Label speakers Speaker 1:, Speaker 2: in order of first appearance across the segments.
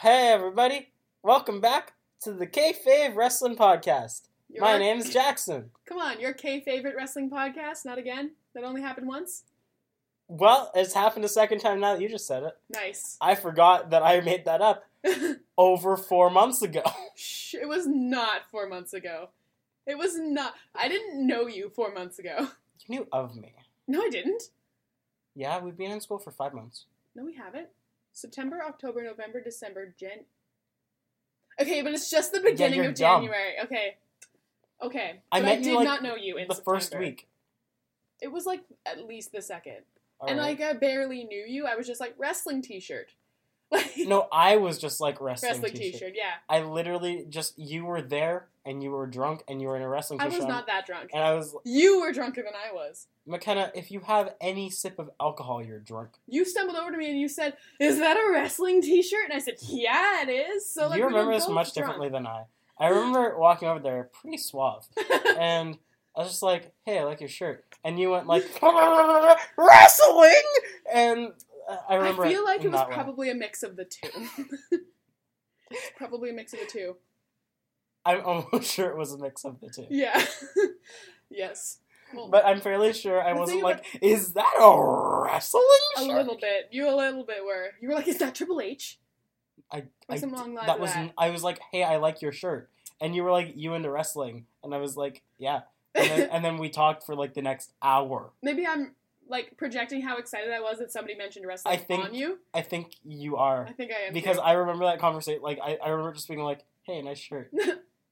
Speaker 1: Hey, everybody. Welcome back to the K-Fave Wrestling Podcast.
Speaker 2: Your-
Speaker 1: My name is Jackson.
Speaker 2: Come on, your K favorite wrestling podcast. Not again. That only happened once.
Speaker 1: Well, it's happened a second time now that you just said it.
Speaker 2: Nice.
Speaker 1: I forgot that I made that up over four months ago.
Speaker 2: Shh, it was not four months ago. It was not. I didn't know you four months ago.
Speaker 1: You knew of me.
Speaker 2: No, I didn't.
Speaker 1: Yeah, we've been in school for five months.
Speaker 2: No, we haven't. September, October, November, December, Jan. Okay, but it's just the beginning
Speaker 1: you're
Speaker 2: of
Speaker 1: dumb.
Speaker 2: January. Okay. Okay.
Speaker 1: I
Speaker 2: But
Speaker 1: met you,
Speaker 2: did
Speaker 1: like,
Speaker 2: not know you in
Speaker 1: the first
Speaker 2: September.
Speaker 1: week.
Speaker 2: It was like at least the second.
Speaker 1: All
Speaker 2: and
Speaker 1: right.
Speaker 2: like I barely knew you. I was just like wrestling t-shirt. Like
Speaker 1: no, I was just like wrestling,
Speaker 2: wrestling
Speaker 1: t-shirt.
Speaker 2: t-shirt. Yeah.
Speaker 1: I literally just you were there and you were drunk and you were in a wrestling
Speaker 2: I
Speaker 1: t-shirt.
Speaker 2: was
Speaker 1: on,
Speaker 2: not that drunk.
Speaker 1: and I was
Speaker 2: You were drunker than I was.
Speaker 1: McKenna. If you have any sip of alcohol, you're drunk.
Speaker 2: You stumbled over to me and you said, "Is that a wrestling T-shirt?" And I said, "Yeah, it is." So like,
Speaker 1: you
Speaker 2: we were
Speaker 1: remember this
Speaker 2: both
Speaker 1: much
Speaker 2: drunk.
Speaker 1: differently than I. I remember walking over there pretty suave, and I was just like, "Hey, I like your shirt," and you went like, "Wrestling," and uh, I
Speaker 2: I,
Speaker 1: remember.
Speaker 2: feel like it
Speaker 1: in
Speaker 2: was
Speaker 1: that way.
Speaker 2: probably a mix of the two. It's probably a mix of the two.
Speaker 1: I'm almost sure it was a mix of the two,
Speaker 2: Yeah. yes. Well,
Speaker 1: but I'm fairly sure I
Speaker 2: The
Speaker 1: wasn't
Speaker 2: thing
Speaker 1: like, "Is that a wrestling
Speaker 2: a
Speaker 1: shirt?"
Speaker 2: little bit. You a little bit were. You were like, "Is that Triple H?"
Speaker 1: I-
Speaker 2: Or
Speaker 1: I
Speaker 2: something along the lines
Speaker 1: that
Speaker 2: of
Speaker 1: was I was like, "Hey, I like your shirt," and you were like, "You into wrestling?" And I was like, "Yeah." And then, and then we talked for like the next hour.
Speaker 2: Maybe I'm like projecting how excited I was that somebody mentioned wrestling
Speaker 1: I think-
Speaker 2: on you.
Speaker 1: I think you are
Speaker 2: I think I am
Speaker 1: because
Speaker 2: too.
Speaker 1: I remember that conversation. Like I, I remember just being like, "Hey, nice shirt,"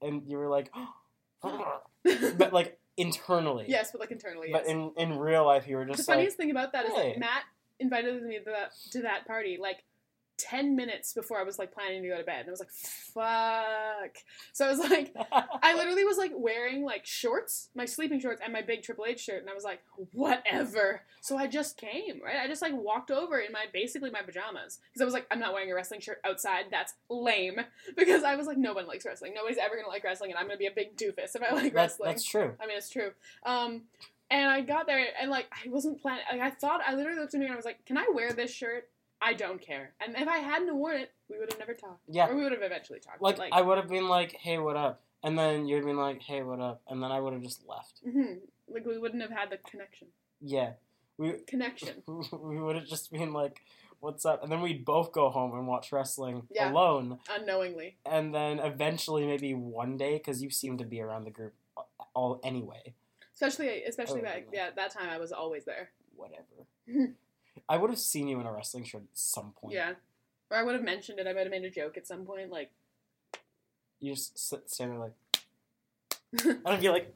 Speaker 1: and you were like, but like internally.
Speaker 2: yes, but like internally.
Speaker 1: But
Speaker 2: yes.
Speaker 1: in in real life, you were
Speaker 2: The
Speaker 1: just like,
Speaker 2: funniest thing about that is
Speaker 1: "Hey."
Speaker 2: that Matt invited me to that, to that party like 10 minutes before I was like planning to go to bed. And I was like, fuck. So I was like, I literally was like wearing like shorts, my sleeping shorts, and my big Triple H shirt. And I was like, whatever. So I just came, right? I just like walked over in my basically my pajamas. Because I was like, I'm not wearing a wrestling shirt outside. That's lame. Because I was like, no one likes wrestling. Nobody's ever going to like wrestling. And I'm going to be a big doofus if I like
Speaker 1: that's,
Speaker 2: wrestling.
Speaker 1: that's true.
Speaker 2: I mean, it's true. Um, and I got there and like I wasn't planning. Like I thought, I literally looked in the mirror and I was like, "Can I wear this shirt? I don't care." And if I hadn't worn it, we would have never talked,
Speaker 1: Yeah,
Speaker 2: or we would have eventually talked.
Speaker 1: like,
Speaker 2: but, like
Speaker 1: I would have been like, "Hey, what up?" and then you'd been like, "Hey, what up?" and then I would have just left.
Speaker 2: mhm. like we wouldn't have had the connection.
Speaker 1: Yeah, we
Speaker 2: Connection.
Speaker 1: we would have just been like, "What's up?" and then we'd both go home and watch wrestling
Speaker 2: Yeah.
Speaker 1: alone,
Speaker 2: unknowingly.
Speaker 1: and then eventually maybe one day because you seem to be around the group all anyway.
Speaker 2: Especially, especially
Speaker 1: Oh,
Speaker 2: back
Speaker 1: like-
Speaker 2: yeah, at that time I was always there.
Speaker 1: whatever. I would have seen you in a wrestling shirt at some point.
Speaker 2: Yeah, or I would have mentioned it. I might have made a joke at some point, like
Speaker 1: You just sit standing like, and I'd be like,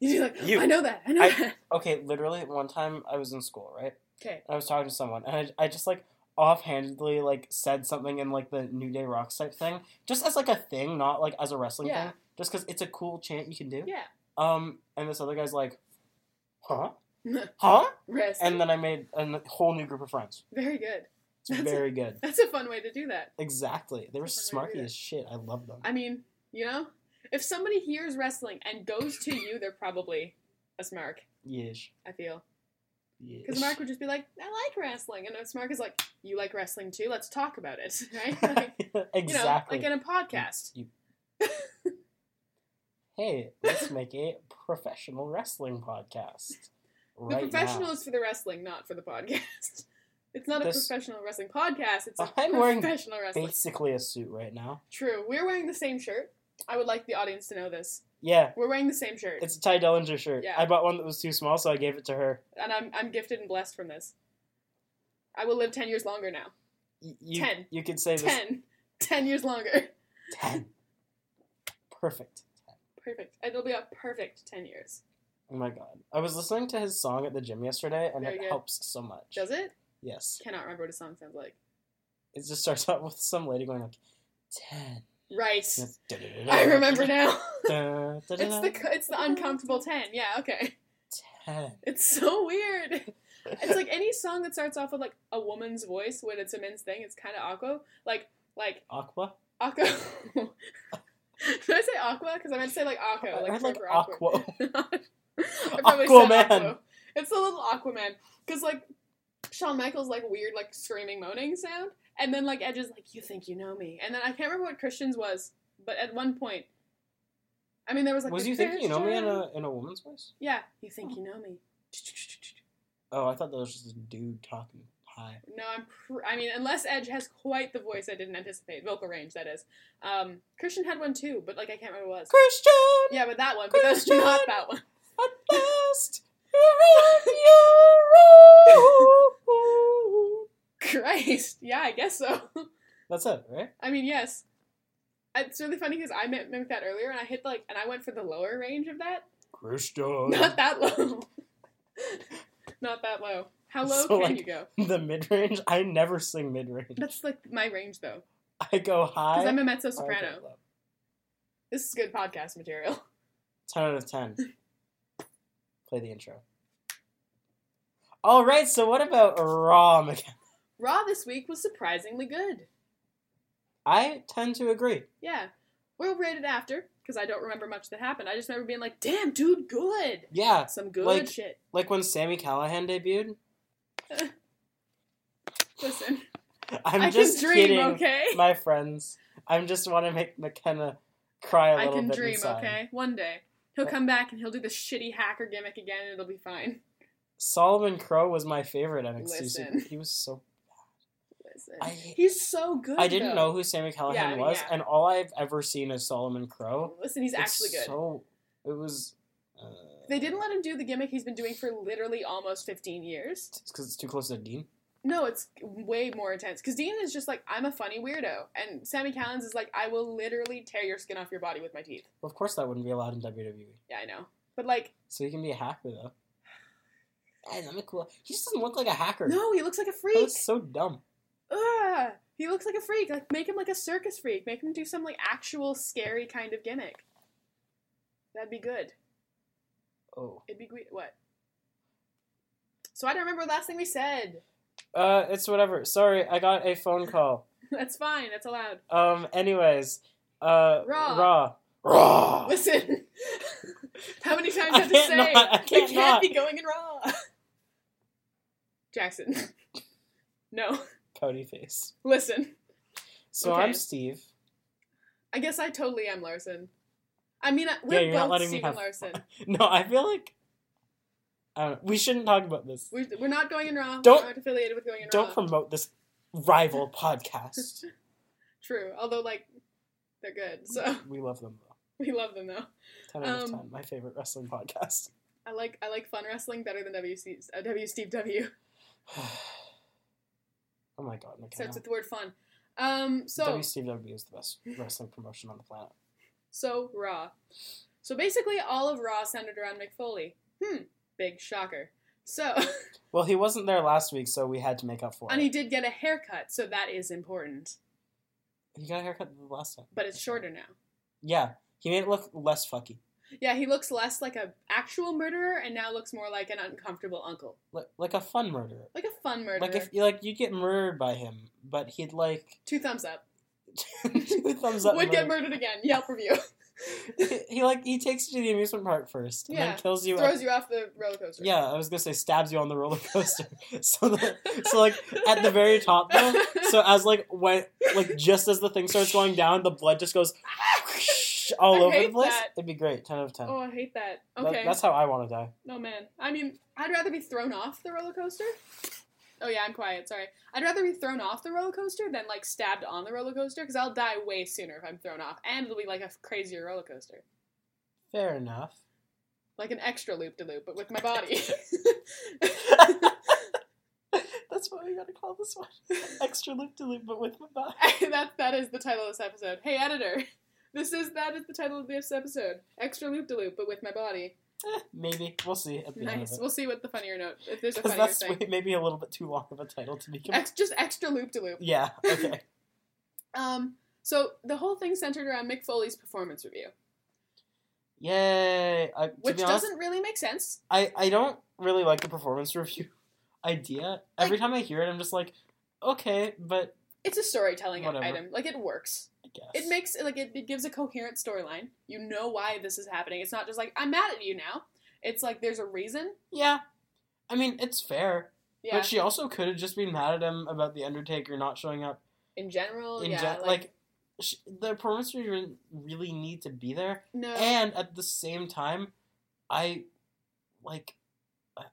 Speaker 2: you'd be like,
Speaker 1: You.
Speaker 2: "I know that. I know
Speaker 1: I-
Speaker 2: that."
Speaker 1: okay, literally one time I was in school, right?
Speaker 2: Okay.
Speaker 1: And I was talking to someone, and I, I just like offhandedly like said something in like the New Day Rocks type thing, just as like a thing, not like as a wrestling
Speaker 2: Yeah.
Speaker 1: thing, just because it's a cool chant you can do.
Speaker 2: Yeah.
Speaker 1: Um, and this other guy's like, huh, huh,
Speaker 2: Rest.
Speaker 1: and then I made a whole new group of friends.
Speaker 2: Very good.
Speaker 1: It's
Speaker 2: That's a-
Speaker 1: very good.
Speaker 2: That's a fun way to do that.
Speaker 1: Exactly. They were
Speaker 2: That's a very
Speaker 1: smarty
Speaker 2: good-
Speaker 1: as shit. I love them.
Speaker 2: I mean, you know, if somebody hears wrestling and goes to you, they're probably a smark.
Speaker 1: Yeesh.
Speaker 2: I feel because
Speaker 1: Yeesh.
Speaker 2: smark would just be like, "I like wrestling," and a smark is like, "You like wrestling too? Let's talk about it." Right? Like, you know,
Speaker 1: exactly.
Speaker 2: like in a podcast.
Speaker 1: hey, let's make a professional wrestling podcast. Right
Speaker 2: the professional
Speaker 1: now.
Speaker 2: is for the wrestling, not for the podcast. It's not
Speaker 1: This-
Speaker 2: a professional wrestling podcast. It's a
Speaker 1: I'm wearing
Speaker 2: professional wrestling.
Speaker 1: basically a suit right now.
Speaker 2: True. We're wearing the same shirt. I would like the audience to know this.
Speaker 1: Yeah,
Speaker 2: We're wearing the same shirt,
Speaker 1: it's a Ty Dellinger shirt.
Speaker 2: Yeah.
Speaker 1: I bought one that was too small, so I gave it to her.
Speaker 2: and I'm I'm gifted and blessed from this. I will live ten years longer now.
Speaker 1: Y- You,
Speaker 2: Ten.
Speaker 1: You could say this.
Speaker 2: Ten. Ten years longer.
Speaker 1: Ten. Perfect.
Speaker 2: Perfect. It'll be a perfect 10 years.
Speaker 1: Oh my god. I was listening to his song at the gym yesterday, and
Speaker 2: Very
Speaker 1: it
Speaker 2: good.
Speaker 1: helps so much.
Speaker 2: Does it?
Speaker 1: Yes.
Speaker 2: Cannot remember what a song sounds like.
Speaker 1: It just starts out with some lady going like, ten.
Speaker 2: Right.
Speaker 1: And it's da-da-da-da.
Speaker 2: I remember now.
Speaker 1: Da-
Speaker 2: it's
Speaker 1: da-da-da.
Speaker 2: the it's the uncomfortable 10. Yeah, okay.
Speaker 1: Ten.
Speaker 2: It's so weird. It's like any song that starts off with like a woman's voice when it's a men's thing, it's kind of aqua. Like like
Speaker 1: Aqua?
Speaker 2: aqua. Did I say aqua? Cuz I meant to say like aqua,
Speaker 1: I
Speaker 2: like,
Speaker 1: heard like
Speaker 2: proper aqua.
Speaker 1: Aqua.
Speaker 2: I probably said
Speaker 1: Aquaman.
Speaker 2: aqua. It's a little Aquaman because like Shawn Michaels like weird like screaming moaning sound, and then like Edge's like you think you know me, and then I can't remember what Christian's was, but at one point, I mean there was like
Speaker 1: was
Speaker 2: the
Speaker 1: you think
Speaker 2: Paris
Speaker 1: you know me in
Speaker 2: Jordan-
Speaker 1: a in a woman's voice?
Speaker 2: yeah you think you know me.
Speaker 1: Oh, I thought that was just a dude talking high.
Speaker 2: No, I'm. Pr- I mean, unless Edge has quite the voice I didn't anticipate, vocal range that is. Um, Christian had one too, but like I can't remember what it was.
Speaker 1: Christian,
Speaker 2: Yeah, but that one, but that's
Speaker 1: Christian!
Speaker 2: not that one.
Speaker 1: at last you're on your own.
Speaker 2: Christ, yeah, I guess so.
Speaker 1: That's it, right?
Speaker 2: I mean, yes. It's really funny because I mim- mimicked that earlier, and I hit like, and I went for the lower range of that,
Speaker 1: Christian.
Speaker 2: not that low, not that low. How low
Speaker 1: So,
Speaker 2: can
Speaker 1: like-
Speaker 2: you go?
Speaker 1: the mid range. I never sing mid range.
Speaker 2: That's like my range though,
Speaker 1: I go high.
Speaker 2: because I'm a mezzo
Speaker 1: or I go
Speaker 2: soprano.
Speaker 1: low.
Speaker 2: This is good podcast material.
Speaker 1: Ten out of ten. Play the intro. All right. So what about Raw? McKen-
Speaker 2: Raw this week was surprisingly good.
Speaker 1: I tend to agree.
Speaker 2: Yeah. We'll rate it after, because I don't remember much that happened. I just remember being like, damn, dude, good.
Speaker 1: Yeah,
Speaker 2: Some good
Speaker 1: Like-
Speaker 2: shit.
Speaker 1: like when Sammy Callahan debuted.
Speaker 2: Listen,
Speaker 1: I'm
Speaker 2: I
Speaker 1: just
Speaker 2: can dream,
Speaker 1: kidding,
Speaker 2: okay?
Speaker 1: my friends. I'm just want to make McKenna cry a
Speaker 2: I
Speaker 1: little
Speaker 2: can
Speaker 1: bit
Speaker 2: dream,
Speaker 1: inside.
Speaker 2: okay? One day. He'll come back and he'll do the shitty hacker gimmick again and it'll be fine.
Speaker 1: Solomon Crow was my favorite NXT.
Speaker 2: Listen.
Speaker 1: He was so.
Speaker 2: Listen.
Speaker 1: I-
Speaker 2: he's so good.
Speaker 1: I didn't
Speaker 2: though.
Speaker 1: know who Sammy Callahan
Speaker 2: I mean,
Speaker 1: was,
Speaker 2: yeah.
Speaker 1: and all I've ever seen is Solomon Crow.
Speaker 2: Listen, he's
Speaker 1: It's
Speaker 2: actually good.
Speaker 1: So it was. Uh,
Speaker 2: They didn't let him do the gimmick he's been doing for literally almost 15 years.
Speaker 1: because it's too close to Dean.
Speaker 2: No, it's way more intense. Because Dean is just like, I'm a funny weirdo. And Sammy Callens is like, I will literally tear your skin off your body with my teeth.
Speaker 1: Well, of course, that wouldn't be allowed in WWE.
Speaker 2: Yeah, I know. But like,
Speaker 1: So he can be a hacker though. And I'm cool. He just doesn't look like a hacker.
Speaker 2: No, he looks like a
Speaker 1: that
Speaker 2: freak.
Speaker 1: was so dumb.
Speaker 2: Ugh. He looks like a freak. Like make him like a circus freak. Make him do some like actual scary kind of gimmick. That'd be good.
Speaker 1: Oh,
Speaker 2: It'd be gre- what? So I don't remember the last thing we said.
Speaker 1: uh, it's whatever. Sorry, I got a phone call.
Speaker 2: That's fine. That's allowed.
Speaker 1: Um. Anyways, uh,
Speaker 2: Raw.
Speaker 1: raw, raw.
Speaker 2: Listen. How many times
Speaker 1: Oh. I
Speaker 2: do I have to
Speaker 1: can't
Speaker 2: say
Speaker 1: not- I
Speaker 2: you
Speaker 1: can't
Speaker 2: can't
Speaker 1: not.
Speaker 2: be going in raw? Jackson. no.
Speaker 1: Cody face.
Speaker 2: Listen.
Speaker 1: So
Speaker 2: Okay.
Speaker 1: I'm Steve.
Speaker 2: I guess I totally am Larson. I mean, I- we're
Speaker 1: you're not
Speaker 2: both
Speaker 1: letting me
Speaker 2: Steven
Speaker 1: have-
Speaker 2: Larson.
Speaker 1: No, I feel like I don't. Know, we shouldn't talk about this.
Speaker 2: We're, we're not going in Raw.
Speaker 1: Don't-
Speaker 2: we aren't affiliated with going in
Speaker 1: Don't
Speaker 2: Raw.
Speaker 1: promote this rival podcast.
Speaker 2: True. Although, like, they're good. So
Speaker 1: We love them though.
Speaker 2: we love them though.
Speaker 1: Ten out of
Speaker 2: Um,
Speaker 1: ten. My favorite wrestling podcast.
Speaker 2: I like I like fun wrestling better than WC, uh, W Steve W.
Speaker 1: oh my god, McKenna.
Speaker 2: Starts with the word fun. Um. So
Speaker 1: WCW is the best wrestling promotion on the planet.
Speaker 2: so Raw. So basically, all of Raw centered around Mick Foley. Hmm. Big shocker. So
Speaker 1: Well, he wasn't there last week, so we had to make up for
Speaker 2: and he
Speaker 1: it.
Speaker 2: did get a haircut, so that is important.
Speaker 1: He got a haircut the last time.
Speaker 2: But it's shorter now.
Speaker 1: Yeah, he made it look less fucky,
Speaker 2: Yeah, he looks less like a actual murderer and now looks more like an uncomfortable uncle,
Speaker 1: like, like a fun murderer.
Speaker 2: like a fun murderer.
Speaker 1: Like if like you'd get murdered by him, but he'd like
Speaker 2: Two thumbs up.
Speaker 1: two thumbs up.
Speaker 2: Would get
Speaker 1: murder.
Speaker 2: murdered again. Yelp review.
Speaker 1: He like he takes you to the amusement park first, and
Speaker 2: Yeah,
Speaker 1: then kills you.
Speaker 2: throws you off the roller coaster.
Speaker 1: yeah, I was gonna say stabs you on the roller coaster. so the, so like at the very top though.
Speaker 2: Oh,
Speaker 1: So as like when like just as the thing starts going down, the blood just goes all
Speaker 2: I
Speaker 1: over the
Speaker 2: hate
Speaker 1: place.
Speaker 2: that.
Speaker 1: It'd be great. Ten out of ten.
Speaker 2: oh, I hate that.
Speaker 1: That-
Speaker 2: Okay.
Speaker 1: that's how I want to die.
Speaker 2: No man. I mean, I'd rather be thrown off the roller coaster. Oh yeah, I'm quiet. Sorry. I'd rather be thrown off the roller coaster than like stabbed on the roller coaster because I'll die way sooner if I'm thrown off, and it'll be like a crazier roller coaster,
Speaker 1: Fair enough.
Speaker 2: like an extra loop de loop, but with my body.
Speaker 1: That's what we gotta call this one. Extra loop to loop, but with my body.
Speaker 2: that that is the title of this episode. Hey editor, this is that is the title of this episode. Extra loop de loop, but with my body.
Speaker 1: Eh, Maybe we'll see at the end of
Speaker 2: Nice.
Speaker 1: it.
Speaker 2: We'll see what the funnier note. If there's a
Speaker 1: 'Cause
Speaker 2: funnier
Speaker 1: that's
Speaker 2: thing.
Speaker 1: way- maybe a little bit too long of a title to be. com-
Speaker 2: Ex- just extra loop de loop.
Speaker 1: yeah. Okay.
Speaker 2: Um. So the whole thing centered around Mick Foley's performance review,
Speaker 1: Yay! I, to
Speaker 2: which
Speaker 1: be honest,
Speaker 2: doesn't really make sense.
Speaker 1: I I don't really like the performance review idea. Every time I hear it, I'm just like, okay, but
Speaker 2: It's a storytelling
Speaker 1: Whatever.
Speaker 2: item. Like it works.
Speaker 1: I guess
Speaker 2: It makes like it, it gives a coherent storyline. You know why this is happening. It's not just like I'm mad at you now. It's like there's a reason.
Speaker 1: Yeah, I mean it's fair.
Speaker 2: Yeah.
Speaker 1: But she also could have just been mad at him about the Undertaker not showing up.
Speaker 2: in general,
Speaker 1: In
Speaker 2: yeah.
Speaker 1: gen-
Speaker 2: like,
Speaker 1: like, sh the performance didn't really need to be there.
Speaker 2: no.
Speaker 1: And at the same time, I like I-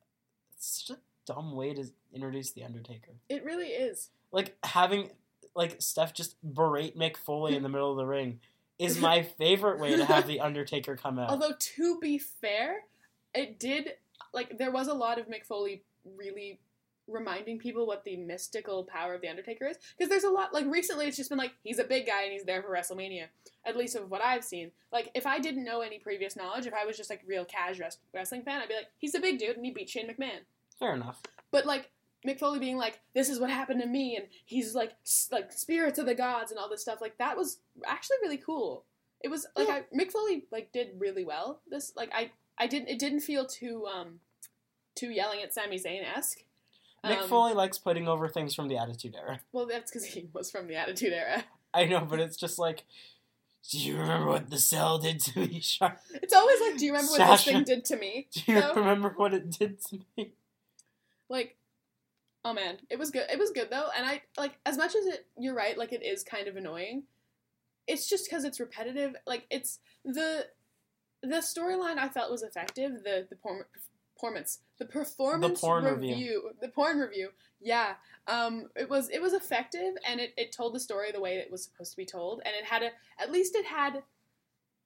Speaker 1: it's such a dumb way to introduce the Undertaker.
Speaker 2: it really is.
Speaker 1: Like having like Steph just berate Mick Foley in the middle of the ring is my favorite way to have the Undertaker come out.
Speaker 2: Although to be fair, it did like there was a lot of Mick Foley really reminding people what the mystical power of the Undertaker is because there's a lot like recently it's just been like he's a big guy and he's there for WrestleMania at least of what I've seen like if I didn't know any previous knowledge if I was just like real cash res- wrestling fan I'd be like he's a big dude and he beat Shane McMahon
Speaker 1: Fair enough.
Speaker 2: but like Mick Foley being like, "This is what happened to me," and he's like, s- like spirits of the gods and all this stuff. Like that was actually really cool. It was like I, Mick Foley like did really well. This like I I didn't it didn't feel too um too yelling at Sami Zayn esque. Um,
Speaker 1: Mick Foley likes putting over things from the Attitude Era.
Speaker 2: Well, that's because he was from the Attitude Era.
Speaker 1: I know, but it's just like, do you remember what the cell did to me, Shark?
Speaker 2: It's always like, do you remember what this
Speaker 1: Sasha.
Speaker 2: thing did to me?
Speaker 1: Do you
Speaker 2: No.
Speaker 1: remember what it did to me?
Speaker 2: Like, oh man, it was good. It was good though, and I like as much as it. You're right. Like it is kind of annoying. It's just because it's repetitive. Like it's the the storyline I felt was effective. The the porn performance, the performance
Speaker 1: porn
Speaker 2: review,
Speaker 1: review.
Speaker 2: the porn review. Yeah, um, it was it was effective, and it, it told the story the way that it was supposed to be told, and it had a at least it had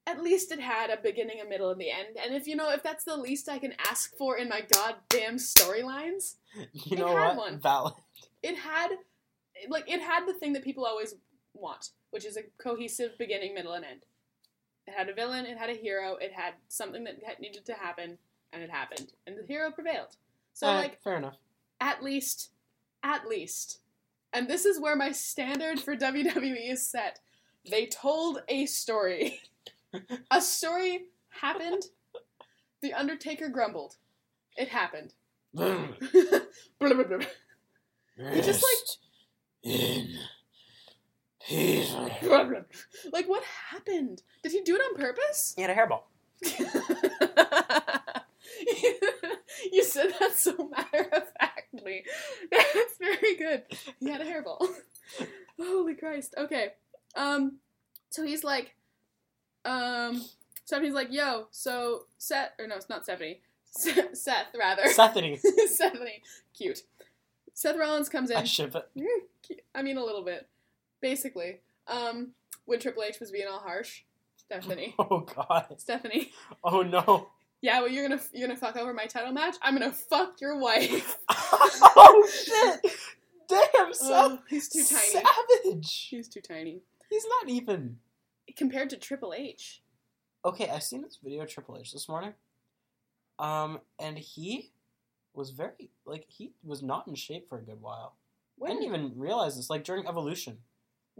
Speaker 2: at least it had a beginning, a middle, and the end. And if you know if that's the least I can ask for in my goddamn storylines,
Speaker 1: You
Speaker 2: It
Speaker 1: know
Speaker 2: had
Speaker 1: what?
Speaker 2: one.
Speaker 1: Valid.
Speaker 2: it had like it had the thing that people always want, which is a cohesive beginning, middle, and end. It had a villain, it had a hero, it had something that had- needed to happen, and it happened, and the hero prevailed. So
Speaker 1: All right,
Speaker 2: like
Speaker 1: Eh, fair enough.
Speaker 2: at least, at least, and this is where my standard for WWE is set. They told a story. a story happened. The Undertaker grumbled. It happened. Blah, blah, blah.
Speaker 1: Rest
Speaker 2: just, like-
Speaker 1: in peace. He
Speaker 2: like what happened? Did he do it on purpose?
Speaker 1: had a hairball.
Speaker 2: you said that so matter of factly. That's very good. He had a hairball. Holy Christ. Okay. Um so he's like um Stephanie's like, yo, so Seth or no, it's not Stephanie. Seth, Seth rather.
Speaker 1: Sethany.
Speaker 2: Stephanie. Cute. Seth Rollins comes in.
Speaker 1: I ship it.
Speaker 2: I mean, a little bit, basically. Um, when Triple H was being all harsh, Stephanie,
Speaker 1: Oh god.
Speaker 2: Stephanie,
Speaker 1: Oh no.
Speaker 2: yeah, well, you're gonna you're gonna fuck over my title match. I'm gonna fuck your wife.
Speaker 1: oh shit. Damn, Seth.
Speaker 2: Oh, he's too tiny.
Speaker 1: Savage.
Speaker 2: He's too tiny
Speaker 1: He's not even.
Speaker 2: compared to Triple H.
Speaker 1: Okay, I seen this video of Triple H this morning. Um, and he was very like he was not in shape for a good while. I
Speaker 2: When
Speaker 1: didn't even realize this. Like during Evolution,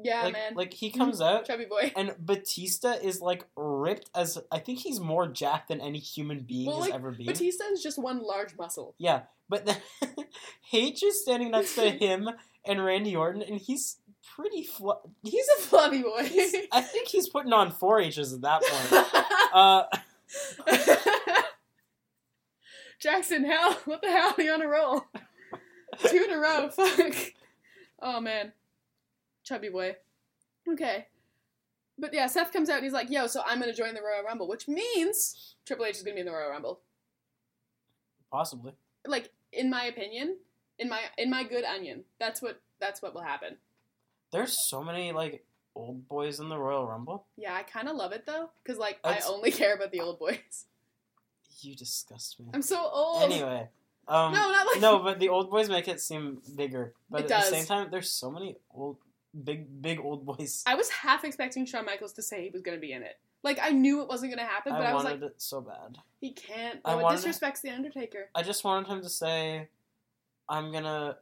Speaker 2: yeah,
Speaker 1: like
Speaker 2: man, Mm-hmm.
Speaker 1: like he comes out
Speaker 2: chubby boy.
Speaker 1: And Batista is like ripped as I think he's more jacked than any human being
Speaker 2: Well,
Speaker 1: has
Speaker 2: like,
Speaker 1: ever been.
Speaker 2: Batista is just one large muscle.
Speaker 1: yeah, but then H is standing next to him and Randy Orton, and he's pretty. Fl-
Speaker 2: He's
Speaker 1: he's.
Speaker 2: a flabby boy.
Speaker 1: he's- I think he's putting on four H's at that point. Uh,
Speaker 2: Jackson, hell, what the hell? You on a roll? Two in a row. Fuck. Oh man, chubby boy. Okay, but yeah, Seth comes out and he's like, "Yo, so I'm gonna join the Royal Rumble, which means Triple H is gonna be in the Royal Rumble."
Speaker 1: possibly.
Speaker 2: Like, in my opinion, in my in my good onion, that's what that's what will happen.
Speaker 1: There's so many like old boys in the Royal Rumble.
Speaker 2: Yeah, I kind of love it though, cause like
Speaker 1: That's-
Speaker 2: I only care about the old boys.
Speaker 1: You disgust me.
Speaker 2: I'm so old.
Speaker 1: Anyway, um,
Speaker 2: no, not like
Speaker 1: no, but the old boys make it seem bigger. But
Speaker 2: It
Speaker 1: at
Speaker 2: does.
Speaker 1: the same time, there's so many old, big, big old boys.
Speaker 2: I was half expecting Shawn Michaels to say he was going to be in it. Like I knew it wasn't going to happen, but I,
Speaker 1: I
Speaker 2: was
Speaker 1: wanted
Speaker 2: like,
Speaker 1: it so bad.
Speaker 2: he can't.
Speaker 1: I
Speaker 2: Oh, it
Speaker 1: wanted to-
Speaker 2: disrespects the Undertaker.
Speaker 1: I just wanted him to say, "I'm gonna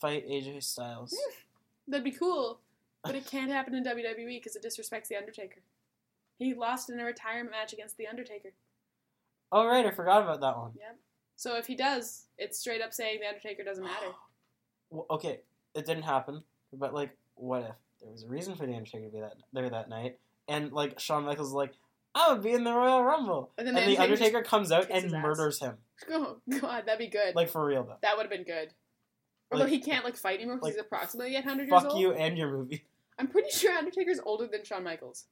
Speaker 1: fight AJ Styles."
Speaker 2: That'd be cool, but it can't happen in WWE because it disrespects the Undertaker. He lost in a retirement match against the Undertaker.
Speaker 1: oh right, I forgot about that one.
Speaker 2: So if he does, it's straight up saying the Undertaker doesn't matter.
Speaker 1: Well, okay, it didn't happen, but like, what if there was a reason for the Undertaker to be that there that night? And like Shawn Michaels, is like, I would be in the Royal Rumble.
Speaker 2: And
Speaker 1: And,
Speaker 2: then the
Speaker 1: the
Speaker 2: Undertaker
Speaker 1: Undertaker comes out
Speaker 3: kicks
Speaker 1: and
Speaker 3: his ass.
Speaker 1: murders him.
Speaker 2: Oh God, that'd be good.
Speaker 1: Like for real though.
Speaker 2: that would have been good. Although
Speaker 1: Like-
Speaker 2: he can't like fight anymore because
Speaker 1: like,
Speaker 2: he's approximately 800 years
Speaker 1: Fuck
Speaker 2: old.
Speaker 1: you and your movie.
Speaker 2: I'm pretty sure Undertaker's older than Shawn Michaels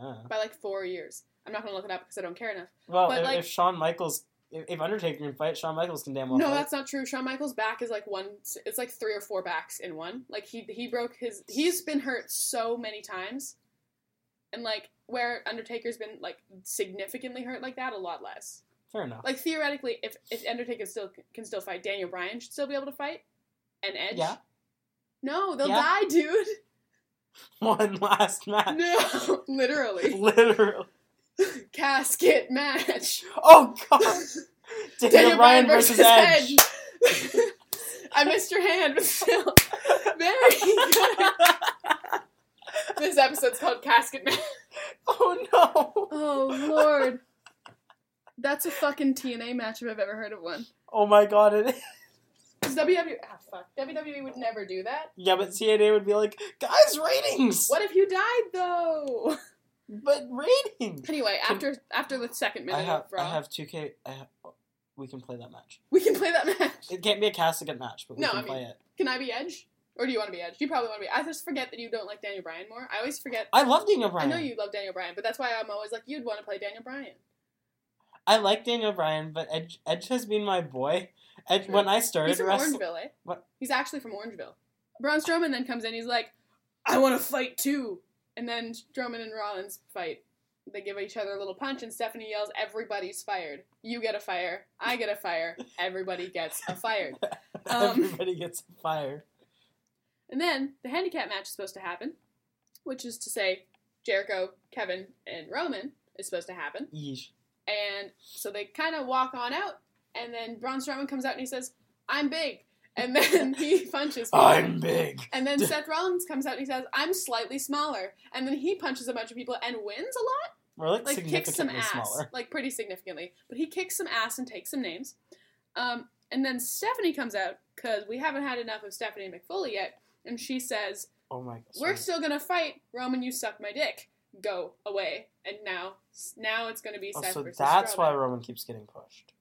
Speaker 1: Uh,
Speaker 2: by like four years. I'm not gonna look it up because I don't care enough.
Speaker 1: well,
Speaker 2: But,
Speaker 1: if,
Speaker 2: like-
Speaker 1: if Shawn Michaels, if, if Undertaker can fight, Shawn Michaels can damn well.
Speaker 2: no,
Speaker 1: fight.
Speaker 2: that's not true. Shawn Michaels' back is like one. It's like three or four backs in one. Like he he broke his. He's been hurt so many times, and like where Undertaker's been like significantly hurt like that, a lot less.
Speaker 1: fair enough.
Speaker 2: Like theoretically, if if Undertaker still can still fight, Daniel Bryan should still be able to fight, and Edge.
Speaker 1: Yeah.
Speaker 2: No, they'll
Speaker 1: Yeah. Uh,
Speaker 2: die, dude.
Speaker 1: One last match,
Speaker 2: No, literally.
Speaker 1: literally.
Speaker 2: Casket match.
Speaker 1: Oh god, Daniel, Bryan versus, Edge.
Speaker 2: Edge. I missed your hand, but still. Very good. This episode's called Casket Match.
Speaker 1: oh no.
Speaker 2: Oh, Lord. That's a fucking TNA match if I've ever heard of one.
Speaker 1: Oh my god, it is.
Speaker 2: Because WWE, ah, fuck. WWE would never do that.
Speaker 1: Yeah, but CNA would be like, guys, ratings!
Speaker 2: What if you died, though?
Speaker 1: But ratings!
Speaker 2: Anyway,
Speaker 1: Can-
Speaker 2: after after the second
Speaker 1: I
Speaker 2: minute
Speaker 1: have,
Speaker 2: of Raw,
Speaker 1: I have 2K. I have, we can play that match.
Speaker 2: we can play that match.
Speaker 1: It can't be a casket match, but we
Speaker 2: No,
Speaker 1: can
Speaker 2: I mean-
Speaker 1: play it.
Speaker 2: Can I be Edge? Or do you want to be Edge? You probably want to be. I just forget that you don't like Daniel Bryan more. I always forget.
Speaker 1: I love Daniel Bryan.
Speaker 2: I know you love Daniel Bryan, but that's why I'm always like, you'd want to play Daniel Bryan.
Speaker 1: I like Daniel Bryan, but Edge, Edge has been my boy. Edge,
Speaker 2: True.
Speaker 1: when I
Speaker 2: He's
Speaker 1: started
Speaker 2: from
Speaker 1: wrestling,
Speaker 2: Orangeville, eh?
Speaker 1: What?
Speaker 2: He's actually from Orangeville. Braun Strowman then comes in, he's like, I want to fight too. And then Strowman and Rollins fight. They give each other a little punch, and Stephanie yells, Everybody's fired. You get a fire. I get a fire. Everybody gets a fired. Um,
Speaker 1: everybody gets fired.
Speaker 2: And then the handicap match is supposed to happen, which is to say, Jericho, Kevin, and Roman is supposed to happen.
Speaker 1: Yeesh.
Speaker 2: And so they kind of walk on out, and then Braun Strowman comes out and he says, I'm big. And then he punches people.
Speaker 1: I'm big.
Speaker 2: And then Seth Rollins comes out and he says, I'm slightly smaller. And then he punches a bunch of people and wins a lot.
Speaker 1: Or like,
Speaker 2: Like, kicks some
Speaker 1: significantly
Speaker 2: ass.
Speaker 1: smaller.
Speaker 2: Like, pretty significantly. But he kicks some ass and takes some names. Um, and then Stephanie comes out because we haven't had enough of Stephanie McFoley yet. And she says,
Speaker 1: Oh my god.
Speaker 2: We're still going to fight. Roman, you suck my dick. Go away. And now now it's going to be
Speaker 1: Oh,
Speaker 2: Seth
Speaker 1: so
Speaker 2: versus
Speaker 1: that's why
Speaker 2: Strowman.
Speaker 1: Roman keeps getting pushed.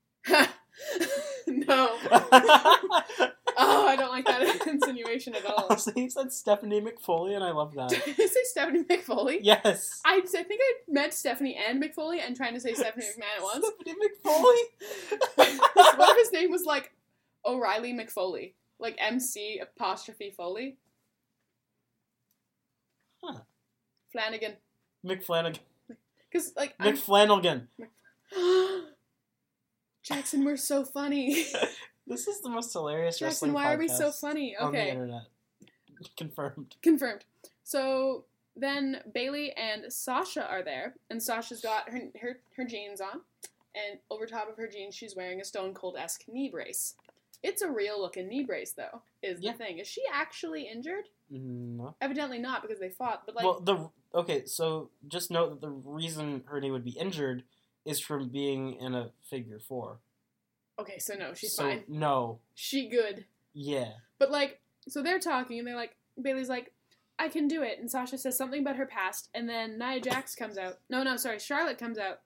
Speaker 2: no.
Speaker 1: I
Speaker 2: Oh, I don't like that insinuation at all.
Speaker 1: was thinking you said Stephanie McFoley, and I love that.
Speaker 2: Did I say Stephanie McFoley?
Speaker 1: Yes.
Speaker 2: I, I think I meant Stephanie and McFoley and trying to say Stephanie McMahon at once.
Speaker 1: Stephanie McFoley?
Speaker 2: What if his name was like O'Reilly McFoley? Like MC apostrophe Foley?
Speaker 1: Huh.
Speaker 2: Flanagan.
Speaker 1: McFlanagan.
Speaker 2: Because, like, I'm-
Speaker 1: McFlanagan.
Speaker 2: Jackson, we're so funny.
Speaker 1: This is the most hilarious
Speaker 2: Jackson,
Speaker 1: wrestling
Speaker 2: why are we so
Speaker 1: podcast
Speaker 2: funny?
Speaker 1: On the
Speaker 2: Okay,
Speaker 1: internet. Confirmed.
Speaker 2: confirmed. So then Bailey and Sasha are there, and Sasha's got her, her, her jeans on, and over top of her jeans, she's wearing a Stone Cold esque knee brace. It's a real looking knee brace, though, is the
Speaker 1: Yeah.
Speaker 2: thing. Is she actually injured?
Speaker 1: Mm, No.
Speaker 2: Evidently not, because they fought, but like,
Speaker 1: well, the. Okay, so just note that the reason her knee would be injured is from being in a figure four.
Speaker 2: okay, so no, she's
Speaker 1: So,
Speaker 2: fine.
Speaker 1: No.
Speaker 2: She good.
Speaker 1: Yeah.
Speaker 2: But like, so they're talking, and they're like, Bailey's like, I can do it, and Sasha says something about her past, and then Nia Jax comes out. No, no, sorry, Charlotte comes out,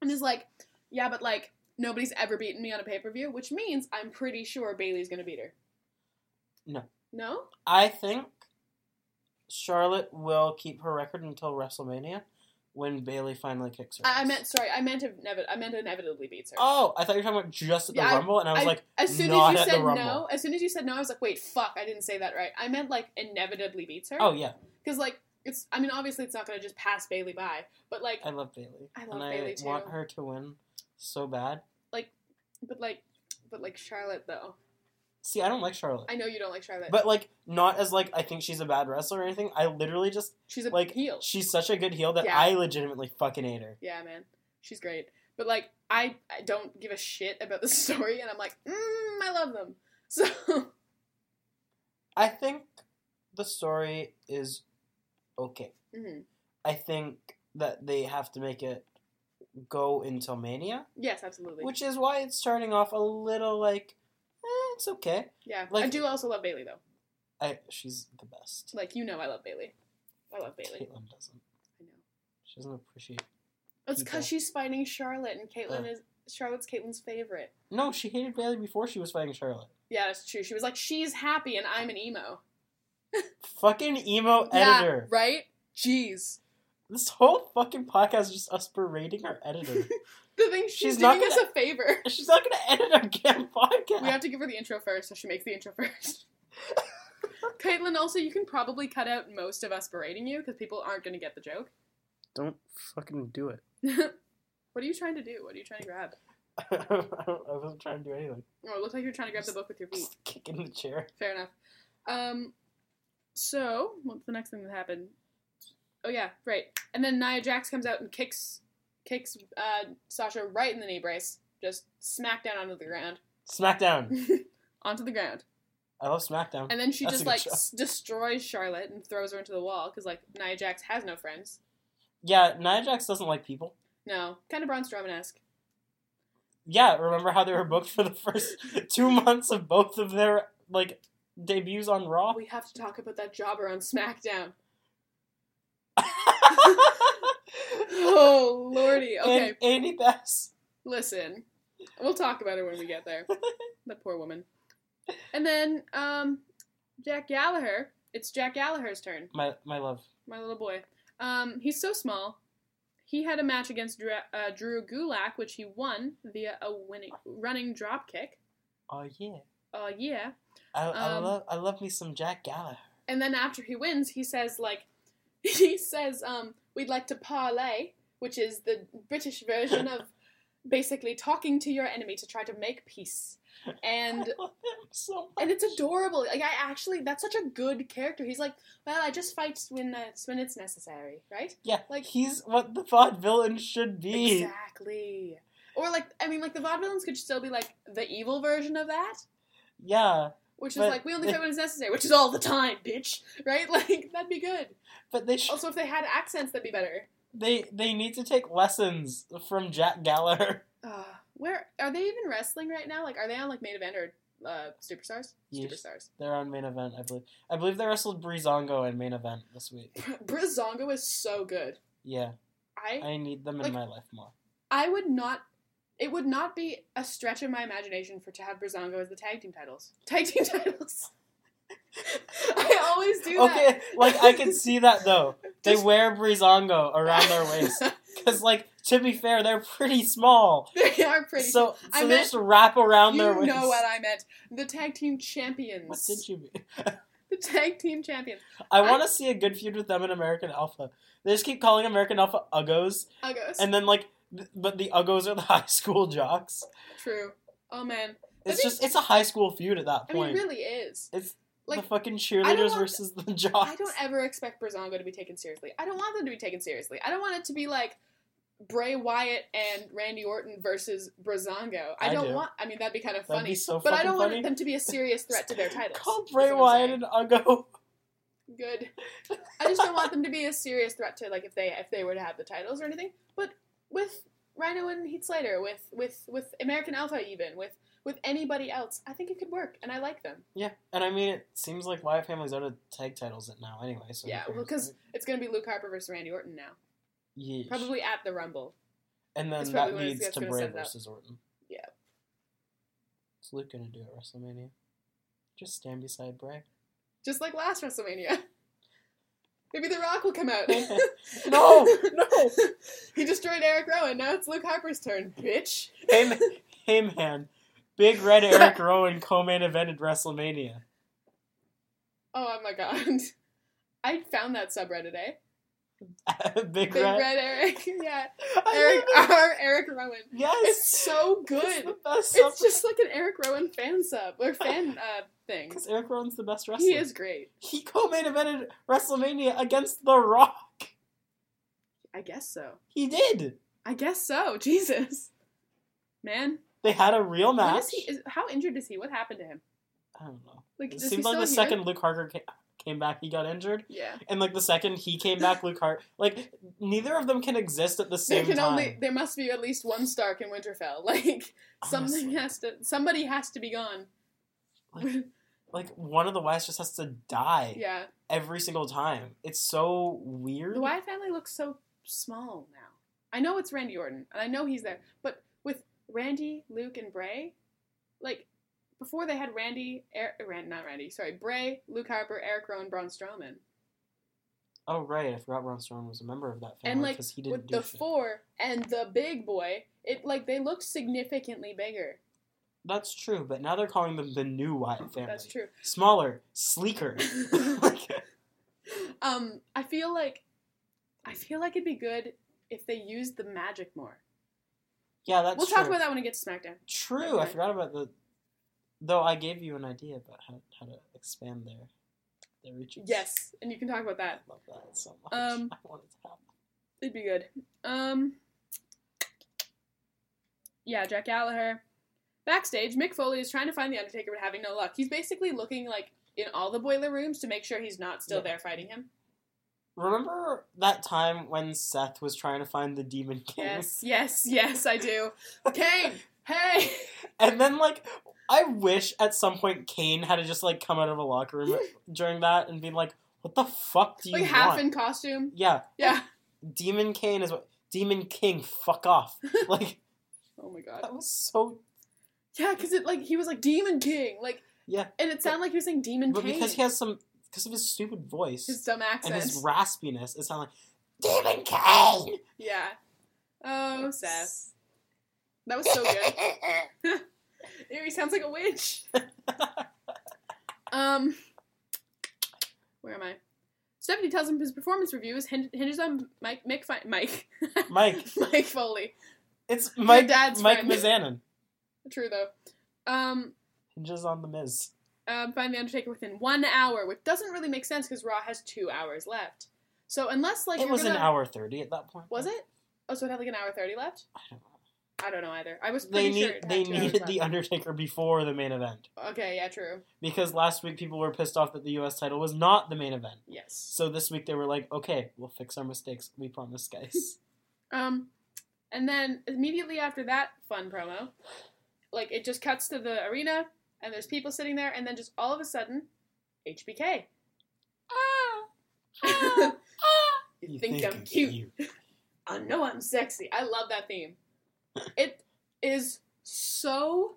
Speaker 2: and is like, yeah, but like nobody's ever beaten me on a pay per view, which means I'm pretty sure Bailey's gonna beat her.
Speaker 1: No.
Speaker 2: No.
Speaker 1: I think Charlotte will keep her record until WrestleMania when Bailey finally kicks her.
Speaker 2: I, I
Speaker 1: ass.
Speaker 2: meant sorry. I meant inevi- I meant inevitably beats her.
Speaker 1: Oh, I thought you were talking about just at the
Speaker 2: Yeah, I-
Speaker 1: Rumble, and I was like,
Speaker 2: as soon
Speaker 1: not
Speaker 2: as
Speaker 1: at
Speaker 2: you
Speaker 1: the
Speaker 2: said
Speaker 1: Rumble.
Speaker 2: no, as soon as you said no, I was like, wait, fuck, I didn't say that right. I meant like inevitably beats her.
Speaker 1: oh yeah,
Speaker 2: because like it's. I mean, obviously, it's not gonna just pass Bailey by, but like,
Speaker 1: I love Bailey.
Speaker 2: I love
Speaker 1: and
Speaker 2: Bayley,
Speaker 1: I
Speaker 2: too.
Speaker 1: want her to win so bad.
Speaker 2: but like, but like Charlotte though.
Speaker 1: See, I don't like Charlotte,
Speaker 2: I know you don't like Charlotte,
Speaker 1: but like not as like I think she's a bad wrestler or anything. I literally just
Speaker 2: she's a
Speaker 1: like
Speaker 2: heel.
Speaker 1: she's such a good heel that
Speaker 2: Yeah.
Speaker 1: I legitimately fucking hate her.
Speaker 2: yeah, man, she's great. But like, I, I don't give a shit about the story, and I'm like, mm, I love them. So
Speaker 1: I think the story is okay.
Speaker 2: mhm.
Speaker 1: I think that they have to make it go until Mania.
Speaker 2: yes, absolutely.
Speaker 1: Which is why it's starting off a little like, eh, it's okay.
Speaker 2: yeah,
Speaker 1: like-
Speaker 2: I do also love Bailey though.
Speaker 1: I she's the best.
Speaker 2: Like you know, I love Bailey. I love Bailey.
Speaker 1: Caitlyn doesn't.
Speaker 2: I know.
Speaker 1: She She doesn't appreciate.
Speaker 2: It's
Speaker 1: people.
Speaker 2: because she's fighting Charlotte, and Caitlyn
Speaker 1: Yeah.
Speaker 2: is Charlotte's Caitlyn's favorite.
Speaker 1: No, she hated Bailey before she was fighting Charlotte.
Speaker 2: Yeah, that's true. She was like, she's happy, and I'm an emo.
Speaker 1: Fucking emo Oh, editor.
Speaker 2: Yeah, right? Jeez.
Speaker 1: This whole fucking podcast is just us berating our editor.
Speaker 2: The thing she's,
Speaker 1: She's
Speaker 2: doing
Speaker 1: not
Speaker 2: us a favor.
Speaker 1: She's not gonna edit our damn podcast.
Speaker 2: We have to give her the intro first, so she makes the intro first. Caitlin, also, you can probably cut out most of us berating you because people aren't going to get the joke.
Speaker 1: Don't fucking do it.
Speaker 2: what are you trying to do? What are you trying to grab?
Speaker 1: I wasn't trying to do anything.
Speaker 2: Oh, it looks like you're trying to grab the book with your feet.
Speaker 1: Just kick in the chair.
Speaker 2: Fair enough. Um, so what's the next thing that happened? Oh yeah, right. And then Nia Jax comes out and kicks kicks uh, Sasha right in the knee brace, just smack down onto the ground,
Speaker 1: SmackDown.
Speaker 2: onto the ground.
Speaker 1: I love SmackDown.
Speaker 2: And then she
Speaker 1: That's a
Speaker 2: just
Speaker 1: good
Speaker 2: like
Speaker 1: shot.
Speaker 2: s- destroys Charlotte and throws her into the wall because like Nia Jax has no friends.
Speaker 1: Yeah, Nia Jax doesn't like people.
Speaker 2: No, kind of Braun Strowman esque.
Speaker 1: Yeah, remember how they were booked for the first two months of both of their like debuts on Raw?
Speaker 2: We have to talk about that jobber on SmackDown. Oh lordy. Okay,
Speaker 1: And Andy Bass.
Speaker 2: Listen, we'll talk about it when we get there. the poor woman. And then um, Jack Gallagher. It's Jack Gallagher's turn.
Speaker 1: My my love.
Speaker 2: My little boy. Um, he's so small. He had a match against Dra- uh, Drew Gulak, which he won via a winning running drop kick.
Speaker 1: Oh yeah.
Speaker 2: Oh yeah.
Speaker 1: I, I
Speaker 2: Um,
Speaker 1: love I love me some Jack Gallagher.
Speaker 2: And then after he wins, he says like, he says, um, "We'd like to parlay," which is the British version of basically talking to your enemy to try to make peace. And
Speaker 1: I love him so much.
Speaker 2: and it's adorable. Like I actually, that's such a good character. He's like, well, I just fight when that's when it's necessary, right?
Speaker 1: Yeah,
Speaker 2: like-
Speaker 1: like he's what the VOD villain should be.
Speaker 2: Exactly. Or like, I mean, like the vaudevillains could still be like the evil version of that,
Speaker 1: Yeah,
Speaker 2: which is
Speaker 1: But-
Speaker 2: like we only fight when it's necessary, which is all the time, bitch. Right? Like that'd be good.
Speaker 1: but they sh-
Speaker 2: Also, if they had accents, that'd be better.
Speaker 1: they they need to take lessons from Jack Gallagher.
Speaker 2: Uh, where are they even wrestling right now? Like, are they on like main event or uh, superstars?
Speaker 1: Yes.
Speaker 2: Superstars.
Speaker 1: They're on main event, I believe. I believe they wrestled Breezango in main event this week.
Speaker 2: Brizongo is so good.
Speaker 1: Yeah,
Speaker 2: I
Speaker 1: I need them in
Speaker 2: Like-
Speaker 1: my life more.
Speaker 2: I would not. It would not be a stretch of my imagination for to have Brazongo as the tag team titles. Tag team titles. I always do that.
Speaker 1: Okay, like I can see that though. They
Speaker 2: Just-
Speaker 1: wear Breezango around their waist because, like, to be fair, they're pretty small.
Speaker 2: they are pretty.
Speaker 1: so so
Speaker 2: I
Speaker 1: they
Speaker 2: meant-
Speaker 1: just wrap around
Speaker 2: you
Speaker 1: their waist.
Speaker 2: know what I meant. The tag team champions.
Speaker 1: what did you mean?
Speaker 2: The tag team champions.
Speaker 1: I want to see a good feud with them in American Alpha. They just keep calling American Alpha Uggos,
Speaker 2: Uggos.
Speaker 1: and then like, th- but the Uggos are the high school jocks.
Speaker 2: True. Oh man. I
Speaker 1: It's
Speaker 2: think-
Speaker 1: just it's a high school feud at that
Speaker 2: I mean,
Speaker 1: point.
Speaker 2: it really is.
Speaker 1: It's
Speaker 2: Like,
Speaker 1: the fucking
Speaker 2: I don't
Speaker 1: cheerleaders
Speaker 2: want-
Speaker 1: versus the jocks.
Speaker 2: I don't ever expect Brazongo to be taken seriously. I don't want them to be taken seriously. I don't want it to be like Bray Wyatt and Randy Orton versus Brazongo. I,
Speaker 1: I
Speaker 2: don't
Speaker 1: do.
Speaker 2: want. I mean, that'd be kind of
Speaker 1: That'd
Speaker 2: funny.
Speaker 1: be so
Speaker 2: But
Speaker 1: fucking
Speaker 2: I don't
Speaker 1: funny.
Speaker 2: want them to be a serious threat to their titles.
Speaker 1: Call
Speaker 2: is
Speaker 1: Bray
Speaker 2: what
Speaker 1: Wyatt
Speaker 2: I'm saying.
Speaker 1: an Uggo.
Speaker 2: Good. I just don't want them to be a serious threat to like if they if they were to have the titles or anything. But with Rhino and Heath Slater, with with with American Alpha, even with with anybody else, I think it could work, and I like them.
Speaker 1: Yeah, and I mean it seems like Wyatt family's out of tag titles it now anyway. So who
Speaker 2: yeah, well,
Speaker 1: cares?
Speaker 2: because it's gonna be Luke Harper versus Randy Orton now,
Speaker 1: Yeesh.
Speaker 2: probably at the Rumble.
Speaker 1: and
Speaker 2: that's
Speaker 1: then
Speaker 2: probably
Speaker 1: that
Speaker 2: when it's-
Speaker 1: leads
Speaker 2: that's
Speaker 1: to
Speaker 2: gonna
Speaker 1: Bray
Speaker 2: set it up.
Speaker 1: versus Orton.
Speaker 2: Yeah.
Speaker 1: Is Luke gonna do it at WrestleMania? Just stand beside Bray.
Speaker 2: just like last WrestleMania. Maybe The Rock will come out.
Speaker 1: No, Oh, no.
Speaker 2: he destroyed Eric Rowan. Now it's Luke Harper's turn, bitch.
Speaker 1: hey, man, hey man, Big Red Eric Rowan co-main evented WrestleMania.
Speaker 2: Oh my god. I found that subreddit, eh?
Speaker 1: Big,
Speaker 2: Big
Speaker 1: Red.
Speaker 2: Red, Eric. Yeah.
Speaker 1: I
Speaker 2: Eric
Speaker 1: love it.
Speaker 2: R. Eric Rowan. It's
Speaker 1: Yes,
Speaker 2: so
Speaker 1: It's
Speaker 2: good.
Speaker 1: the best.
Speaker 2: It's just like an Eric Rowan fan sub or fan uh, thing.
Speaker 1: because Eric Rowan's the best wrestler.
Speaker 2: He is great.
Speaker 1: He co-main evented WrestleMania against The Rock.
Speaker 2: I guess so.
Speaker 1: He did.
Speaker 2: I guess so. Jesus. Man.
Speaker 1: They had a real
Speaker 2: What
Speaker 1: match.
Speaker 2: is he, is, how injured is he? What happened to him?
Speaker 1: I don't know.
Speaker 2: Like,
Speaker 1: It
Speaker 2: does he
Speaker 1: seems like
Speaker 2: still
Speaker 1: the
Speaker 2: here?
Speaker 1: second Luke Harker ca- came back, he got injured,
Speaker 2: Yeah.
Speaker 1: and like the second he came back, Luke Harker. Like neither of them can exist at the
Speaker 2: There
Speaker 1: same
Speaker 2: can
Speaker 1: time.
Speaker 2: only there must be at least one Stark in Winterfell. Like something
Speaker 1: Honestly.
Speaker 2: has to somebody has to be gone.
Speaker 1: Like, like one of the Wyatts just has to die
Speaker 2: Yeah,
Speaker 1: every single time. It's so weird.
Speaker 2: the Wyatt family looks so small now. I know it's Randy Orton, and I know he's there, but with Randy, Luke, and Bray, like before they had Randy, er, Rand, not Randy, sorry, Bray, Luke Harper, Eric Rowan, Braun Strowman,
Speaker 1: Oh right, I forgot Ron Strowman was a member of that
Speaker 2: and
Speaker 1: family
Speaker 2: like
Speaker 1: because Oh, he
Speaker 2: with
Speaker 1: didn't
Speaker 2: the
Speaker 1: do shit.
Speaker 2: four and the big boy, it like they looked significantly bigger.
Speaker 1: That's true, but now they're calling them the new Wyatt family.
Speaker 2: That's true.
Speaker 1: Smaller, sleeker. Like,
Speaker 2: um, I feel like I feel like it'd be good if they used the magic more.
Speaker 1: yeah, that's
Speaker 2: we'll
Speaker 1: true.
Speaker 2: talk about that when it gets to SmackDown.
Speaker 1: True, I
Speaker 2: Okay.
Speaker 1: forgot about the. Though I gave you an idea about how, how to expand their their reaches.
Speaker 2: Yes, and you can talk about
Speaker 1: I
Speaker 2: that.
Speaker 1: love that so much.
Speaker 2: Um,
Speaker 1: I want it to happen.
Speaker 2: It'd be good. Um, yeah, Jack Gallagher. Backstage, Mick Foley is trying to find the Undertaker, but having no luck. He's basically looking like in all the boiler rooms to make sure he's not still
Speaker 1: Yeah.
Speaker 2: there fighting him.
Speaker 1: Remember that time when Seth was trying to find the Demon King?
Speaker 2: Yes, yes, yes, I do. Kane, hey,
Speaker 1: And then, like, I wish at some point Kane had to just, like, come out of a locker room during that and be like, what the fuck do you
Speaker 2: like half
Speaker 1: want?
Speaker 2: in costume.
Speaker 1: yeah,
Speaker 2: Yeah.
Speaker 1: Demon Kane is what. Demon King, fuck off. like,
Speaker 2: Oh my god.
Speaker 1: that was so.
Speaker 2: Yeah, because it like he was like Demon King, like
Speaker 1: Yeah.
Speaker 2: and it sounded like he was saying Demon
Speaker 1: But
Speaker 2: King.
Speaker 1: because he has some. Because of his stupid voice.
Speaker 2: his dumb accent.
Speaker 1: and his raspiness. It sounded like Demon Kane.
Speaker 2: yeah. Oh, Seth, that was so good. Ew, he sounds like a witch. um, where am I? Stephanie tells him his performance review is hin- hinges on Mike Mick Fi- Mike
Speaker 1: Mike,
Speaker 2: Mike Foley.
Speaker 1: it's Mike.
Speaker 2: dad's
Speaker 1: Mike
Speaker 2: friend.
Speaker 1: Mizanin
Speaker 2: True though. Um,
Speaker 1: hinges on the Miz.
Speaker 2: um, find the Undertaker within one hour, which doesn't really make sense because Raw has two hours left. So unless like
Speaker 1: it
Speaker 2: you're
Speaker 1: was
Speaker 2: gonna,
Speaker 1: an hour thirty at that point.
Speaker 2: Was it? Oh, so it had like an hour thirty left.
Speaker 1: I don't know.
Speaker 2: I don't know either. I was
Speaker 1: They
Speaker 2: pretty
Speaker 1: need
Speaker 2: sure it had
Speaker 1: they
Speaker 2: two hours
Speaker 1: needed the
Speaker 2: left.
Speaker 1: Undertaker before the main event
Speaker 2: Okay, yeah, true.
Speaker 1: because last week people were pissed off that the U.S. title was not the main event.
Speaker 2: Yes.
Speaker 1: So this week they were like, okay, we'll fix our mistakes. We promise, guys.
Speaker 2: Um, and then immediately after that fun promo, like it just cuts to the arena and there's people sitting there, and then just all of a sudden, HBK. Ah, ah. You, think, I'm cute? I know I'm sexy. I love that theme. It is so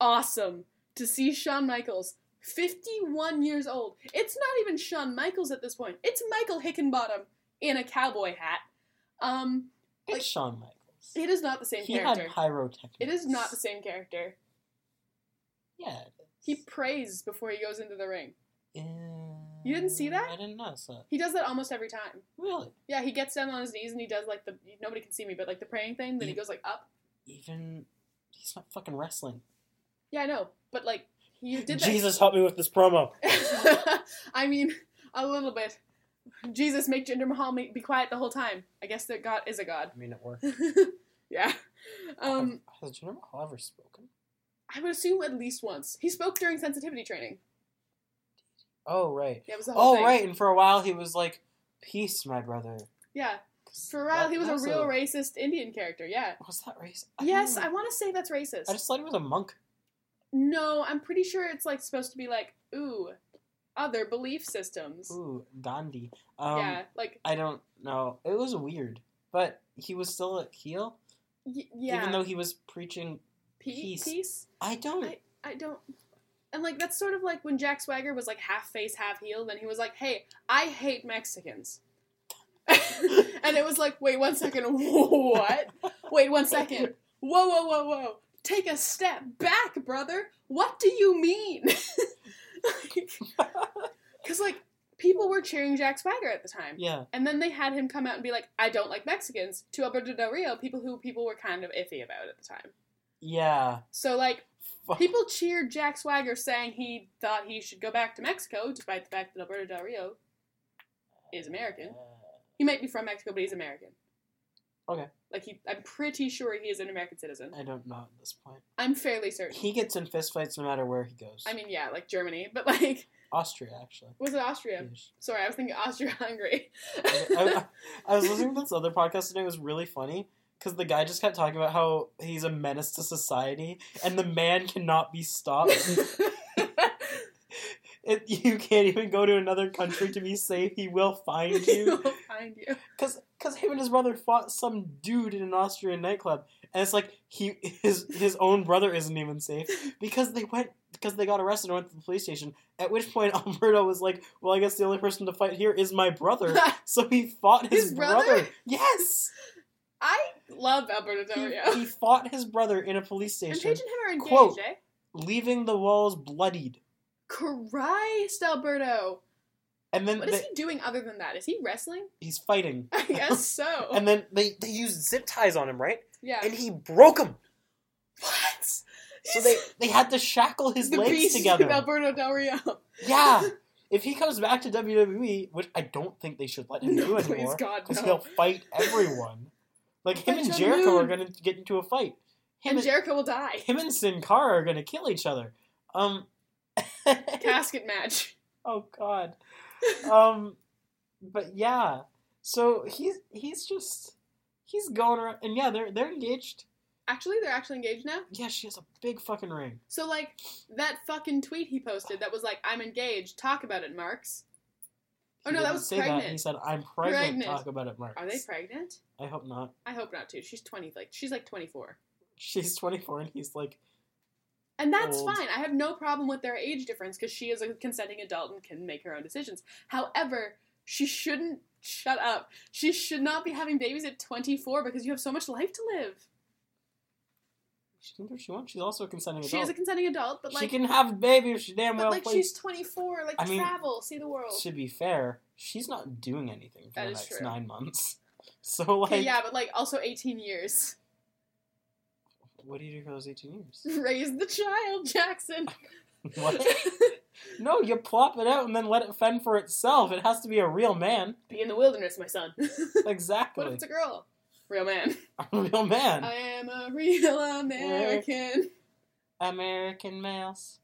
Speaker 2: awesome to see Shawn Michaels, 51 years old. It's not even Shawn Michaels at this point. It's Michael Hickenbottom in a cowboy hat. Um,
Speaker 1: It's
Speaker 2: Like-
Speaker 1: Shawn Michaels.
Speaker 2: it is not the same
Speaker 1: He
Speaker 2: character.
Speaker 1: had pyrotechnics.
Speaker 2: it is not the same character.
Speaker 1: Yeah.
Speaker 2: He prays before he goes into the ring.
Speaker 1: You
Speaker 2: didn't see that?
Speaker 1: I didn't notice that.
Speaker 2: He does that almost every time.
Speaker 1: Really?
Speaker 2: Yeah, he gets down on his knees and he does like the nobody can see me, but like the praying thing. Then he goes like up.
Speaker 1: Even he's not fucking wrestling.
Speaker 2: Yeah, I know, but like you did that.
Speaker 1: Jesus, help me with this promo.
Speaker 2: I mean, a little bit. Jesus, make Jinder Mahal ma- be quiet the whole time. I guess that God is a God.
Speaker 1: I mean, it worked.
Speaker 2: yeah. Um,
Speaker 1: has has Jinder Mahal ever spoken?
Speaker 2: I would assume at least once. He spoke during sensitivity training.
Speaker 1: Oh right.
Speaker 2: Yeah, it was the whole
Speaker 1: Oh
Speaker 2: thing.
Speaker 1: right. And for a while he was like, "Peace, my brother."
Speaker 2: Yeah. For a while, he was
Speaker 1: That was
Speaker 2: a real
Speaker 1: a-
Speaker 2: racist Indian character. Yeah.
Speaker 1: Was that racist?
Speaker 2: yes,
Speaker 1: don't
Speaker 2: I
Speaker 1: know.
Speaker 2: want to say that's racist.
Speaker 1: I just thought he was a monk.
Speaker 2: No, I'm pretty sure it's like supposed to be like, ooh, other belief systems.
Speaker 1: Ooh, Gandhi. Um,
Speaker 2: yeah, like
Speaker 1: I don't know. It was weird, but he was still a heel,
Speaker 2: y- yeah.
Speaker 1: even though he was preaching.
Speaker 2: Pe-
Speaker 1: peace.
Speaker 2: peace.
Speaker 1: I don't.
Speaker 2: I- I don't. And like that's sort of like when Jack Swagger was like half face, half heel. Then he was like, "Hey, I hate Mexicans," and it was like, "Wait one second, what? Wait one second, whoa, whoa, whoa, whoa! Take a step back, brother. What do you mean?" Because like people were cheering Jack Swagger at the time,
Speaker 1: yeah.
Speaker 2: and then they had him come out and be like, "I don't like Mexicans" to Alberto Del Rio, people who people were kind of iffy about at the time.
Speaker 1: Yeah.
Speaker 2: So like
Speaker 1: Fuck.
Speaker 2: People cheered Jack Swagger saying he thought he should go back to Mexico, despite the fact that Alberto Del Rio is American. He might be from Mexico, but he's American.
Speaker 1: Okay.
Speaker 2: Like he, I'm pretty sure he is an American citizen.
Speaker 1: I don't know at this point.
Speaker 2: I'm fairly certain.
Speaker 1: He gets in fistfights no matter where he goes.
Speaker 2: I mean, yeah, like Germany, but like,
Speaker 1: Austria actually.
Speaker 2: was it Austria?
Speaker 1: Yes.
Speaker 2: Sorry, I was thinking Austria-Hungary.
Speaker 1: I, I- I was listening to this other podcast today. It was really funny because the guy just kept talking about how he's a menace to society and the man cannot be stopped. it, you can't even go to another country to be safe. He will find you.
Speaker 2: behind you.
Speaker 1: Cause, cause him and his brother fought some dude in an Austrian nightclub, and it's like he his his own brother isn't even safe because they went because they got arrested and went to the police station. At which point Alberto was like, "Well, I guess the only person to fight here is my brother," so he fought his,
Speaker 2: His brother?
Speaker 1: brother? Yes,
Speaker 2: I love Alberto Del
Speaker 1: he,
Speaker 2: Rio.
Speaker 1: he fought his brother in a police
Speaker 2: And
Speaker 1: station,
Speaker 2: Paige and him are engaged,
Speaker 1: Quote.
Speaker 2: eh?
Speaker 1: leaving the walls bloodied.
Speaker 2: Christ, Alberto.
Speaker 1: And then
Speaker 2: What is
Speaker 1: they-
Speaker 2: he doing other than that? Is he wrestling?
Speaker 1: he's fighting,
Speaker 2: I guess so.
Speaker 1: and then they they used zip ties on him, right?
Speaker 2: yeah.
Speaker 1: And he broke them,
Speaker 2: what?
Speaker 1: so they they had to shackle his
Speaker 2: the
Speaker 1: legs
Speaker 2: beast
Speaker 1: together.
Speaker 2: of Alberto Del Rio.
Speaker 1: Yeah. If he comes back to WWE, which I don't think they should let him do
Speaker 2: No, please
Speaker 1: anymore,
Speaker 2: God,
Speaker 1: because
Speaker 2: no.
Speaker 1: he'll fight everyone. Like him
Speaker 2: Fight
Speaker 1: and
Speaker 2: John
Speaker 1: Jericho
Speaker 2: Moon.
Speaker 1: are gonna get into a fight. Him
Speaker 2: and
Speaker 1: and,
Speaker 2: Jericho will die.
Speaker 1: him and Sin Cara are gonna kill each other. Um.
Speaker 2: Casket match.
Speaker 1: oh God. Um. But yeah. So he's he's just he's going around, and yeah, they're they're engaged.
Speaker 2: Actually, they're actually engaged now.
Speaker 1: Yeah, she has a big fucking ring.
Speaker 2: So like that fucking tweet he posted that was like, "I'm engaged. Talk about it, Marks." Oh
Speaker 1: He
Speaker 2: no, that
Speaker 1: didn't
Speaker 2: was
Speaker 1: say
Speaker 2: pregnant.
Speaker 1: He said, "I'm pregnant."
Speaker 2: Pregnant.
Speaker 1: Talk about it, Mark.
Speaker 2: Are they pregnant?
Speaker 1: I hope not.
Speaker 2: I hope not too. She's twenty. Like she's like twenty four.
Speaker 1: She's 24, and he's like
Speaker 2: And that's
Speaker 1: Old.
Speaker 2: fine. I have no problem with their age difference because she is a consenting adult and can make her own decisions. However, she shouldn't shut up. She should not be having babies at 24 because you have so much life to live.
Speaker 1: She can do what she wants. She's also a consenting
Speaker 2: She
Speaker 1: adult.
Speaker 2: is a consenting adult, but
Speaker 1: she
Speaker 2: like,
Speaker 1: can have a baby if she damn
Speaker 2: but
Speaker 1: well
Speaker 2: like
Speaker 1: please.
Speaker 2: she's 24. Like
Speaker 1: I mean,
Speaker 2: travel, see the world.
Speaker 1: To be fair, she's not doing anything for
Speaker 2: That
Speaker 1: the
Speaker 2: is
Speaker 1: next
Speaker 2: true.
Speaker 1: nine months. So like,
Speaker 2: Okay, yeah, but like also 18 years.
Speaker 1: what do you do for those eighteen years?
Speaker 2: Raise the child, Jackson.
Speaker 1: what? No, you plop it out and then let it fend for itself. It has to be a real man.
Speaker 2: be in the wilderness, my son. what if
Speaker 1: Exactly,
Speaker 2: it's Oh, a girl? Real man.
Speaker 1: a real man.
Speaker 2: I am a real American.
Speaker 1: American Mouse.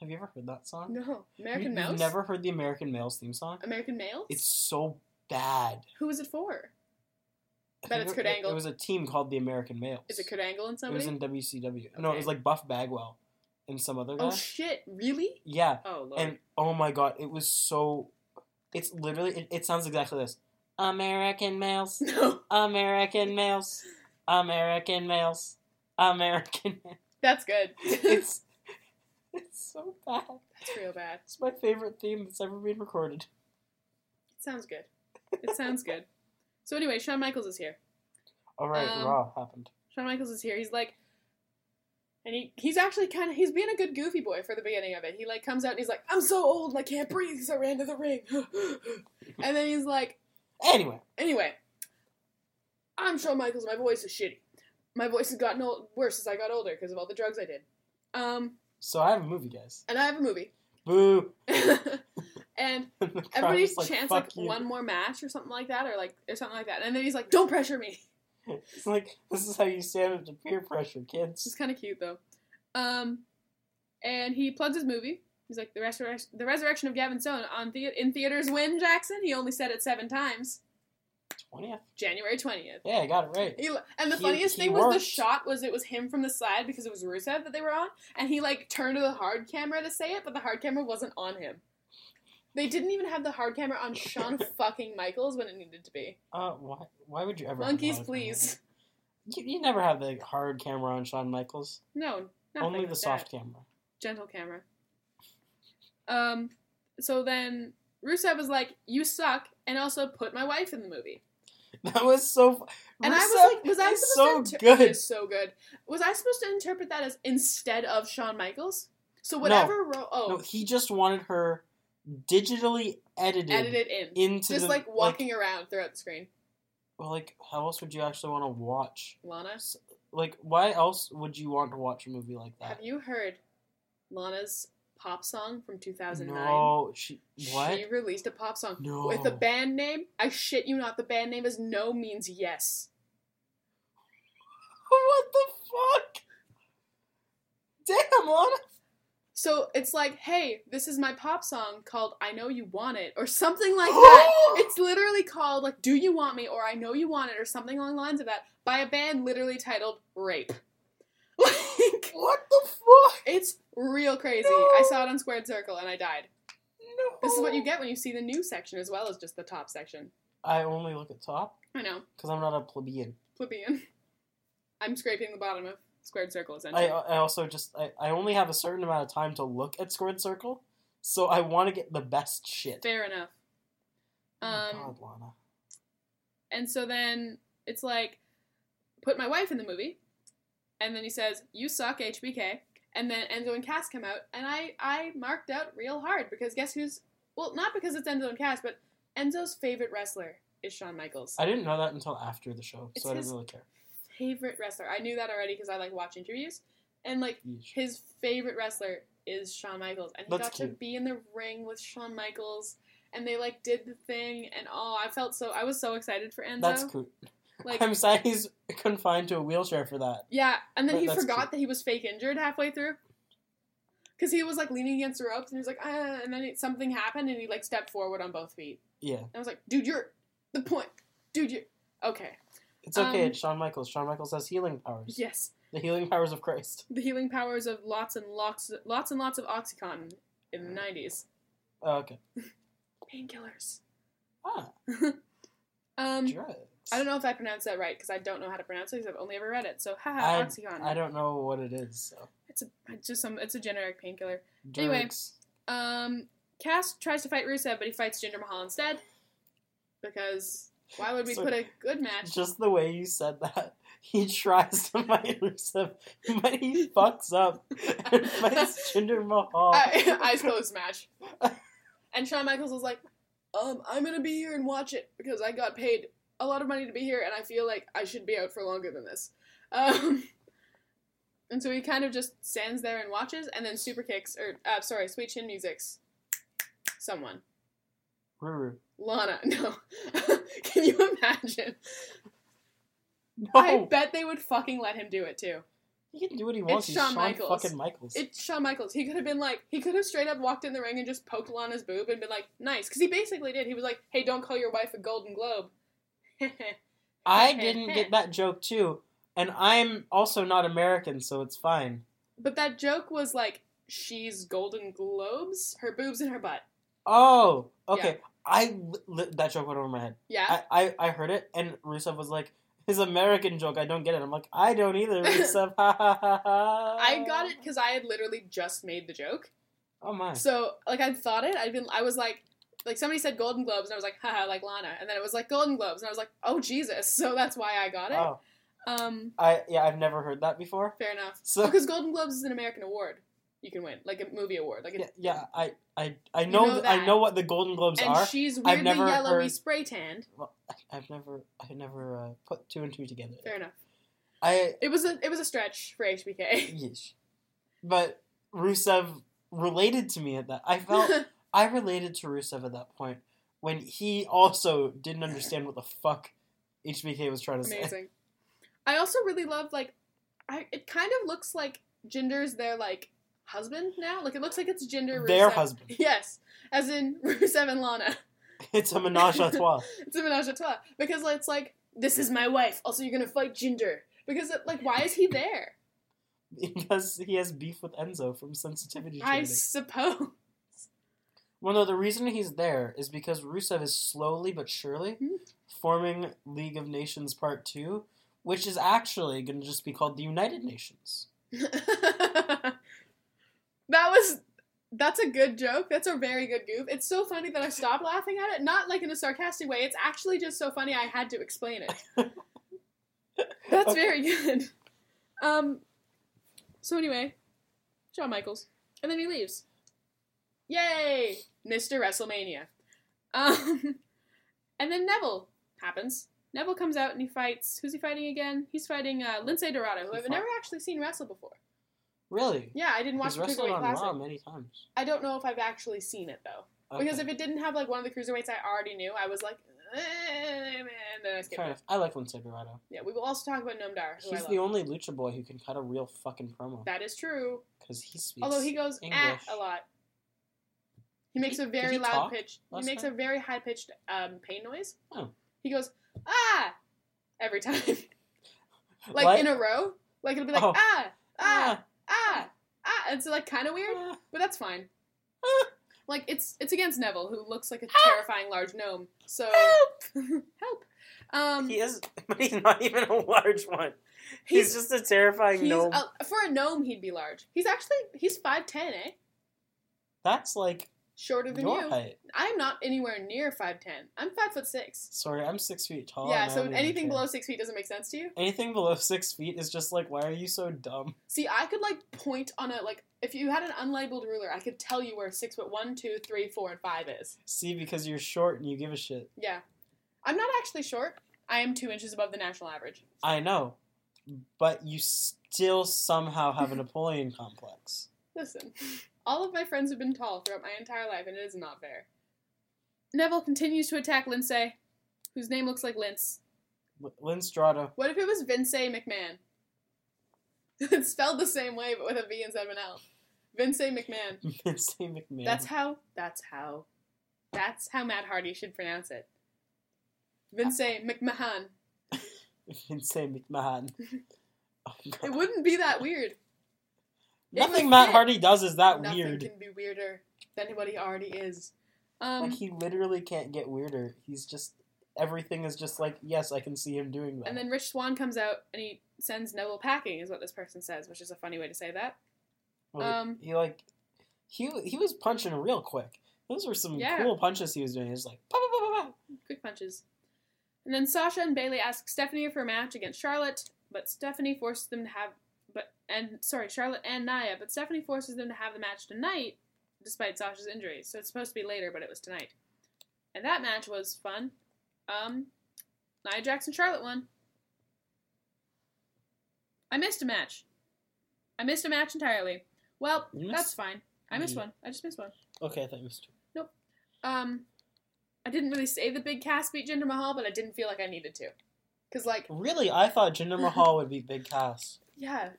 Speaker 1: Have you ever heard that song?
Speaker 2: No,
Speaker 1: You-
Speaker 2: American
Speaker 1: you've
Speaker 2: Mouse. Oh.
Speaker 1: never heard the American Males theme song?
Speaker 2: American Males.
Speaker 1: It's so bad.
Speaker 2: Who is it for?
Speaker 1: I
Speaker 2: Bet
Speaker 1: think
Speaker 2: it's
Speaker 1: it-
Speaker 2: Kurt
Speaker 1: it-
Speaker 2: Angle.
Speaker 1: It was a team called the American Males.
Speaker 2: Is it Kurt Angle and
Speaker 1: It
Speaker 2: somebody?
Speaker 1: was in WCW. No, it
Speaker 2: Okay.
Speaker 1: was like Buff Bagwell and some other guy.
Speaker 2: oh shit! Really?
Speaker 1: yeah,
Speaker 2: Oh lord.
Speaker 1: and oh my god, it was so. It's literally. It, it sounds exactly this. American males,
Speaker 2: no,
Speaker 1: American males, American males, American. males.
Speaker 2: that's good. it's
Speaker 1: It's it's so bad.
Speaker 2: real bad.
Speaker 1: It's my favorite theme that's ever been recorded.
Speaker 2: It sounds good. It sounds good. So anyway, Shawn Michaels is here.
Speaker 1: All right,
Speaker 2: Um,
Speaker 1: Raw happened.
Speaker 2: Shawn Michaels is here. He's like, and he he's actually kind of he's being a good goofy boy for the beginning of it. He like comes out and he's like, I'm so old, I can't breathe because I ran to the ring. and then he's like,
Speaker 1: Anyway,
Speaker 2: Anyway, I'm Shawn Michaels. My voice is shitty. My voice has gotten old, worse as I got older because of all the drugs I did. Um,
Speaker 1: so I have a movie, guys.
Speaker 2: and I have a movie.
Speaker 1: Boo!
Speaker 2: and
Speaker 1: And the crowd
Speaker 2: everybody's
Speaker 1: was like,
Speaker 2: chants
Speaker 1: "Fuck
Speaker 2: like
Speaker 1: you."
Speaker 2: one more match or something like that, or like or something like that. And then he's like, "Don't pressure me."
Speaker 1: It's like this is how you stand up to peer pressure,
Speaker 2: It's
Speaker 1: kids.
Speaker 2: just kind of cute though. Um, and he plugs his movie. He's like, "The resurrection, the resurrection of Gavin Stone on the- in theaters." Win Jackson. He only said it seven times.
Speaker 1: Twentieth.
Speaker 2: January twentieth.
Speaker 1: Yeah, I got it right.
Speaker 2: He, and the
Speaker 1: He-
Speaker 2: funniest
Speaker 1: he
Speaker 2: thing was
Speaker 1: worked.
Speaker 2: the shot was it was him from the side because it was Rusev that they were on, and he like turned to the hard camera to say it, but the hard camera wasn't on him. They didn't even have the hard camera on Shawn fucking Michaels when it needed to be.
Speaker 1: Uh, why? Why would you ever? have
Speaker 2: Monkeys,
Speaker 1: Modest
Speaker 2: please.
Speaker 1: Man? You, you never have the hard camera on Shawn Michaels.
Speaker 2: No, not
Speaker 1: Only the soft camera.
Speaker 2: gentle camera. Um, so then Rusev was like, "You suck," and also put my wife in the movie.
Speaker 1: That was so. fu-
Speaker 2: And I was
Speaker 1: Rusev
Speaker 2: like, was I
Speaker 1: is
Speaker 2: supposed
Speaker 1: so
Speaker 2: to inter- He
Speaker 1: good?
Speaker 2: is so good. Was I supposed to interpret that as instead of Shawn Michaels? So whatever ro- oh
Speaker 1: No, he just wanted her digitally edited,
Speaker 2: edited in.
Speaker 1: into
Speaker 2: Just
Speaker 1: the,
Speaker 2: like walking around throughout the screen.
Speaker 1: well, like how else would you actually want to watch?
Speaker 2: Lana,
Speaker 1: Like, why else would you want to watch a movie like
Speaker 2: have
Speaker 1: that?
Speaker 2: you heard Lana's pop song from 2009?
Speaker 1: No, she what?
Speaker 2: She released a pop song
Speaker 1: no,
Speaker 2: with the band name. I shit you not, the band name is No Means Yes.
Speaker 1: What the fuck? Damn, Lana.
Speaker 2: So it's like, hey, this is my pop song called I Know You Want It or something like that. it's literally called like Do You Want Me or I Know You Want It or something along the lines of that by a band literally titled Rape. Like
Speaker 1: what the fuck?
Speaker 2: it's real crazy.
Speaker 1: No.
Speaker 2: I saw it on Squared Circle and I died.
Speaker 1: No.
Speaker 2: This is what you get when you see the news section as well as just the top section.
Speaker 1: I only look at top
Speaker 2: I know.
Speaker 1: because I'm not a plebeian.
Speaker 2: Plebeian. I'm scraping the bottom of squared circle
Speaker 1: I, uh,
Speaker 2: essentially.
Speaker 1: I also just I, I only have a certain amount of time to look at squared circle, so I want to get the best shit.
Speaker 2: Fair enough.
Speaker 1: Oh
Speaker 2: Um,
Speaker 1: my God, Lana.
Speaker 2: And so then it's like, put my wife in the movie. And then he says, you suck, HBK. And then Enzo and Cass come out. And I, I marked out real hard because guess who's, well, not because it's Enzo and Cass, but Enzo's favorite wrestler is Shawn Michaels.
Speaker 1: I didn't know that until after the show,
Speaker 2: It's
Speaker 1: so I didn't
Speaker 2: his-
Speaker 1: really care.
Speaker 2: favorite wrestler. I knew that already because I like watch interviews. And like,
Speaker 1: Yeesh.
Speaker 2: his favorite wrestler is Shawn Michaels, and he
Speaker 1: That's
Speaker 2: got to
Speaker 1: cute.
Speaker 2: be in the ring with Shawn Michaels, and they like did the thing, and oh, I felt so I was so excited for Enzo.
Speaker 1: That's cool.
Speaker 2: Like,
Speaker 1: I'm sad he's confined to a wheelchair for that.
Speaker 2: yeah, and then
Speaker 1: That-
Speaker 2: he
Speaker 1: that's
Speaker 2: forgot
Speaker 1: cute.
Speaker 2: that he was fake injured halfway through, because he was like leaning against the ropes, and he was like, ah, and then it, something happened, and he like stepped forward on both feet.
Speaker 1: Yeah,
Speaker 2: And I was like, dude, you're the point, dude, you are okay,
Speaker 1: it's okay.
Speaker 2: Um,
Speaker 1: it's Shawn Michaels. Shawn Michaels has healing powers.
Speaker 2: yes,
Speaker 1: The healing powers of Christ.
Speaker 2: the healing powers of lots and lots, lots and lots of OxyContin in the nineties,
Speaker 1: Oh, okay.
Speaker 2: painkillers.
Speaker 1: Ah,
Speaker 2: Um,
Speaker 1: drugs.
Speaker 2: I don't know if I pronounced that right because I don't know how to pronounce it because I've only ever read it. So haha,
Speaker 1: I-
Speaker 2: OxyContin.
Speaker 1: I don't know what it is. So.
Speaker 2: It's a it's just some. It's a generic painkiller. Anyway.
Speaker 1: Drugs.
Speaker 2: Um, Cass tries to fight Rusev, but he fights Jinder Mahal instead because why would we
Speaker 1: So-
Speaker 2: put a good match?
Speaker 1: Just the way you said that. He tries to fight Rusev, but he fucks up and fights Jinder Mahal.
Speaker 2: I, uh, eyes closed match. And Shawn Michaels was like, um, I'm gonna be here and watch it because I got paid a lot of money to be here, and I feel like I should be out for longer than this. Um, and so he kind of just stands there and watches, and then super kicks or uh, sorry, sweet chin music's someone.
Speaker 1: Ruru.
Speaker 2: Lana, no. Can you imagine?
Speaker 1: No,
Speaker 2: I bet they would fucking let him do it too.
Speaker 1: he can do what he wants. He's Shawn
Speaker 2: Shawn Michaels.
Speaker 1: fucking Michaels.
Speaker 2: It's Shawn Michaels. He could have been like, he could have straight up walked in the ring and just poked Lana's boob and been like, nice. Because he basically did. He was like, hey, don't call your wife a Golden Globe.
Speaker 1: I didn't get that joke too, and I'm also not American, so it's fine.
Speaker 2: but that joke was like, she's Golden Globes, her boobs and her butt.
Speaker 1: Oh, okay. I li- li- that joke went over my head.
Speaker 2: Yeah.
Speaker 1: I, I I heard it, and Rusev was like, "His American joke. I don't get it." I'm like, "I don't either, Rusev." Ha ha ha ha.
Speaker 2: I got it because I had literally just made the joke.
Speaker 1: Oh my.
Speaker 2: So, like, I thought it. I'd been, I was like, like, somebody said Golden Globes, and I was like, haha, like Lana. And then it was like, Golden Globes. And I was like, oh, Jesus. So that's why I got it.
Speaker 1: Oh,
Speaker 2: Um,
Speaker 1: I yeah, I've never heard that before.
Speaker 2: fair enough.
Speaker 1: So
Speaker 2: because Golden Globes is an American award. You can win, like a movie award, like a,
Speaker 1: yeah, yeah, I I I
Speaker 2: You
Speaker 1: know,
Speaker 2: know
Speaker 1: th- I
Speaker 2: that.
Speaker 1: know what the Golden Globes
Speaker 2: and
Speaker 1: are.
Speaker 2: she's
Speaker 1: I've
Speaker 2: weirdly
Speaker 1: never
Speaker 2: yellowy
Speaker 1: heard-
Speaker 2: spray tanned.
Speaker 1: well, I- I've never I never uh, put two and two together.
Speaker 2: Fair enough.
Speaker 1: I
Speaker 2: It was a it was a stretch for HBK.
Speaker 1: yeesh. but Rusev related to me at that. I felt I related to Rusev at that point when he also didn't understand what the fuck HBK was trying to say.
Speaker 2: Amazing. I also really love like, I it kind of looks like Jinder's their like husband now. Like it looks like it's Jinder.
Speaker 1: Their
Speaker 2: Rusev.
Speaker 1: husband.
Speaker 2: Yes, as in Rusev and Lana.
Speaker 1: It's a menage a trois.
Speaker 2: It's a menage a trois because it's like this is my wife. Also, you're gonna fight Jinder because it, like why is he there?
Speaker 1: because he has beef with Enzo from sensitivity
Speaker 2: I
Speaker 1: training.
Speaker 2: suppose.
Speaker 1: Well, no, the reason he's there is because Rusev is slowly but surely
Speaker 2: Hmm.
Speaker 1: forming League of Nations Part 2, which is actually going to just be called the United Nations.
Speaker 2: that was that's a good joke. That's a very good goof. It's so funny that I stopped laughing at it. Not like in a sarcastic way. It's actually just so funny I had to explain it. That's
Speaker 1: Okay.
Speaker 2: very good. Um so anyway, Shawn Michaels. And then he leaves. Yay! Mr. WrestleMania. Um and then Neville happens. Neville comes out and he fights. Who's he fighting again? He's fighting uh, Lindsay Dorado, who
Speaker 1: He
Speaker 2: I've
Speaker 1: fought-
Speaker 2: never actually seen wrestle before.
Speaker 1: Really?
Speaker 2: Yeah, I didn't watch
Speaker 1: he's
Speaker 2: the
Speaker 1: wrestled
Speaker 2: Cruiserweight
Speaker 1: on
Speaker 2: Classic.
Speaker 1: Raw many times.
Speaker 2: I don't know if I've actually seen it though,
Speaker 1: Okay.
Speaker 2: because if it didn't have like one of the cruiserweights I already knew, I was like, eh, and then I skipped
Speaker 1: Fair
Speaker 2: it.
Speaker 1: enough. I like Lince Dorado.
Speaker 2: Yeah, we will also talk about Nomdar, who
Speaker 1: He's
Speaker 2: I
Speaker 1: the
Speaker 2: love.
Speaker 1: only lucha boy who can cut a real fucking promo
Speaker 2: That is true.
Speaker 1: because he speaks.
Speaker 2: Although he goes eh,
Speaker 1: English.
Speaker 2: a lot. He
Speaker 1: Did
Speaker 2: makes
Speaker 1: he-
Speaker 2: a
Speaker 1: did
Speaker 2: very
Speaker 1: he
Speaker 2: loud
Speaker 1: talk
Speaker 2: pitch. He
Speaker 1: last
Speaker 2: makes a
Speaker 1: time?
Speaker 2: very high pitched um, pain noise.
Speaker 1: Oh.
Speaker 2: He goes ah every time, like
Speaker 1: What?
Speaker 2: in a row. Like it'll be like
Speaker 1: Oh.
Speaker 2: ah ah
Speaker 1: Ah,
Speaker 2: ah ah. It's like kind of weird,
Speaker 1: ah.
Speaker 2: but that's fine. Like it's it's against Neville, who looks like a terrifying large gnome. So help, Um,
Speaker 1: He is, but he's not even a large one. He's, just a terrifying
Speaker 2: he's,
Speaker 1: gnome.
Speaker 2: uh, for a gnome, he'd be large. He's actually he's five ten, eh?
Speaker 1: That's like
Speaker 2: Shorter than
Speaker 1: your
Speaker 2: you.
Speaker 1: height.
Speaker 2: I'm not anywhere near five ten. I'm five foot six.
Speaker 1: Sorry, I'm six feet tall.
Speaker 2: yeah,
Speaker 1: and I
Speaker 2: so
Speaker 1: don't even
Speaker 2: anything
Speaker 1: care.
Speaker 2: below six feet doesn't make sense to you.
Speaker 1: anything below six feet is just like, why are you so dumb?
Speaker 2: See, I could like point on a like if you had an unlabeled ruler, I could tell you where six foot one, two, three, four, and five is.
Speaker 1: See, because you're short and you give a shit.
Speaker 2: Yeah, I'm not actually short. I am two inches above the national average.
Speaker 1: I know, but you still somehow have a Napoleon complex.
Speaker 2: Listen, all of my friends have been tall throughout my entire life, and it is not fair. Neville continues to attack Lindsay, whose name looks like Lince.
Speaker 1: L- Lynn Strada.
Speaker 2: What if it was Vince McMahon? it's spelled the same way, but with a V instead of an L. Vince McMahon.
Speaker 1: Lindsay McMahon.
Speaker 2: That's how. That's how. That's how Matt Hardy should pronounce it. Vince McMahon.
Speaker 1: Lindsay McMahon. Oh,
Speaker 2: It
Speaker 1: God.
Speaker 2: wouldn't be that weird.
Speaker 1: Nothing
Speaker 2: would
Speaker 1: Matt
Speaker 2: fit.
Speaker 1: Hardy does is that
Speaker 2: Nothing
Speaker 1: weird.
Speaker 2: can be weirder than what he already is. Um,
Speaker 1: like he literally can't get weirder. He's just everything is just like yes, I can see him doing that.
Speaker 2: And then Rich Swan comes out and he sends Neville packing, is what this person says, which is a funny way to say that.
Speaker 1: Wait,
Speaker 2: um,
Speaker 1: he like he he was punching real quick. Those were some
Speaker 2: Yeah.
Speaker 1: cool punches he was doing. He was like pa pa pa pa pa.
Speaker 2: Quick punches. And then Sasha and Bailey ask Stephanie for a match against Charlotte, but Stephanie forces them to have but and sorry, Charlotte and Naya, but Stephanie forces them to have the match tonight, despite Sasha's injuries. So it's supposed to be later, but it was tonight. And that match was fun. Um Nia Jackson Charlotte won. I missed a match. I missed a match entirely. Well,
Speaker 1: You missed-
Speaker 2: that's fine. I missed
Speaker 1: Mhm.
Speaker 2: one. I just missed one.
Speaker 1: Okay, I thought you missed.
Speaker 2: Um, I didn't really say the big cast beat Jinder Mahal, but I didn't feel like I needed to, cause like
Speaker 1: Really, I thought Jinder Mahal would be big cast.
Speaker 2: yeah,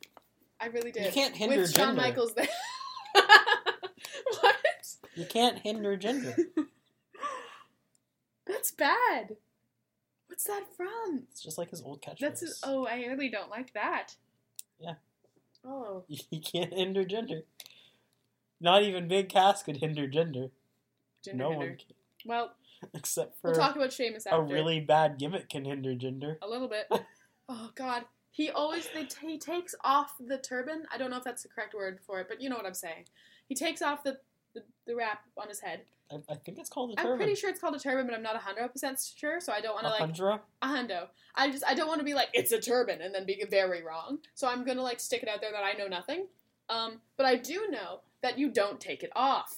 Speaker 2: I really did.
Speaker 1: You can't hinder
Speaker 2: with Shawn
Speaker 1: Jinder.
Speaker 2: Michaels there. what?
Speaker 1: You can't hinder Jinder.
Speaker 2: That's bad. What's that from?
Speaker 1: It's just like his old catchphrase.
Speaker 2: That's his, oh, I really don't like that.
Speaker 1: Yeah.
Speaker 2: Oh,
Speaker 1: You can't hinder Jinder. Not even big cast could hinder Jinder.
Speaker 2: Jinder.
Speaker 1: no
Speaker 2: hinder.
Speaker 1: one can,
Speaker 2: Well,
Speaker 1: except for
Speaker 2: we'll talk about Sheamus after.
Speaker 1: a really bad gimmick can hinder Jinder.
Speaker 2: A little bit. oh God, he always they he takes off the turban. I don't know if that's the correct word for it, but you know what I'm saying. He takes off the the, the wrap on his head.
Speaker 1: I, I think it's called a
Speaker 2: I'm pretty
Speaker 1: turban.
Speaker 2: sure it's called a turban, but I'm not hundred percent sure. So I don't want to
Speaker 1: a
Speaker 2: like
Speaker 1: hundra.
Speaker 2: a hundo. I just I don't want to be like it's a turban and then be very wrong. So I'm gonna like stick it out there that I know nothing. Um, but I do know that you don't take it off.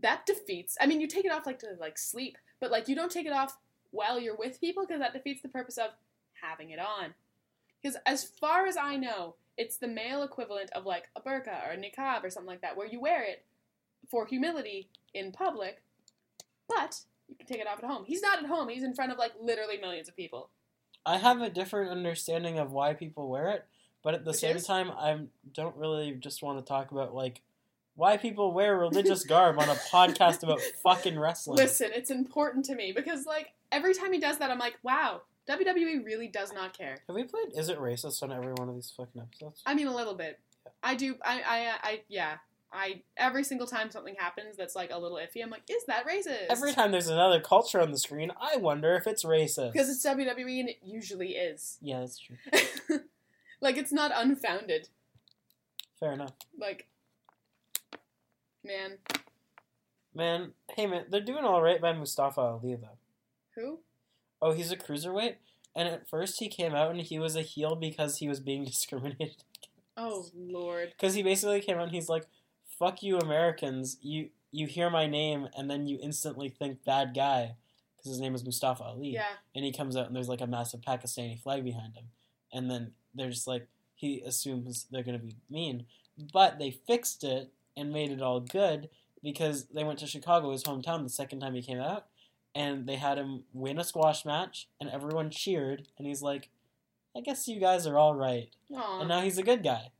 Speaker 2: That defeats. I mean, you take it off like to like sleep, but like you don't take it off while you're with people because that defeats the purpose of having it on. Because as far as I know, it's the male equivalent of like a burqa or a niqab or something like that, where you wear it for humility in public, but you can take it off at home. He's not at home. He's in front of like literally millions of people.
Speaker 1: I have a different understanding of why people wear it, but at the
Speaker 2: Which
Speaker 1: same
Speaker 2: is?
Speaker 1: time, I don't really just want to talk about like why people wear religious garb on a podcast about fucking wrestling.
Speaker 2: Listen, it's important to me because like every time he does that, I'm like, wow, WWE really does not care.
Speaker 1: Have we played Is It Racist on every one of these fucking episodes?
Speaker 2: I mean, a little bit. I do. I. I. I yeah. I every single time something happens that's like a little iffy, I'm like, is that racist?
Speaker 1: Every time there's another culture on the screen, I wonder if it's racist.
Speaker 2: because it's WWE and it usually is.
Speaker 1: yeah, that's true.
Speaker 2: like it's not unfounded.
Speaker 1: Fair enough.
Speaker 2: Like, man,
Speaker 1: Man, hey man, they're doing all right by Mustafa Ali though.
Speaker 2: who?
Speaker 1: Oh, he's a cruiserweight, and at first he came out and he was a heel because he was being discriminated
Speaker 2: Oh lord.
Speaker 1: Because he basically came out and he's like, "Fuck you, Americans! You you hear my name and then you instantly think bad guy." Because his name is Mustafa Ali,
Speaker 2: Yeah.
Speaker 1: and he comes out and there's like a massive Pakistani flag behind him, and then they're just like he assumes they're gonna be mean, but they fixed it and made it all good because they went to Chicago, his hometown, the second time he came out, and they had him win a squash match, and everyone cheered, and he's like, "I guess you guys are all right,"
Speaker 2: Aw,
Speaker 1: and now he's a good guy.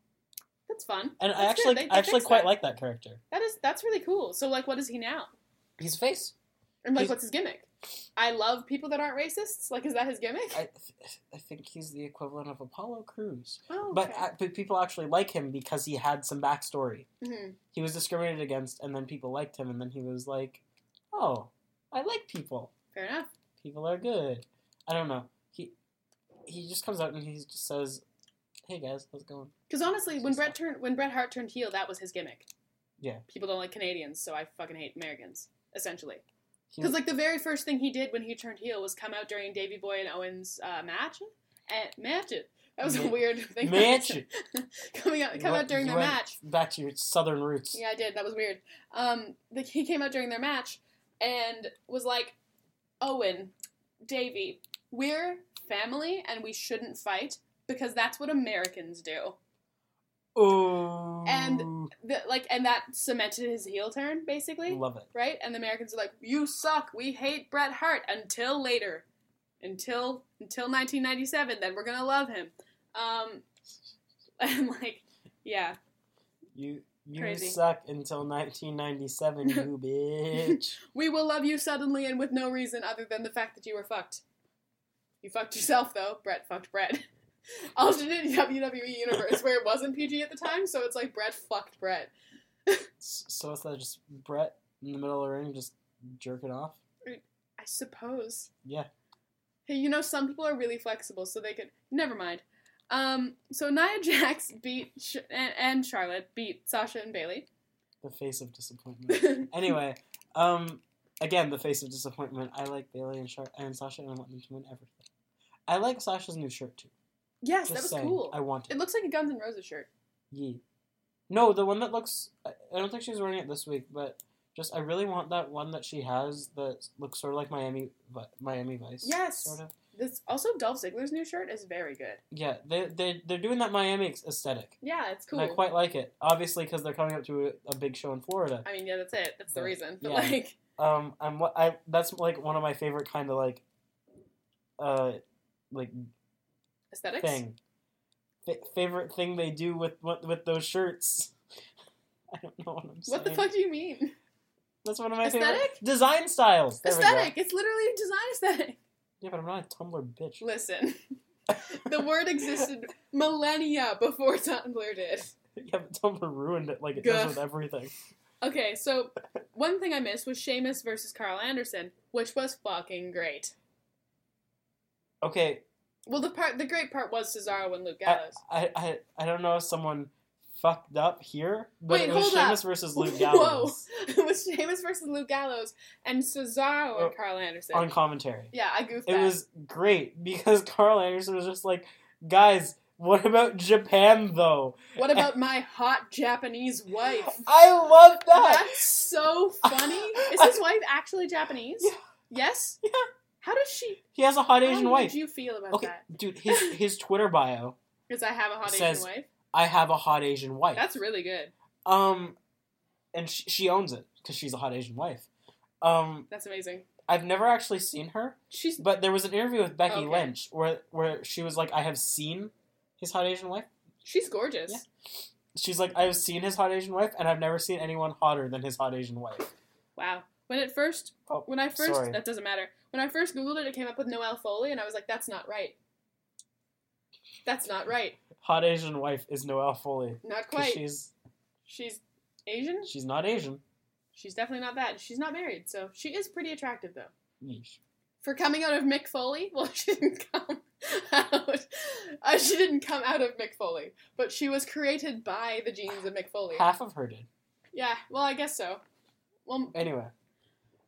Speaker 2: that's fun.
Speaker 1: And I
Speaker 2: That's good.
Speaker 1: actually,
Speaker 2: They- they
Speaker 1: I actually
Speaker 2: fixed
Speaker 1: quite
Speaker 2: that.
Speaker 1: like that character.
Speaker 2: That is that's really cool. So like, what is he now?
Speaker 1: He's face.
Speaker 2: And like,
Speaker 1: He's-
Speaker 2: what's his gimmick? I love people that aren't racists. Like, is that his gimmick?
Speaker 1: I, th- I think he's the equivalent of Apollo Crews.
Speaker 2: oh,
Speaker 1: But, uh, but people actually like him because he had some backstory.
Speaker 2: Mhm.
Speaker 1: He was discriminated against, and then people liked him, and then he was like, oh, I like people.
Speaker 2: fair enough.
Speaker 1: People are good. I don't know. He he just comes out and he just says, hey guys, how's it going?
Speaker 2: Because honestly, when Bret turned when Bret Hart turned heel, that was his gimmick.
Speaker 1: Yeah.
Speaker 2: People don't like Canadians, so I fucking hate Americans. Essentially,
Speaker 1: He-
Speaker 2: because like the very first thing he did when he turned heel was come out during Davey Boy and Owens' uh, match. And match it. That was a
Speaker 1: Ma-
Speaker 2: weird thing.
Speaker 1: Mitch,
Speaker 2: coming out,
Speaker 1: You
Speaker 2: come
Speaker 1: went-
Speaker 2: out during
Speaker 1: you
Speaker 2: their
Speaker 1: went
Speaker 2: match.
Speaker 1: back to your southern roots.
Speaker 2: Yeah, I did. That was weird. Um, the, he came out during their match and was like, Owen, Davey, we're family and we shouldn't fight because that's what Americans do.
Speaker 1: Ooh.
Speaker 2: And- The, like, and that cemented his heel turn, basically,
Speaker 1: love it.
Speaker 2: right? And the Americans are like, you suck. We hate Bret Hart until later, until until 1997. Then we're gonna love him. Um, and like, yeah,
Speaker 1: You you
Speaker 2: Crazy.
Speaker 1: suck until 1997, you bitch.
Speaker 2: We will love you suddenly and with no reason other than the fact that you were fucked. You fucked yourself though. Brett fucked Brett. Alternate WWE E universe where it wasn't PG at the time, so it's like Brett fucked Brett.
Speaker 1: S- so what's that? Just Brett in the middle of the ring, just jerking off.
Speaker 2: I suppose.
Speaker 1: Yeah.
Speaker 2: Hey, you know some people are really flexible, so they could. Never mind. Um, so Nia Jax beat Sh- and, and Charlotte beat Sasha and Bailey.
Speaker 1: The face of disappointment. anyway, um, again, the face of disappointment. I like Bailey and, Char- and Sasha, and I want them to win everything. I like Sasha's new shirt too.
Speaker 2: yes,
Speaker 1: Just
Speaker 2: that was
Speaker 1: saying,
Speaker 2: cool.
Speaker 1: I want it.
Speaker 2: It looks like a Guns N' Roses shirt.
Speaker 1: Yeah. No, the one that looks. I I don't think she's wearing it this week, but just I really want that one that she has that looks sort of like Miami, Vi- Miami Vice.
Speaker 2: Yes.
Speaker 1: Sort of.
Speaker 2: This also Dolph Ziggler's new shirt is very good.
Speaker 1: Yeah, they they they're doing that Miami aesthetic.
Speaker 2: Yeah, it's cool.
Speaker 1: And I quite like it. Obviously, because they're coming up to a, a big show in Florida.
Speaker 2: I mean, yeah, that's it. That's the
Speaker 1: Yeah.
Speaker 2: reason. But
Speaker 1: Yeah.
Speaker 2: like,
Speaker 1: Um, I'm wa- I that's like one of my favorite kind of like, uh, like
Speaker 2: aesthetics.
Speaker 1: thing, Fa- favorite thing they do with with, with those shirts. I don't know what I'm saying.
Speaker 2: What the fuck do you mean?
Speaker 1: That's one of my
Speaker 2: Aesthetic?
Speaker 1: favorite design styles. There we go.
Speaker 2: aesthetic. It's literally design aesthetic.
Speaker 1: Yeah, but I'm not a Tumblr bitch.
Speaker 2: Listen, the word existed millennia before Tumblr did.
Speaker 1: Yeah, but Tumblr ruined it like it
Speaker 2: Guff.
Speaker 1: does with everything.
Speaker 2: Okay, so one thing I missed was Sheamus versus Carl Anderson, which was fucking great.
Speaker 1: Okay,
Speaker 2: Well, the part, the great part was Cesaro and Luke Gallows.
Speaker 1: I, I I don't know if someone fucked up here, but
Speaker 2: Wait,
Speaker 1: it was
Speaker 2: hold up.
Speaker 1: Sheamus versus Luke
Speaker 2: Whoa.
Speaker 1: Gallows
Speaker 2: it was Sheamus versus Luke Gallows and Cesaro
Speaker 1: Oh,
Speaker 2: and Carl Anderson.
Speaker 1: on commentary.
Speaker 2: yeah, I goofed
Speaker 1: It
Speaker 2: that.
Speaker 1: was great because Carl Anderson was just like, guys, what about Japan though?
Speaker 2: what about my hot Japanese wife?
Speaker 1: I love that.
Speaker 2: That's so funny. Is his wife actually Japanese?
Speaker 1: Yeah.
Speaker 2: Yes?
Speaker 1: Yeah.
Speaker 2: How does she
Speaker 1: He has a hot
Speaker 2: how
Speaker 1: Asian
Speaker 2: did
Speaker 1: wife.
Speaker 2: you feel about
Speaker 1: Okay,
Speaker 2: that?
Speaker 1: dude, his his Twitter bio.
Speaker 2: Because I have a hot
Speaker 1: Says-
Speaker 2: Asian wife.
Speaker 1: I have a hot Asian wife.
Speaker 2: That's really good.
Speaker 1: um, and she, she owns it because she's a hot Asian wife. Um,
Speaker 2: That's amazing.
Speaker 1: I've never actually seen her,
Speaker 2: She's
Speaker 1: but there was an interview with Becky
Speaker 2: Okay.
Speaker 1: Lynch where where she was like, "I have seen his hot Asian wife."
Speaker 2: she's gorgeous.
Speaker 1: Yeah. She's like, "I have seen his hot Asian wife, and I've never seen anyone hotter than his hot Asian wife."
Speaker 2: Wow. When it first
Speaker 1: Oh,
Speaker 2: when I first
Speaker 1: sorry.
Speaker 2: that doesn't matter. When I first Googled it, it came up with Noelle Foley and I was like, that's not right. That's not right.
Speaker 1: Hot Asian wife is Noelle Foley
Speaker 2: Not
Speaker 1: 'cause
Speaker 2: quite.
Speaker 1: she's
Speaker 2: she's Asian?
Speaker 1: she's not Asian.
Speaker 2: She's definitely not that. She's not married, so she is pretty attractive though.
Speaker 1: Yeesh.
Speaker 2: for coming out of Mick Foley. Well, she didn't come out. Uh, she didn't come out of Mick Foley, but she was created by the genes of Mick Foley.
Speaker 1: Half of her did.
Speaker 2: Yeah, well, I guess so. Well,
Speaker 1: Anyway,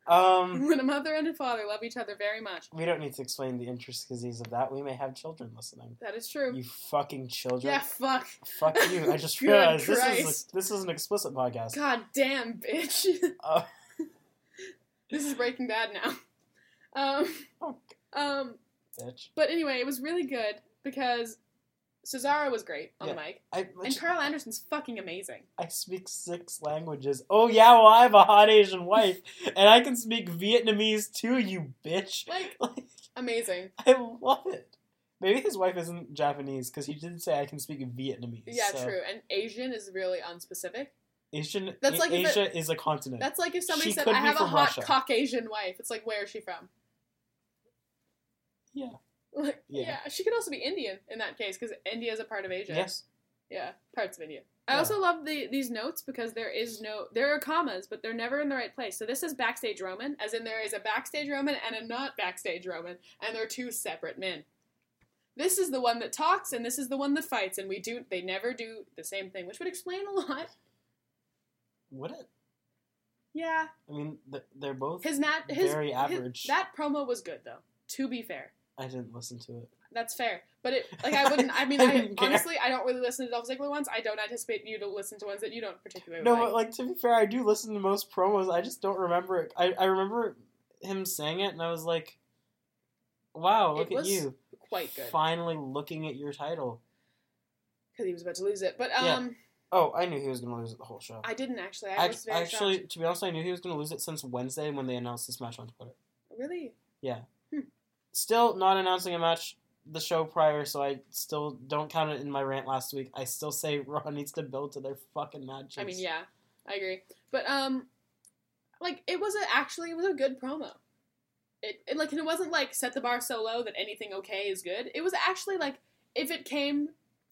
Speaker 1: um,
Speaker 2: when a mother and a father love each other very much,
Speaker 1: we don't need to explain the intricacies of that. We may have children listening.
Speaker 2: that is true.
Speaker 1: You fucking children.
Speaker 2: yeah, fuck.
Speaker 1: Fuck you. I just
Speaker 2: Good
Speaker 1: realized this is
Speaker 2: Christ.
Speaker 1: a, this is an explicit podcast.
Speaker 2: God damn, bitch.
Speaker 1: Uh.
Speaker 2: this is Breaking Bad now. Um,
Speaker 1: Oh,
Speaker 2: um,
Speaker 1: Bitch.
Speaker 2: but anyway, it was really good because Cesaro was great on the mic,
Speaker 1: I,
Speaker 2: and Carl Anderson's fucking amazing.
Speaker 1: I speak six languages. Oh yeah, well I have a hot Asian wife, and I can speak Vietnamese too, you bitch.
Speaker 2: Like,
Speaker 1: Like,
Speaker 2: amazing.
Speaker 1: I love it. Maybe his wife isn't Japanese because he did say I can speak Vietnamese.
Speaker 2: Yeah,
Speaker 1: so-
Speaker 2: true. And Asian is really unspecific.
Speaker 1: Asian.
Speaker 2: That's like if
Speaker 1: Asia is a continent.
Speaker 2: That's like if somebody
Speaker 1: She
Speaker 2: said,
Speaker 1: could
Speaker 2: "I
Speaker 1: be
Speaker 2: have a
Speaker 1: from
Speaker 2: hot
Speaker 1: Russia."
Speaker 2: Caucasian wife." It's like, where is she from?
Speaker 1: Yeah.
Speaker 2: Like, yeah.
Speaker 1: Yeah.
Speaker 2: she could also be Indian in that case because India is a part of Asia.
Speaker 1: yes.
Speaker 2: Yeah, parts of India. I
Speaker 1: Yeah.
Speaker 2: also love the, these notes because there is no there are commas, but they're never in the right place. So this is backstage Roman, as in there is a backstage Roman and a not backstage Roman, and they're two separate men. This is the one that talks, and this is the one that fights, and we do they never do the same thing, which would explain a lot.
Speaker 1: Would it?
Speaker 2: Yeah,
Speaker 1: I mean, th- they're both.
Speaker 2: his nat his,
Speaker 1: Very
Speaker 2: his-
Speaker 1: average.
Speaker 2: that promo was good though. To be fair,
Speaker 1: I didn't listen to it.
Speaker 2: That's fair. But it like I wouldn't I mean
Speaker 1: I
Speaker 2: I,
Speaker 1: didn't care.
Speaker 2: honestly I don't really listen to Dolph Ziggler ones. I don't anticipate you to listen to ones that you don't particularly
Speaker 1: No,
Speaker 2: like.
Speaker 1: but like to be fair, I do listen to most promos. I just don't remember it. I, I remember him saying it, and I was like, "Wow,
Speaker 2: It
Speaker 1: look at
Speaker 2: was
Speaker 1: you!
Speaker 2: quite good.
Speaker 1: Finally looking at your title."
Speaker 2: Because he was about to lose it. But
Speaker 1: Yeah.
Speaker 2: um
Speaker 1: Oh, I knew he was gonna lose it the whole show.
Speaker 2: I didn't actually. I
Speaker 1: I,
Speaker 2: was very
Speaker 1: actually,
Speaker 2: shocked.
Speaker 1: to be honest, I knew he was gonna lose it since Wednesday when they announced this match on Twitter.
Speaker 2: Really?
Speaker 1: Still not announcing a match the show prior, so I still don't count it in my rant last week. I still say Raw needs to build to their fucking matches.
Speaker 2: I mean yeah, I agree. But um like it was a, actually it was a good promo. It, it like and it wasn't like set the bar so low that anything okay is good. It was actually like if it came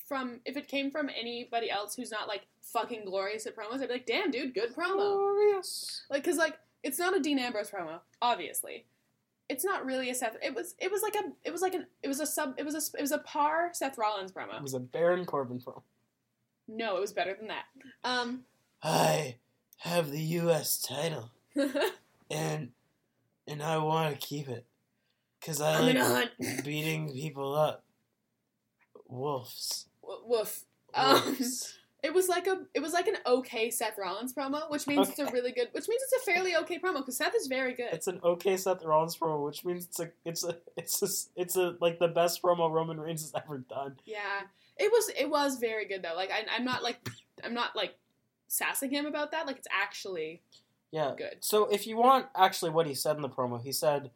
Speaker 2: from if it came from anybody else who's not like fucking glorious at promos, I'd be like, damn dude, good promo.
Speaker 1: Glorious.
Speaker 2: Like, cause like it's not a Dean Ambrose promo, obviously. It's not really a Seth. It was. It was like a. It was like an. It was a sub. It was a. It was a par Seth Rollins
Speaker 1: It
Speaker 2: promo.
Speaker 1: was a Baron Corbin promo.
Speaker 2: No, it was better than that. Um,
Speaker 1: I have the U.S. title,
Speaker 2: I'm
Speaker 1: and and I want to keep it because I like
Speaker 2: gonna hunt.
Speaker 1: beating people up. Wolves.
Speaker 2: W- Woof. Um,
Speaker 1: Wolves.
Speaker 2: It was like a. It was like an okay Seth Rollins promo, which means it's a really good. Which means it's a fairly okay promo because Seth is very good.
Speaker 1: It's an okay Seth Rollins promo, which means it's a it's a it's a, it's a like the best promo Roman Reigns has ever done.
Speaker 2: Yeah, it was it was very good though. Like I, I'm not like I'm not like sassing him about that. Like it's actually
Speaker 1: Yeah.
Speaker 2: good.
Speaker 1: So if you want actually what he said in the promo, he said,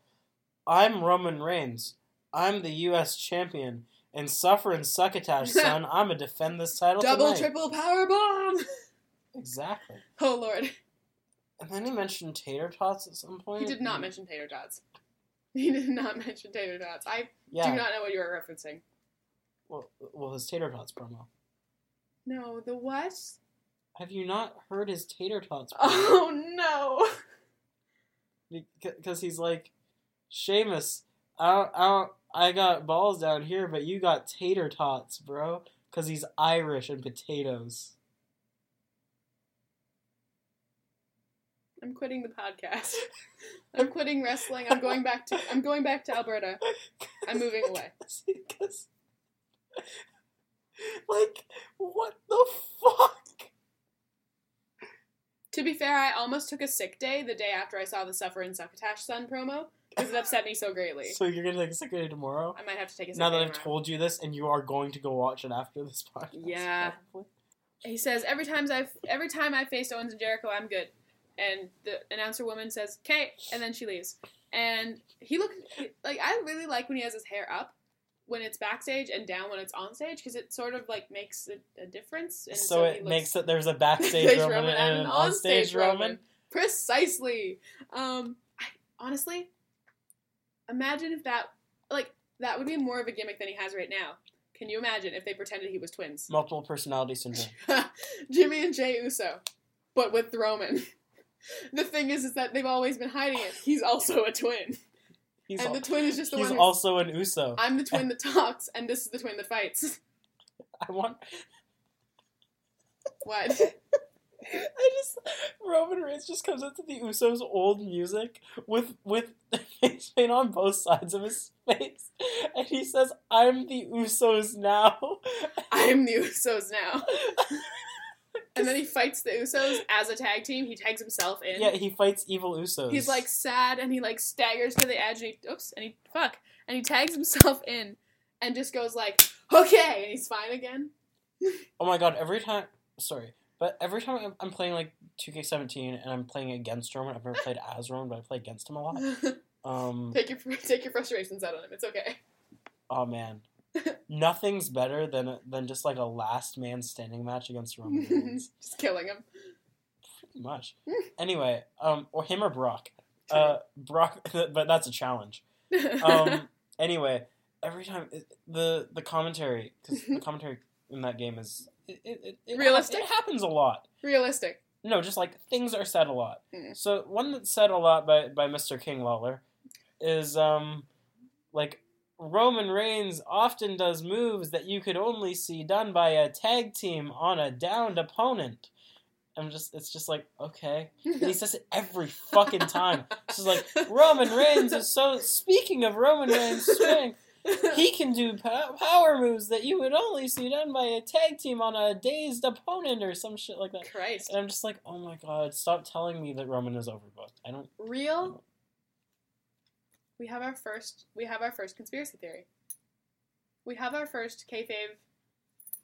Speaker 1: "I'm Roman Reigns. I'm the U.S. champion, and suffer and succotash, son. I'm a defend this title
Speaker 2: Double
Speaker 1: tonight."
Speaker 2: triple power bomb.
Speaker 1: Exactly.
Speaker 2: Oh lord.
Speaker 1: And then he mentioned tater tots at some point.
Speaker 2: He did not mention tater tots. He did not mention tater tots. I
Speaker 1: Yeah.
Speaker 2: do not know what you are referencing.
Speaker 1: Well, well, his tater tots promo.
Speaker 2: No, the what?
Speaker 1: Have you not heard his tater tots? promo?
Speaker 2: Oh no.
Speaker 1: Because he's like, Seamus, I, I, I got balls down here, but you got tater tots, bro. Because he's Irish and potatoes.
Speaker 2: I'm quitting the podcast. I'm quitting wrestling. I'm going back to I'm going back to Alberta. I'm moving away.
Speaker 1: Because, like, what the fuck?
Speaker 2: To be fair, I almost took a sick day the day after I saw the Suffer and Succotash Sun promo because it upset me so greatly.
Speaker 1: So you're gonna take a sick day tomorrow?
Speaker 2: I might have to take a sick
Speaker 1: Now that
Speaker 2: day
Speaker 1: I've
Speaker 2: tomorrow.
Speaker 1: told you this, and you are going to go watch it after this podcast.
Speaker 2: Yeah.
Speaker 1: probably.
Speaker 2: he says every time I've every time I faced Owens and Jericho, I'm good. And the announcer woman says, "Okay," and then she leaves. And he looked like I really like when he has his hair up when it's backstage and down when it's on stage because it sort of like makes a, a difference. And
Speaker 1: So
Speaker 2: he
Speaker 1: it
Speaker 2: looks-
Speaker 1: makes it there's a backstage Roman, and an onstage Roman.
Speaker 2: Precisely. Um, I, honestly, imagine if that like that would be more of a gimmick than he has right now. Can you imagine if they pretended he was twins?
Speaker 1: Multiple personality syndrome.
Speaker 2: Jimmy and Jay Uso, but with Roman. The thing is, is that they've always been hiding it. He's also a twin,
Speaker 1: He's,
Speaker 2: and
Speaker 1: al-
Speaker 2: the twin is just the
Speaker 1: he's
Speaker 2: one. Who's,
Speaker 1: also an Uso. I,
Speaker 2: I'm the twin that talks, and this is the twin that fights.
Speaker 1: want.
Speaker 2: What?
Speaker 1: I just Roman Reigns just comes into the Usos old music with with face paint on both sides of his face, and he says, "I'm the Usos now."
Speaker 2: I'm the Usos now. and then he fights the Usos as a tag team. He tags himself in.
Speaker 1: Yeah, he fights evil Usos.
Speaker 2: He's like sad and he like staggers to the edge and he oops and he fuck and he tags himself in and just goes like okay and he's fine again.
Speaker 1: "Oh my god!" Every time, sorry, but every time I'm, I'm playing like 2K17 and I'm playing against Roman, I've never played as Roman, but I play against him a lot. Um,
Speaker 2: take your take your frustrations out on him. It's okay.
Speaker 1: Oh man, nothing's better than than just like a last Oh, man standing match against Roman Reigns.
Speaker 2: just killing him.
Speaker 1: Pretty much. anyway, um, or him or Brock. Uh, Brock, but that's a challenge. Um, anyway, every time it- the the commentary, because the commentary in that game is it, it, it, it ha-
Speaker 2: Realistic?
Speaker 1: It happens a lot.
Speaker 2: Realistic.
Speaker 1: No, just like things are said a lot.
Speaker 2: Mm.
Speaker 1: So one that's said a lot by by Mr. King Lawler is um like Roman Reigns often does moves that you could only see done by a tag team on a downed opponent. I'm just it's just like okay. And he says it every fucking time. It's just like Roman Reigns is so speaking of Roman Reigns' strength, he can do po- power moves that you would only see done by a tag team on a dazed opponent or some shit like that.
Speaker 2: Christ.
Speaker 1: And I'm just like, oh my god, stop telling me that Roman is overbooked. I don't.
Speaker 2: Real. We have our first. We have our first conspiracy theory. We have our first kayfabe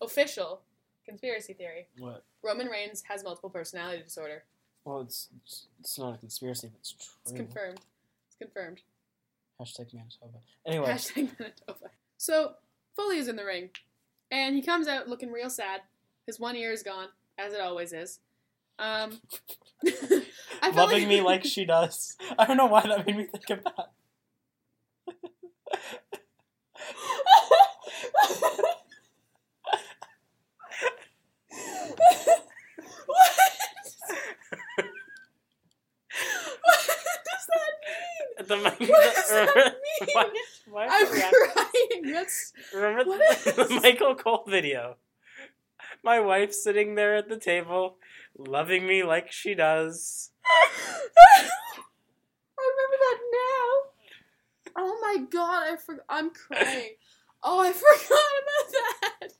Speaker 2: official conspiracy theory.
Speaker 1: What?
Speaker 2: Roman Reigns has multiple personality disorder.
Speaker 1: Well, it's it's, it's not a conspiracy. It's true.
Speaker 2: It's confirmed. It's confirmed.
Speaker 1: Hashtag Manitoba. Anyway,
Speaker 2: Hashtag Manitoba. So Foley is in the ring, and he comes out looking real sad. His one ear is gone, as it always is. Um, I felt
Speaker 1: loving me like she does. I don't know why that made me think of that.
Speaker 2: what? what does that
Speaker 1: The,
Speaker 2: mean? What does that mean?
Speaker 1: why
Speaker 2: I'm crying. That's
Speaker 1: Remember
Speaker 2: What
Speaker 1: the, the
Speaker 2: is-
Speaker 1: Michael Cole video? My wife sitting there at the table, loving me like she does.
Speaker 2: I remember that now. Oh my god, I forgot. I'm crying. Oh, I forgot about that.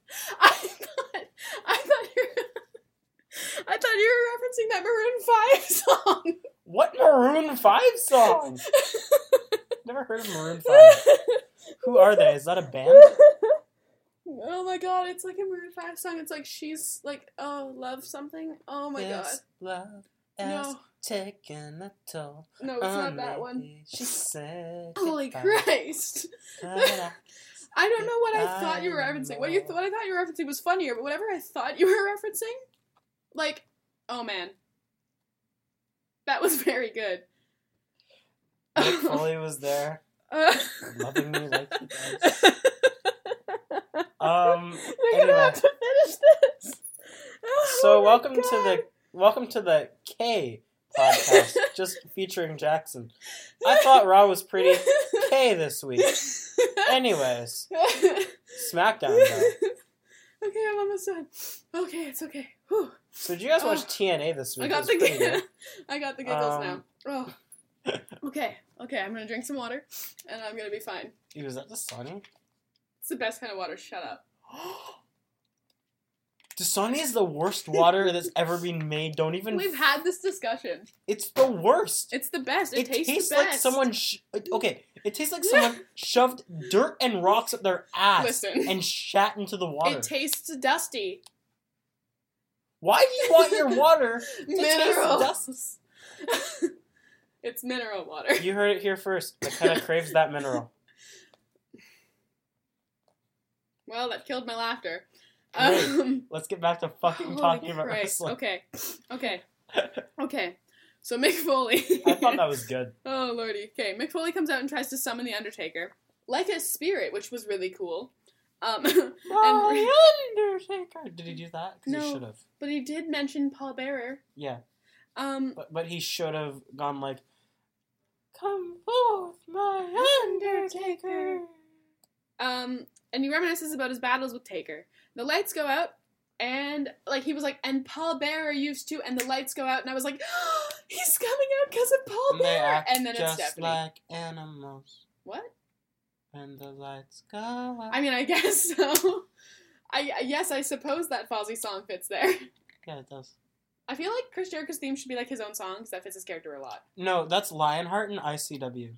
Speaker 2: I thought, I thought you, were, I thought you were referencing that Maroon Five song.
Speaker 1: What Maroon 5 song? Never heard of Maroon 5. Who are they? Is that a band?
Speaker 2: oh my god, it's like a Maroon Five song. It's like she's like, oh, love something. Oh my
Speaker 1: This love
Speaker 2: god,
Speaker 1: has
Speaker 2: no,
Speaker 1: taken a toll.
Speaker 2: no, it's
Speaker 1: on
Speaker 2: not that
Speaker 1: me.
Speaker 2: one.
Speaker 1: She said.
Speaker 2: Holy
Speaker 1: goodbye.
Speaker 2: Christ!
Speaker 1: Da-da.
Speaker 2: I don't know what I thought you were
Speaker 1: I
Speaker 2: referencing. What you what I thought you were referencing was funnier, but whatever I thought you were referencing, like, oh man, that was very good.
Speaker 1: Mick Foley was there,
Speaker 2: Uh,
Speaker 1: loving me like he does.
Speaker 2: You're Oh
Speaker 1: Um.
Speaker 2: gonna
Speaker 1: anyway.
Speaker 2: have to finish this. Oh
Speaker 1: So
Speaker 2: my
Speaker 1: welcome to
Speaker 2: God.
Speaker 1: the welcome to the K podcast, just featuring Jackson. I thought Raw was pretty K this week. Anyways, SmackDown. Though.
Speaker 2: okay, I'm almost done. Okay, it's okay. Whew.
Speaker 1: So did you guys watch
Speaker 2: Oh.
Speaker 1: TNA this week?
Speaker 2: I
Speaker 1: It
Speaker 2: got
Speaker 1: was
Speaker 2: the
Speaker 1: pretty good.
Speaker 2: I got the giggles
Speaker 1: Um,
Speaker 2: now. Oh. okay, okay. I'm gonna drink some water, and I'm gonna be fine.
Speaker 1: Ew, Was that Dasani?
Speaker 2: It's the best kind of water. Shut up.
Speaker 1: Dasani is the worst water that's ever been made. Don't even.
Speaker 2: We've had this discussion.
Speaker 1: It's the worst.
Speaker 2: It's the best. It,
Speaker 1: It, tastes,
Speaker 2: the best.
Speaker 1: like someone. Sh- okay, it tastes like someone shoved dirt and rocks up their ass
Speaker 2: Listen.
Speaker 1: and shat into the water.
Speaker 2: It tastes dusty.
Speaker 1: Why do you want your water?
Speaker 2: Mineral.
Speaker 1: dust.
Speaker 2: it's mineral water.
Speaker 1: You heard it here first. I kind of craves that mineral.
Speaker 2: Well, that killed my laughter.
Speaker 1: Great.
Speaker 2: Um,
Speaker 1: Let's get back to fucking
Speaker 2: holy
Speaker 1: talking about
Speaker 2: Christ.
Speaker 1: wrestling.
Speaker 2: Okay, okay, okay. So Mick Foley.
Speaker 1: I thought that was good.
Speaker 2: Oh lordy. Okay, Mick Foley comes out and tries to summon the Undertaker, like a spirit, which was really cool. Um,
Speaker 1: Oh, the Undertaker. Did he do that? Because he
Speaker 2: No.
Speaker 1: should have.
Speaker 2: but he did mention Paul Bearer.
Speaker 1: Yeah,
Speaker 2: Um,
Speaker 1: but but he should have gone like, "Come forth, my Undertaker."
Speaker 2: um, and he reminisces about his battles with Taker. The lights go out, and like he was like, and Paul Bearer used to, and the lights go out, and I was like, he's coming out because of Paul
Speaker 1: And they
Speaker 2: Bearer,
Speaker 1: act
Speaker 2: and then it's
Speaker 1: just
Speaker 2: Stephanie.
Speaker 1: like animals
Speaker 2: What?
Speaker 1: when the lights go out.
Speaker 2: I mean, I guess so. I I- yes, I suppose that Fozzy song fits there.
Speaker 1: yeah, it does.
Speaker 2: I feel like Chris Jericho's theme should be like his own song because that fits his character a lot.
Speaker 1: No, that's Lionheart and ICW.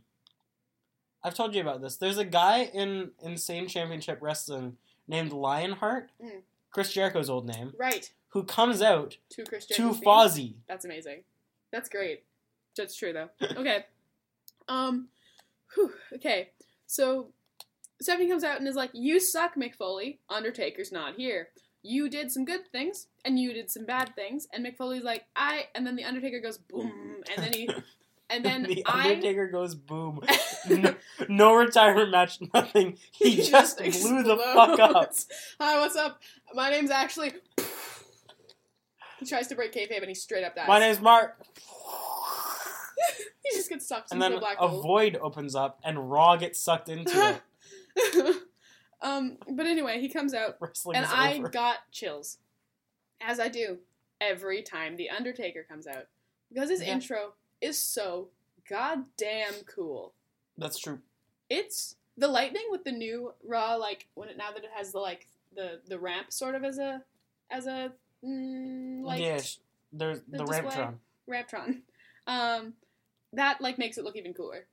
Speaker 1: I've told you about this. There's a guy in Insane Championship Wrestling named Lionheart,
Speaker 2: Mm.
Speaker 1: Chris Jericho's old name,
Speaker 2: Right.
Speaker 1: who comes out
Speaker 2: Two Chris
Speaker 1: to
Speaker 2: Jericho's theme.
Speaker 1: Fozzy.
Speaker 2: That's amazing. That's great. That's true though. Okay. Um whew, okay. So Stephanie comes out and is like, You suck, McFoley. Undertaker's not here. you did some good things and you did some bad things. And Mick Foley's like, I, and then the Undertaker goes boom, and then he, and then
Speaker 1: the
Speaker 2: I.
Speaker 1: Undertaker goes boom. no, no retirement match, nothing. He, just, blew the fuck up.
Speaker 2: explodes. Hi, what's up? My name's actually. He tries to break kayfabe and he straight up dies.
Speaker 1: My name's Mark.
Speaker 2: he just gets sucked
Speaker 1: And
Speaker 2: into
Speaker 1: then
Speaker 2: a black
Speaker 1: a
Speaker 2: hole.
Speaker 1: void opens up and Raw gets sucked into it.
Speaker 2: um, but anyway, he comes out
Speaker 1: Wrestling
Speaker 2: and
Speaker 1: is
Speaker 2: I
Speaker 1: over.
Speaker 2: got chills, as I do every time the Undertaker comes out, because his
Speaker 1: Yeah.
Speaker 2: intro is so goddamn cool.
Speaker 1: That's true.
Speaker 2: It's the lightning with the new Raw, like when it now that it has the like the the ramp sort of as a as a mm, like
Speaker 1: yeah, sh- there's
Speaker 2: the
Speaker 1: the
Speaker 2: display?
Speaker 1: Ramptron.
Speaker 2: Raptron. Um, that like makes it look even cooler.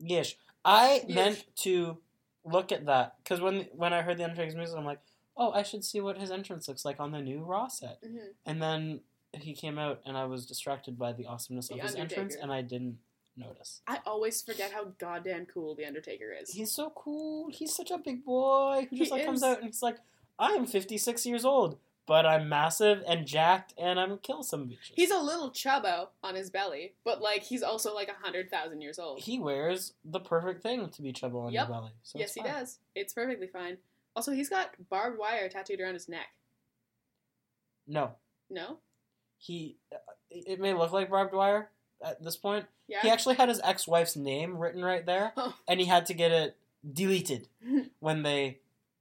Speaker 1: Yes, I
Speaker 2: Yes.
Speaker 1: meant to look at that because when when I heard the Undertaker's music, I'm like, oh, I should see what his entrance looks like on the new Raw set.
Speaker 2: hmm
Speaker 1: And then he came out, and I was distracted by the awesomeness
Speaker 2: The
Speaker 1: of his entrance,
Speaker 2: Undertaker.
Speaker 1: and I didn't notice.
Speaker 2: I always forget how goddamn cool the Undertaker is.
Speaker 1: He's so cool. He's such a big boy who just
Speaker 2: He
Speaker 1: like comes
Speaker 2: is.
Speaker 1: out and he's like, I'm 56 years old, but I'm massive and jacked, and I'm gonna kill some bitches.
Speaker 2: He's a little chubbo on his belly, but like he's also like a hundred thousand years old.
Speaker 1: he wears the perfect thing to be trouble on
Speaker 2: Yep.
Speaker 1: your belly. So
Speaker 2: yes,
Speaker 1: it's
Speaker 2: he
Speaker 1: fine.
Speaker 2: does. It's perfectly fine. Also, he's got barbed wire tattooed around his neck.
Speaker 1: No,
Speaker 2: No,
Speaker 1: he. uh, It may look like barbed wire at this point.
Speaker 2: yeah,
Speaker 1: He actually had his ex-wife's name written right there,
Speaker 2: Oh.
Speaker 1: and he had to get it deleted when they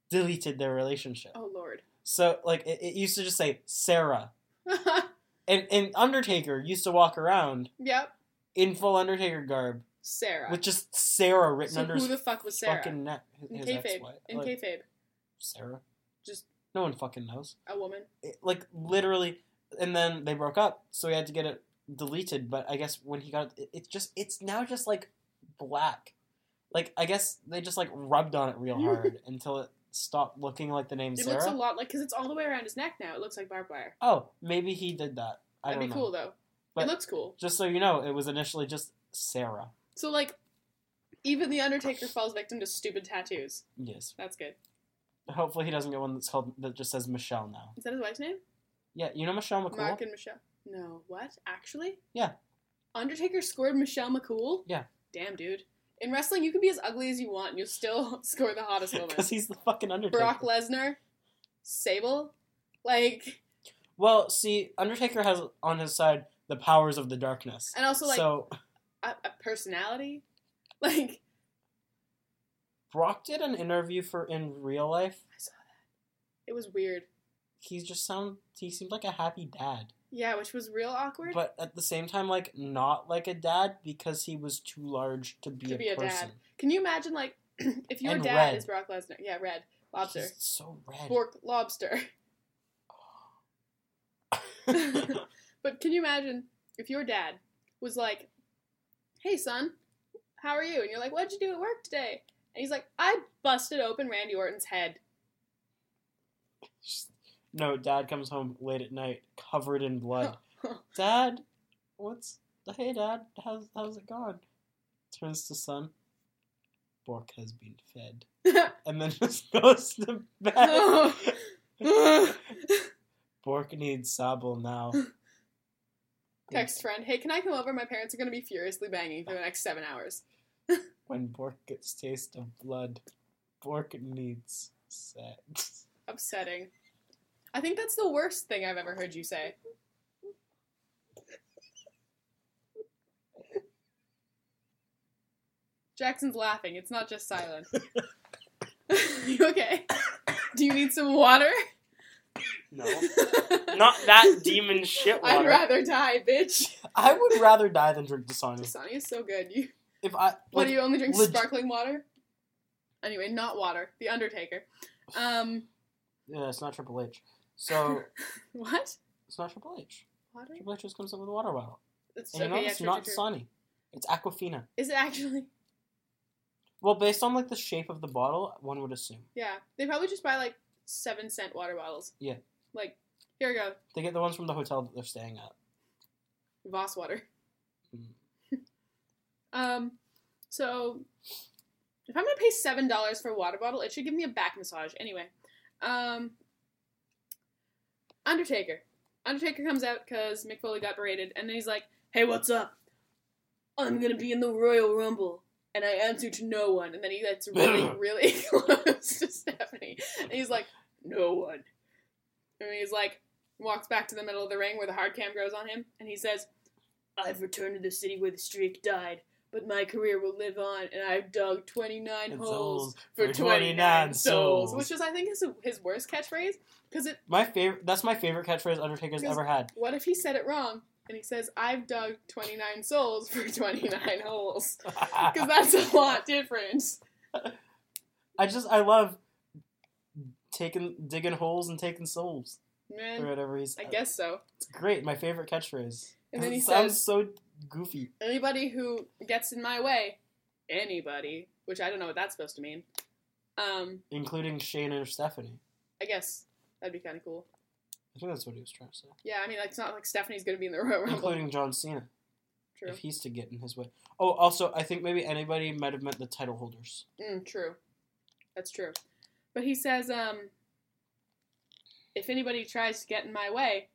Speaker 1: deleted their relationship.
Speaker 2: Oh lord.
Speaker 1: So, like, it, it used to just say Sarah, and and Undertaker used to walk around
Speaker 2: yep,
Speaker 1: in full Undertaker garb
Speaker 2: Sarah.
Speaker 1: with just Sarah written
Speaker 2: so
Speaker 1: under
Speaker 2: who
Speaker 1: his
Speaker 2: the fuck was Sarah?
Speaker 1: fucking neck. His,
Speaker 2: in
Speaker 1: his
Speaker 2: kayfabe.
Speaker 1: ex-wife,
Speaker 2: In
Speaker 1: like,
Speaker 2: kayfabe,
Speaker 1: Sarah.
Speaker 2: just
Speaker 1: No one fucking knows.
Speaker 2: a woman.
Speaker 1: It- like literally, and then they broke up, so he had to get it deleted. But I guess when he got it, it's just it's now just like black. Like I guess they just like rubbed on it real hard until it stopped looking like the name
Speaker 2: It
Speaker 1: Sarah.
Speaker 2: looks a lot like because it's all the way around his neck now. It looks like barbed wire.
Speaker 1: oh, maybe he did that. I don't
Speaker 2: That'd be
Speaker 1: know.
Speaker 2: cool though.
Speaker 1: But-
Speaker 2: it looks cool.
Speaker 1: Just so you know, it was initially just Sarah.
Speaker 2: So like, even the Undertaker falls victim to stupid tattoos.
Speaker 1: Yes.
Speaker 2: That's good.
Speaker 1: Hopefully he doesn't get one that's called that just says Michelle now.
Speaker 2: Is that his wife's name?
Speaker 1: Yeah, you know Michelle McCool.
Speaker 2: Mark and Michelle. No, what? Actually?
Speaker 1: Yeah.
Speaker 2: Undertaker scored Michelle McCool?
Speaker 1: Yeah.
Speaker 2: Damn, dude. In wrestling, you can be as ugly as you want and you'll still score the hottest woman.
Speaker 1: Because he's the fucking Undertaker.
Speaker 2: Brock Lesnar? Sable? Like,
Speaker 1: well, see, Undertaker has on his side the powers of the darkness.
Speaker 2: and also, like,
Speaker 1: so
Speaker 2: a, a personality? Like,
Speaker 1: Brock did an interview for in real life.
Speaker 2: it was weird.
Speaker 1: He just sound he seemed like a happy dad,
Speaker 2: Yeah, which was real awkward.
Speaker 1: but at the same time, like not like a dad because he was too large to be,
Speaker 2: To
Speaker 1: a,
Speaker 2: be a dad.
Speaker 1: person.
Speaker 2: can you imagine, like, if your
Speaker 1: And
Speaker 2: dad
Speaker 1: red.
Speaker 2: is Brock Lesnar? Yeah, red. Lobster.
Speaker 1: He's so red.
Speaker 2: Fork lobster. But can you imagine if your dad was like, "Hey son, how are you?" And you're like, "What'd you do at work today?" And he's like, "I busted open Randy Orton's head."
Speaker 1: no, dad comes home late at night, covered in blood. dad, what's hey dad? How's how's it gone? Turns to son. Bork has been fed, and then just goes to bed. Bork needs Sable now.
Speaker 2: Text friend, "Hey, can I come over? My parents are gonna be furiously banging for the next seven hours."
Speaker 1: When Bork gets taste of blood, Bork needs sex.
Speaker 2: Upsetting. I think that's the worst thing I've ever heard you say. Jackson's laughing. It's not just silent. you okay? Do you need some water?
Speaker 1: No, not that demon shit
Speaker 2: I'd
Speaker 1: water.
Speaker 2: rather die, bitch.
Speaker 1: I would rather die than drink Dasani.
Speaker 2: Dasani is so good. You,
Speaker 1: If I
Speaker 2: what
Speaker 1: like,
Speaker 2: do you only drink?
Speaker 1: Um, leg-
Speaker 2: sparkling water. Anyway, not water. The Undertaker. Um,
Speaker 1: yeah, it's not Triple H. So
Speaker 2: what?
Speaker 1: it's not Triple H.
Speaker 2: Water?
Speaker 1: Triple H just comes up with a water bottle.
Speaker 2: It's,
Speaker 1: And you know,
Speaker 2: okay, yeah,
Speaker 1: it's
Speaker 2: true,
Speaker 1: not
Speaker 2: true, true.
Speaker 1: Dasani. It's Aquafina.
Speaker 2: Is it actually?
Speaker 1: Well, based on like the shape of the bottle, one would assume
Speaker 2: Yeah, they probably just buy like seven cent water bottles.
Speaker 1: Yeah.
Speaker 2: Like, here we go,
Speaker 1: they get the ones from the hotel that they're staying at.
Speaker 2: Voss water.
Speaker 1: Mm.
Speaker 2: um, so if I'm gonna pay seven dollars for a water bottle, it should give me a back massage anyway. Um, Undertaker. Undertaker comes out because Mick Foley got berated, and then he's like, "Hey, what's up? I'm gonna be in the Royal Rumble." And I answer to no one, and then he gets really, really close to Stephanie, and he's like, "No one." And he's like, walks back to the middle of the ring where the hard cam grows on him, and he says, "I've returned to the city where the streak died, but my career will live on, and I've dug 29
Speaker 1: It's
Speaker 2: holes
Speaker 1: old
Speaker 2: for 29, souls.
Speaker 1: souls.
Speaker 2: which is, I think, his, his worst catchphrase. Because it,
Speaker 1: My favorite. That's my favorite catchphrase Undertaker's
Speaker 2: Because-
Speaker 1: ever had.
Speaker 2: what if he said it wrong and he says, "I've dug 29 souls for 29 holes"? Because that's a lot different.
Speaker 1: I just I love taking digging holes and taking souls or
Speaker 2: Man,
Speaker 1: whatever he's. uh,
Speaker 2: I guess so.
Speaker 1: it's great. My favorite catchphrase.
Speaker 2: And then he
Speaker 1: It sounds
Speaker 2: says,
Speaker 1: so goofy.
Speaker 2: "Anybody who gets in my way, anybody," which I don't know what that's supposed to mean. Um,
Speaker 1: including Shane or Stephanie.
Speaker 2: I guess that'd be kind of cool.
Speaker 1: I think that's what he was trying to say.
Speaker 2: Yeah, I mean, like, it's not like Stephanie's gonna be in the Royal Rumble.
Speaker 1: Including John Cena,
Speaker 2: True.
Speaker 1: if he's to get in his way. Oh, also, I think maybe anybody might have meant the title holders.
Speaker 2: Mm, true. That's true. But he says, um, if anybody tries to get in my way,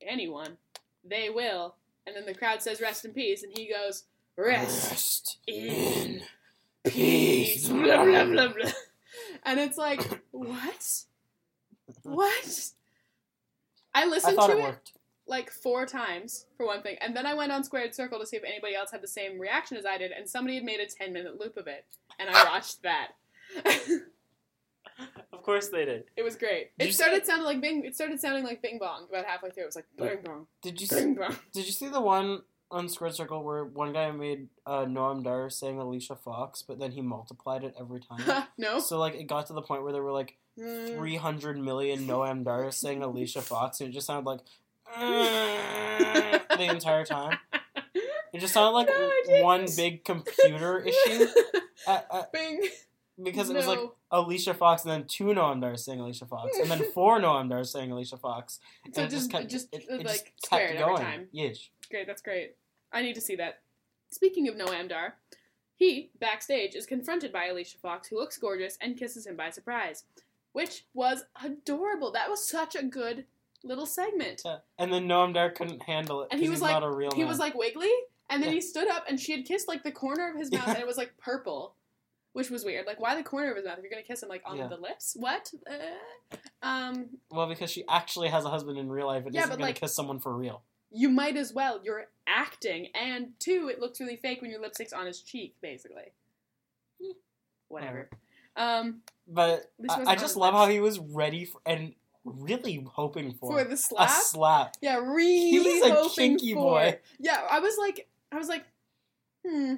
Speaker 2: anyone, they will. And then the crowd says, rest in peace. And he goes, rest
Speaker 1: Rest
Speaker 2: in
Speaker 1: in
Speaker 2: peace.
Speaker 1: peace.
Speaker 2: Blah, blah, blah, blah. And it's like, what? What? I
Speaker 1: I
Speaker 2: listened
Speaker 1: thought
Speaker 2: to
Speaker 1: it
Speaker 2: it,
Speaker 1: worked.
Speaker 2: like four times, for one thing. And then I went on Squared Circle to see if anybody else had the same reaction as I did. And somebody had made a 10 minute loop of it. And I watched that.
Speaker 1: Of course they did.
Speaker 2: It was great.
Speaker 1: Did
Speaker 2: it
Speaker 1: you
Speaker 2: started sounding like Bing. It started sounding like Bing Bong about halfway through. It was like
Speaker 1: Yeah.
Speaker 2: Bing Bong,
Speaker 1: Did you see,
Speaker 2: Bing Bong.
Speaker 1: did you see the one on Squared Circle where one guy made uh, Noam Dar saying Alicia Fox, but then he multiplied it every time?
Speaker 2: no.
Speaker 1: so like it got to the point where there were like
Speaker 2: Mm.
Speaker 1: 300 million Noam Dar saying Alicia Fox, and it just sounded like the entire time. It just sounded like
Speaker 2: No, I didn't.
Speaker 1: one big computer issue uh, uh,
Speaker 2: Mm. Bing.
Speaker 1: because it was like
Speaker 2: No.
Speaker 1: Alicia Fox, and then two Noam Dar saying Alicia Fox, and then four Noam Dar saying Alicia Fox. And
Speaker 2: so
Speaker 1: it
Speaker 2: just
Speaker 1: kept-
Speaker 2: just
Speaker 1: it-
Speaker 2: uh,
Speaker 1: it just
Speaker 2: like
Speaker 1: kept
Speaker 2: squared every
Speaker 1: going.
Speaker 2: time.
Speaker 1: Yes.
Speaker 2: Great. That's great. I need to see that. Speaking of Noam Dar, he backstage is confronted by Alicia Fox, who looks gorgeous and kisses him by surprise, which was adorable. That was such a good little segment.
Speaker 1: Yeah. And then Noam Dar couldn't handle it because
Speaker 2: And he
Speaker 1: he's
Speaker 2: was like-
Speaker 1: not a real
Speaker 2: He
Speaker 1: man.
Speaker 2: was like wiggly, and then
Speaker 1: Yeah.
Speaker 2: he stood up, and she had kissed like the corner of his mouth,
Speaker 1: Yeah.
Speaker 2: and it was like purple, which was weird. Like, why the corner of his mouth? If you're gonna kiss him, like on
Speaker 1: Yeah.
Speaker 2: the lips, what? Uh, um,
Speaker 1: well, because she actually has a husband in real life and
Speaker 2: Yeah,
Speaker 1: isn't
Speaker 2: but,
Speaker 1: going
Speaker 2: like-
Speaker 1: to kiss someone for real.
Speaker 2: you might as well. You're acting, and two, it looks really fake when your lipstick's on his cheek, basically.
Speaker 1: Hmm.
Speaker 2: Whatever. Um,
Speaker 1: But
Speaker 2: This
Speaker 1: I,
Speaker 2: wasn't
Speaker 1: I
Speaker 2: on
Speaker 1: just
Speaker 2: the
Speaker 1: love
Speaker 2: list.
Speaker 1: how he was ready for, and really hoping for,
Speaker 2: for the slap,
Speaker 1: a slap.
Speaker 2: yeah, really
Speaker 1: was a
Speaker 2: hoping
Speaker 1: kinky
Speaker 2: for.
Speaker 1: boy.
Speaker 2: Yeah, I was like, I was like, hmm,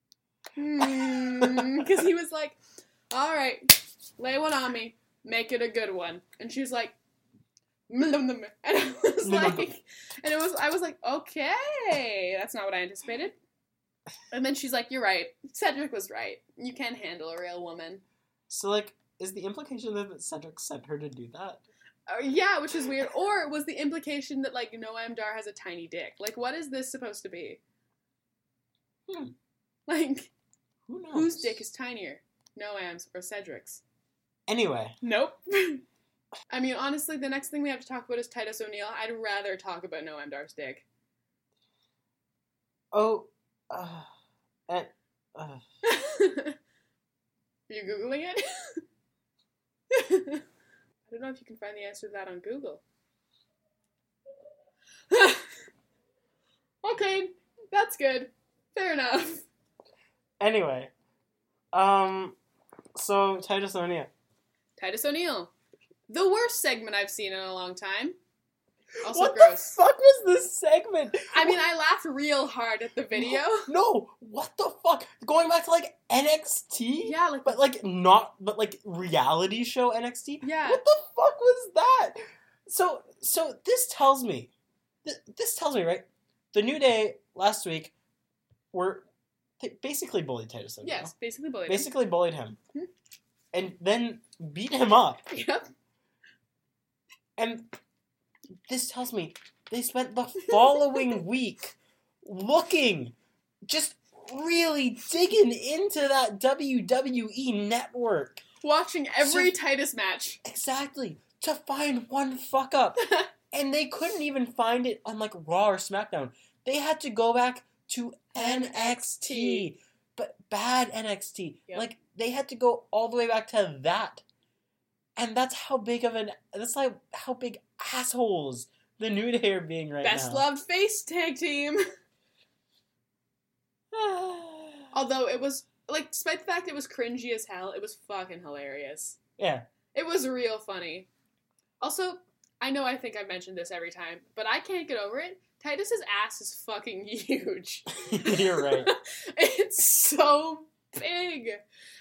Speaker 2: hmm, because he was like, all right, lay one on me, make it a good one, and she was like, "Mm-mm-mm-mm." and I was like, and it was, I was like, okay, that's not what I anticipated, and then she's like, you're right, Cedric was right, you can handle a real woman.
Speaker 1: So like, is the implication there that Cedric sent her to do that?
Speaker 2: Uh, yeah, which is weird. Or was the implication that like Noam Dar has a tiny dick? Like, what is this supposed to be?
Speaker 1: Hmm.
Speaker 2: Like,
Speaker 1: Who knows?
Speaker 2: whose dick is tinier, Noam's or Cedric's?
Speaker 1: Anyway,
Speaker 2: Nope. I mean, honestly, the next thing we have to talk about is Titus O'Neil. I'd rather talk about Noam Dar's dick.
Speaker 1: oh, uh, and, uh,
Speaker 2: Are you googling it? I don't know if you can find the answer to that on Google. okay, that's good. Fair enough.
Speaker 1: anyway, um, so Titus O'Neil.
Speaker 2: Titus O'Neil, the worst segment I've seen in a long time. Also
Speaker 1: what
Speaker 2: gross.
Speaker 1: the fuck was this segment?
Speaker 2: I mean, I laughed real hard at the video.
Speaker 1: No, what the fuck? Going back to like NXT,
Speaker 2: Yeah, like
Speaker 1: but like not, but like reality show NXT.
Speaker 2: yeah.
Speaker 1: What the fuck was that? So, so this tells me, th- this tells me, right? The New Day last week were they basically bullied Titus O'Neil.
Speaker 2: Yes, basically bullied. him.
Speaker 1: basically bullied him,
Speaker 2: Hmm.
Speaker 1: and then beat him up.
Speaker 2: Yep.
Speaker 1: And this tells me they spent the following week looking, just really digging into that WWE network.
Speaker 2: Watching every Titus match.
Speaker 1: Exactly. To find one fuck up. and they couldn't even find it on like Raw or SmackDown. They had to go back to NXT, but bad NXT.
Speaker 2: Yep.
Speaker 1: Like they had to go all the way back to that, and that's how big of an that's like how big assholes the New Day are being right
Speaker 2: Best
Speaker 1: now.
Speaker 2: loved face tag team. Although it was like, despite the fact it was cringy as hell, it was fucking hilarious.
Speaker 1: yeah,
Speaker 2: It was real funny. Also, I know I think I've mentioned this every time, but I can't get over it. Titus's ass is fucking huge.
Speaker 1: you're right.
Speaker 2: it's so big.
Speaker 1: Him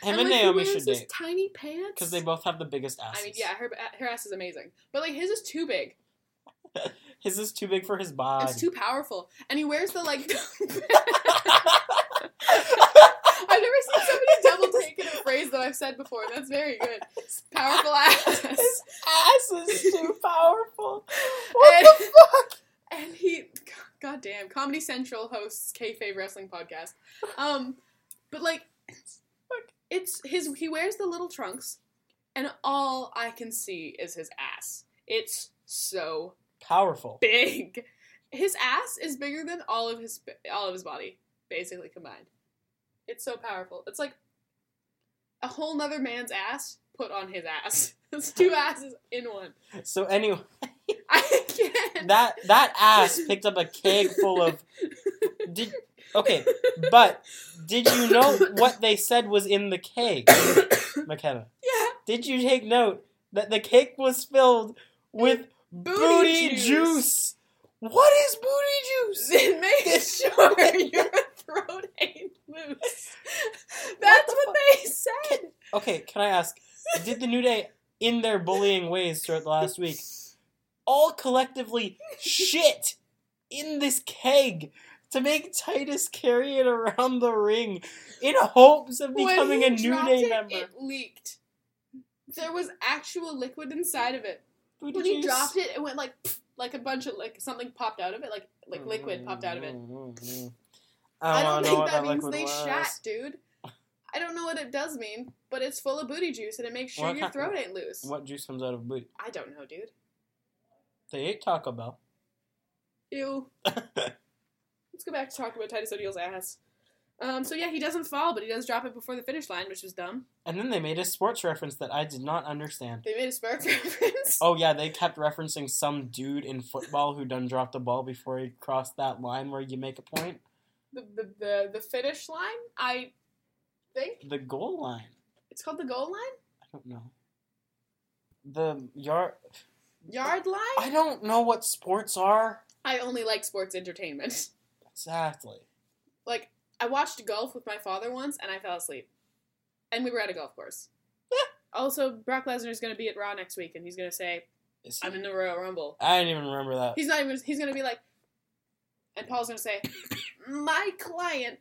Speaker 1: and,
Speaker 2: like, he
Speaker 1: Naomi
Speaker 2: wears
Speaker 1: should
Speaker 2: his
Speaker 1: date
Speaker 2: tiny pants.
Speaker 1: because they both have the biggest asses.
Speaker 2: I mean, yeah, her her ass is amazing, but like his is too big.
Speaker 1: his is too big for his body.
Speaker 2: It's too powerful, and he wears the like. I've never seen somebody double take in a phrase that I've said before. That's very good. Powerful ass.
Speaker 1: His ass is too powerful.
Speaker 2: What
Speaker 1: What
Speaker 2: the
Speaker 1: the fuck?
Speaker 2: And he, God damn, Comedy Central hosts kayfabe wrestling podcast. Um, but like, it's his. He wears the little trunks, and all I can see is his ass. It's so
Speaker 1: Powerful.
Speaker 2: big. His ass is bigger than all of his all of his body, basically combined. It's so powerful. It's like a whole nother man's ass put on his ass. It's two asses in one.
Speaker 1: So anyway,
Speaker 2: I can't.
Speaker 1: that that ass picked up a keg full of. Did okay, but did you know what they said was in the keg, McKenna?
Speaker 2: yeah,
Speaker 1: Did you take note that the cake was filled with
Speaker 2: booty,
Speaker 1: booty,
Speaker 2: juice.
Speaker 1: juice. What is booty juice?
Speaker 2: It makes sure your throat ain't loose. That's what, they said.
Speaker 1: Okay, can I ask? Did the New Day, in their bullying ways throughout the last week, all collectively shit in this keg to make Titus carry it around the ring in hopes of
Speaker 2: When
Speaker 1: becoming
Speaker 2: he
Speaker 1: a New
Speaker 2: dropped
Speaker 1: Day
Speaker 2: it,
Speaker 1: member?
Speaker 2: It leaked. There was actual liquid inside of it.
Speaker 1: Booty
Speaker 2: when he
Speaker 1: juice.
Speaker 2: dropped it, it went like pfft, like a bunch of like something popped out of it, like like liquid popped out of it. I
Speaker 1: Mm. I don't,
Speaker 2: don't
Speaker 1: know
Speaker 2: think
Speaker 1: what that,
Speaker 2: that, means
Speaker 1: liquid
Speaker 2: they
Speaker 1: was.
Speaker 2: shat, dude. I don't know what it does mean, but it's full of booty juice and it makes sure
Speaker 1: What
Speaker 2: your
Speaker 1: kind-
Speaker 2: throat ain't loose.
Speaker 1: What juice comes out of booty?
Speaker 2: I don't know, dude.
Speaker 1: They ate Taco Bell.
Speaker 2: Ew. Let's go back to talking about Titus O'Neil's ass. Um, so yeah, he doesn't fall, but he does drop it before the finish line, which was dumb.
Speaker 1: And then they made a sports reference that I did not understand.
Speaker 2: They made a spark reference.
Speaker 1: Oh yeah, they kept referencing some dude in football who done dropped the ball before he crossed that line where you make a point.
Speaker 2: The, the the the finish line, I think
Speaker 1: The goal line.
Speaker 2: it's called the goal line,
Speaker 1: I don't know. The yard.
Speaker 2: yard line.
Speaker 1: I don't know what sports are
Speaker 2: I only like sports entertainment.
Speaker 1: exactly.
Speaker 2: like I watched golf with my father once and I fell asleep. And we were at a golf course. also, Brock Lesnar's gonna be at Raw next week and he's gonna say,
Speaker 1: Is
Speaker 2: I'm in the Royal Rumble.
Speaker 1: I didn't even remember that.
Speaker 2: He's not even he's gonna be like and Paul's gonna say, My client,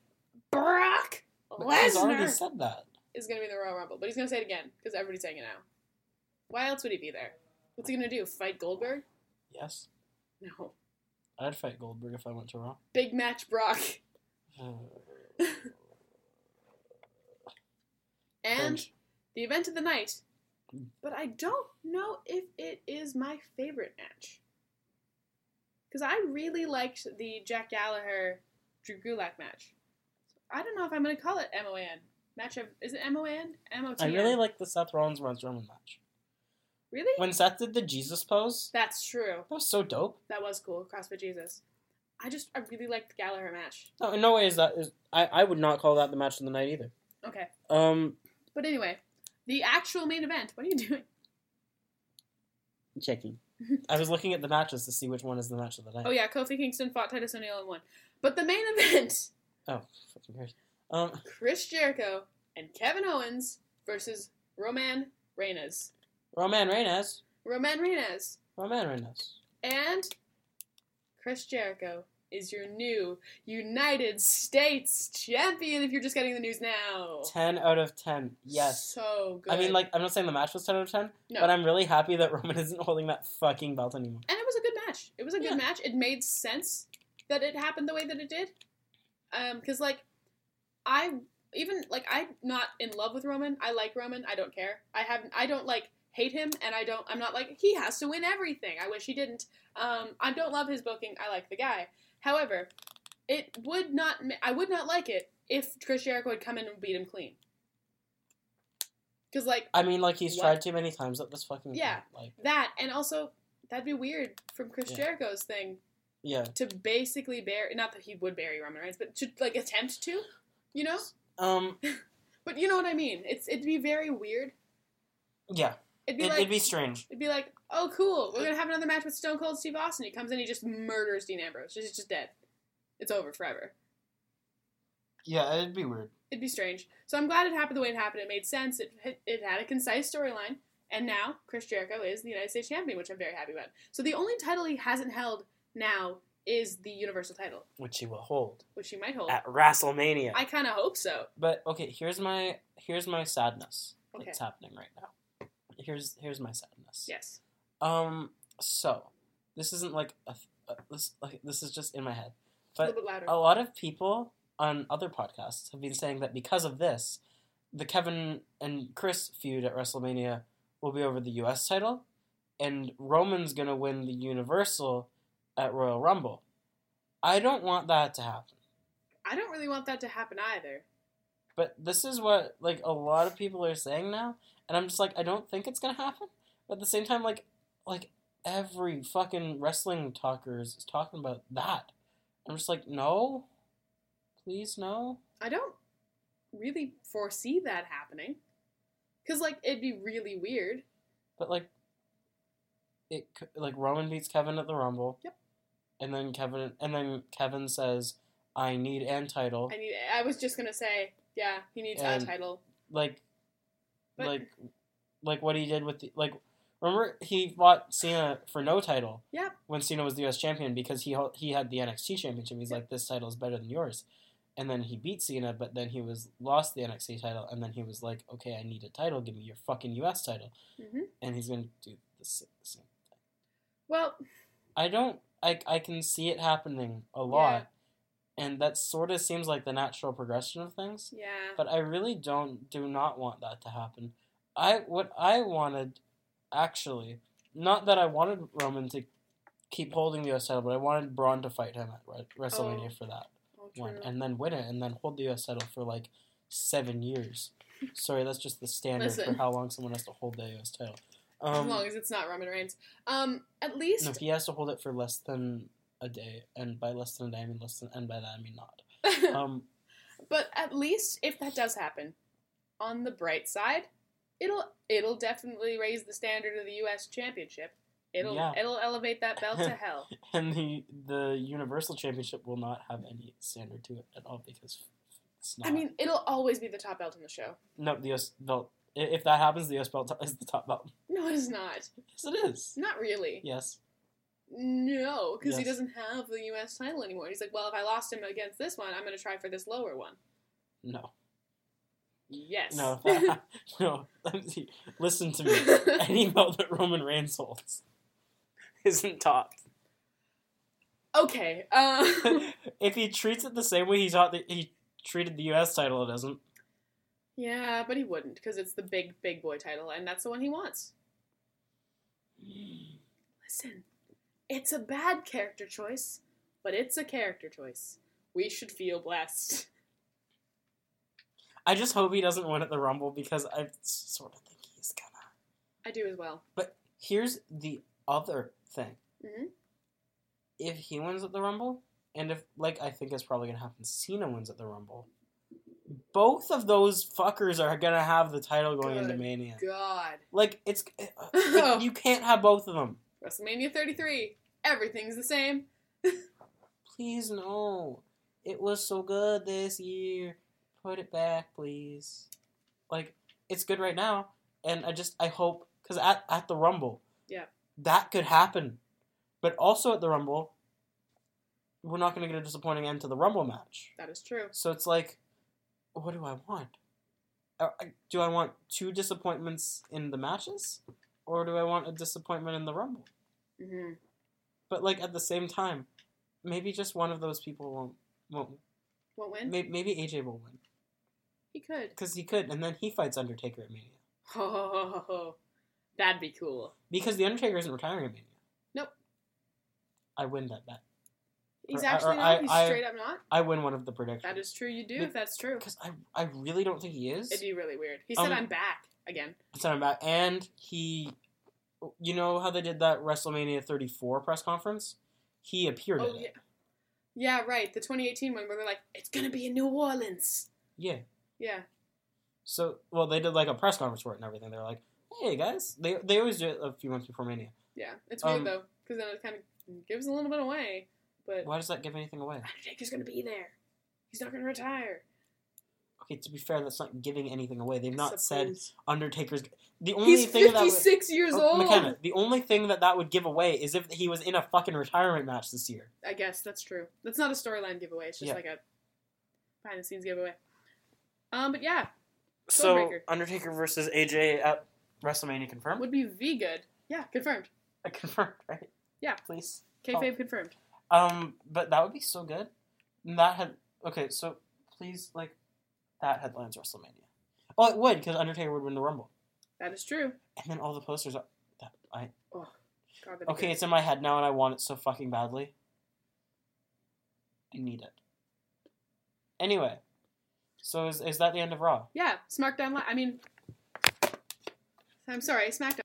Speaker 2: Brock
Speaker 1: But He's already
Speaker 2: Lesnar
Speaker 1: said that.
Speaker 2: is gonna be in the Royal Rumble. But he's gonna say it again, because everybody's saying it now. Why else would he be there? What's he gonna do? Fight Goldberg?
Speaker 1: Yes,
Speaker 2: No.
Speaker 1: I'd fight Goldberg if I went to Raw. Uh,
Speaker 2: Big match Brock. And
Speaker 1: Cringe.
Speaker 2: the event of the night.
Speaker 1: Hmm.
Speaker 2: But I don't know if it is my favorite match. Because I really liked the Jack Gallagher Drew Gulak match. I don't know if I'm going to call it MON. Match of. Is it MON? MOT?
Speaker 1: I really like the Seth Rollins Ron Roman match.
Speaker 2: Really?
Speaker 1: When Seth did the Jesus pose,
Speaker 2: That's true.
Speaker 1: that was so dope.
Speaker 2: That was cool. CrossFit Jesus. I just. I really liked the Gallagher match.
Speaker 1: No, in no way is that is. I I would not call that the match of the night either.
Speaker 2: Okay.
Speaker 1: Um,
Speaker 2: But anyway, the actual main event. What are you doing?
Speaker 1: checking. I was looking at the matches to see which one is the match of the night.
Speaker 2: Oh, yeah. Kofi Kingston fought Titus O'Neil and won. But the main event.
Speaker 1: Fucking Christ. Um,
Speaker 2: Chris Jericho and Kevin Owens versus Roman Reigns.
Speaker 1: Roman Reigns.
Speaker 2: Roman Reigns
Speaker 1: Roman Reigns.
Speaker 2: and Chris Jericho is your new United States champion if you're just getting the news now.
Speaker 1: Ten out of ten. Yes.
Speaker 2: So good.
Speaker 1: I mean, like, I'm not saying the match was ten out of ten,
Speaker 2: no.
Speaker 1: but I'm really happy that Roman isn't holding that fucking belt anymore.
Speaker 2: and it was a good match. It was a good
Speaker 1: Yeah.
Speaker 2: match. It made sense that it happened the way that it did. Um, cause like I even like I'm not in love with Roman. I like Roman. I don't care. I haven't. I don't like hate him, and I don't. I'm not like he has to win everything. I wish he didn't. Um, I don't love his booking. I like the guy. However, it would not. ma- I would not like it if Chris Jericho had come in and beat him clean. Because like
Speaker 1: I mean, like he's
Speaker 2: What?
Speaker 1: tried too many times at this fucking
Speaker 2: Yeah.
Speaker 1: point, Like
Speaker 2: that, and also that'd be weird from Chris
Speaker 1: Yeah.
Speaker 2: Jericho's thing
Speaker 1: yeah.
Speaker 2: to basically bury. Not that he would bury Roman Reigns, but to like attempt to, you know.
Speaker 1: Um.
Speaker 2: But you know what I mean. It's it'd be very weird.
Speaker 1: Yeah.
Speaker 2: It'd be
Speaker 1: It,
Speaker 2: like
Speaker 1: it'd be strange.
Speaker 2: It'd be like, oh, cool, we're gonna have another match with Stone Cold Steve Austin. He comes in, he just murders Dean Ambrose. He's just dead. It's over forever.
Speaker 1: Yeah, it'd be weird.
Speaker 2: It'd be strange. So I'm glad it happened the way it happened. It made sense. It it, it had a concise storyline, and now Chris Jericho is the United States champion, which I'm very happy about. So the only title he hasn't held now is the Universal title,
Speaker 1: Which he will hold
Speaker 2: which he might hold.
Speaker 1: at WrestleMania.
Speaker 2: Oh. I kind of hope so.
Speaker 1: But okay, here's my here's my sadness
Speaker 2: Okay.
Speaker 1: that's happening right now. Here's here's my sadness.
Speaker 2: Yes.
Speaker 1: Um. So this isn't like a, a this like this is just in my head.
Speaker 2: a
Speaker 1: But
Speaker 2: little bit louder.
Speaker 1: a lot of people on other podcasts have been saying that because of this, the Kevin and Chris feud at WrestleMania will be over the U.S. title, and Roman's gonna win the Universal at Royal Rumble. I don't want that to happen.
Speaker 2: I don't really want that to happen either.
Speaker 1: But this is what like a lot of people are saying now, and I'm just like, I don't think it's gonna happen. But at the same time, like like every fucking wrestling talker is talking about that. I'm just like, no, please no.
Speaker 2: I don't really foresee that happening. Because, like, it'd be really weird.
Speaker 1: But like, it c- like Roman beats Kevin at the Rumble.
Speaker 2: Yep.
Speaker 1: And then Kevin and then Kevin says, "I need an title."
Speaker 2: I need. I was just gonna say, yeah, he needs
Speaker 1: And-
Speaker 2: a title.
Speaker 1: like,
Speaker 2: But-
Speaker 1: like, like what he did with the like. Remember he fought Cena for no title.
Speaker 2: Yep.
Speaker 1: When Cena was the U.S. champion because he hel- he had the NXT championship. He's like, "This title is better than yours." And then he beat Cena, but then he was lost the NXT title, and then he was like, "Okay, I need a title. Give me your fucking U.S. title."
Speaker 2: hmm
Speaker 1: And he's gonna do the sa- same.
Speaker 2: Well,
Speaker 1: I don't. I I can see it happening a lot, and that sort of seems like the natural progression of things.
Speaker 2: yeah,
Speaker 1: But I really don't do not want that to happen. I what I wanted, actually, not that I wanted Roman to keep holding the U.S. title, but I wanted Braun to fight him at Re- WrestleMania
Speaker 2: Oh.
Speaker 1: for that
Speaker 2: all true.
Speaker 1: one, and then win it, and then hold the U.S. title for like seven years. Sorry, that's just the standard for
Speaker 2: Listen.
Speaker 1: how long someone has to hold the U.S. title.
Speaker 2: as
Speaker 1: Um,
Speaker 2: long as it's not Roman Reigns. Um, at least
Speaker 1: No, he has to hold it for less than a day, and by less than a day, I mean less than, and by that I mean not. Um,
Speaker 2: But at least if that does happen, on the bright side, it'll it'll definitely raise the standard of the U.S. Championship. It'll
Speaker 1: Yeah.
Speaker 2: it'll elevate that belt to hell.
Speaker 1: and the the Universal Championship will not have any standard to it at all because it's not.
Speaker 2: I mean, it'll always be the top belt in the show.
Speaker 1: no, the US belt. i- If that happens, the US belt is the top belt.
Speaker 2: No, it's not.
Speaker 1: Yes, it is.
Speaker 2: Not really.
Speaker 1: Yes,
Speaker 2: No, because he
Speaker 1: Yes.
Speaker 2: doesn't have the U.S. title anymore. He's like, well, if I lost him against this one, I'm going to try for this lower one.
Speaker 1: no,
Speaker 2: Yes.
Speaker 1: no, no. Listen to me. Any belt that Roman Reigns holds isn't top.
Speaker 2: okay. Um,
Speaker 1: if he treats it the same way he taught the, he treated the U.S. title, it doesn't.
Speaker 2: yeah, but he wouldn't because it's the big, big boy title, and that's the one he wants. Listen, it's a bad character choice, but it's a character choice. We should feel blessed.
Speaker 1: I just hope he doesn't win at the Rumble because I sort of think he's gonna.
Speaker 2: I do as well.
Speaker 1: But here's the other thing:
Speaker 2: Mhm.
Speaker 1: if he wins at the Rumble, and if like I think it's probably gonna happen, Cena wins at the Rumble. Both of those fuckers are gonna have the title going into
Speaker 2: Good
Speaker 1: Mania.
Speaker 2: God.
Speaker 1: Like it's like, you can't have both of them.
Speaker 2: WrestleMania 33. Everything's the same.
Speaker 1: Please no. It was so good this year. Put it back, please. Like it's good right now, and I just I hope because at at the Rumble,
Speaker 2: Yeah.
Speaker 1: that could happen. But also at the Rumble, we're not going to get a disappointing end to the Rumble match.
Speaker 2: That is true.
Speaker 1: So it's like, what do I want? Uh, I- Do I want two disappointments in the matches, or do I want a disappointment in the Rumble?
Speaker 2: hmm
Speaker 1: But like at the same time, maybe just one of those people won't won't.
Speaker 2: Won't win?
Speaker 1: Maybe, maybe AJ will win
Speaker 2: He could.
Speaker 1: because he could, and then he fights Undertaker at Mania
Speaker 2: Oh, that'd be cool.
Speaker 1: because the Undertaker isn't retiring at Mania.
Speaker 2: Nope.
Speaker 1: I win that bet.
Speaker 2: He's
Speaker 1: Or-
Speaker 2: actually
Speaker 1: or
Speaker 2: not.
Speaker 1: I-
Speaker 2: He's
Speaker 1: I-
Speaker 2: straight up not.
Speaker 1: I win one of the
Speaker 2: That
Speaker 1: predictions.
Speaker 2: is true. You do
Speaker 1: But-
Speaker 2: if that's true.
Speaker 1: Because I, I really don't think he is.
Speaker 2: It'd be really weird. He said
Speaker 1: Um,
Speaker 2: I'm back again.
Speaker 1: Send him back. And he, you know how they did that WrestleMania 34 press conference? He appeared
Speaker 2: Oh
Speaker 1: at
Speaker 2: yeah.
Speaker 1: it.
Speaker 2: Yeah, right. The 2018 one where they're like, it's gonna be in New Orleans.
Speaker 1: Yeah.
Speaker 2: Yeah.
Speaker 1: So, well, they did like a press conference for it and everything. They're like, hey, guys. They, they always do it a few months before Mania.
Speaker 2: Yeah, it's weird
Speaker 1: Um,
Speaker 2: though, because then it kind of gives a little bit away. But
Speaker 1: Why does that give anything away?
Speaker 2: Undertaker's gonna be there. He's not gonna retire.
Speaker 1: Okay, to be fair, that's not giving anything away. They've not said
Speaker 2: Suppose.
Speaker 1: Undertaker's. The only
Speaker 2: he's
Speaker 1: thing that would,
Speaker 2: 56 years
Speaker 1: Oh,
Speaker 2: old.
Speaker 1: McKenna, the only thing that that would give away is if he was in a fucking retirement match this year.
Speaker 2: I guess that's true. That's not a storyline giveaway. It's just
Speaker 1: Yeah.
Speaker 2: like a behind the scenes giveaway. Um, but yeah,
Speaker 1: So
Speaker 2: Stormbreaker.
Speaker 1: Undertaker versus AJ at WrestleMania confirmed.
Speaker 2: would be V good. Yeah, confirmed.
Speaker 1: Uh, confirmed, right?
Speaker 2: Yeah.
Speaker 1: Please.
Speaker 2: Kayfabe confirmed.
Speaker 1: Um, but that would be so good. And that had okay. So please, like, that headlines WrestleMania. Oh, it would because Undertaker would win the Rumble,
Speaker 2: That is true.
Speaker 1: and then all the posters. Are, that I
Speaker 2: God, that'd be
Speaker 1: okay.
Speaker 2: good.
Speaker 1: It's in my head now, and I want it so fucking badly. I need it. Anyway, so is is that the end of Raw?
Speaker 2: Yeah, SmackDown. Li- I mean, I'm sorry, SmackDown.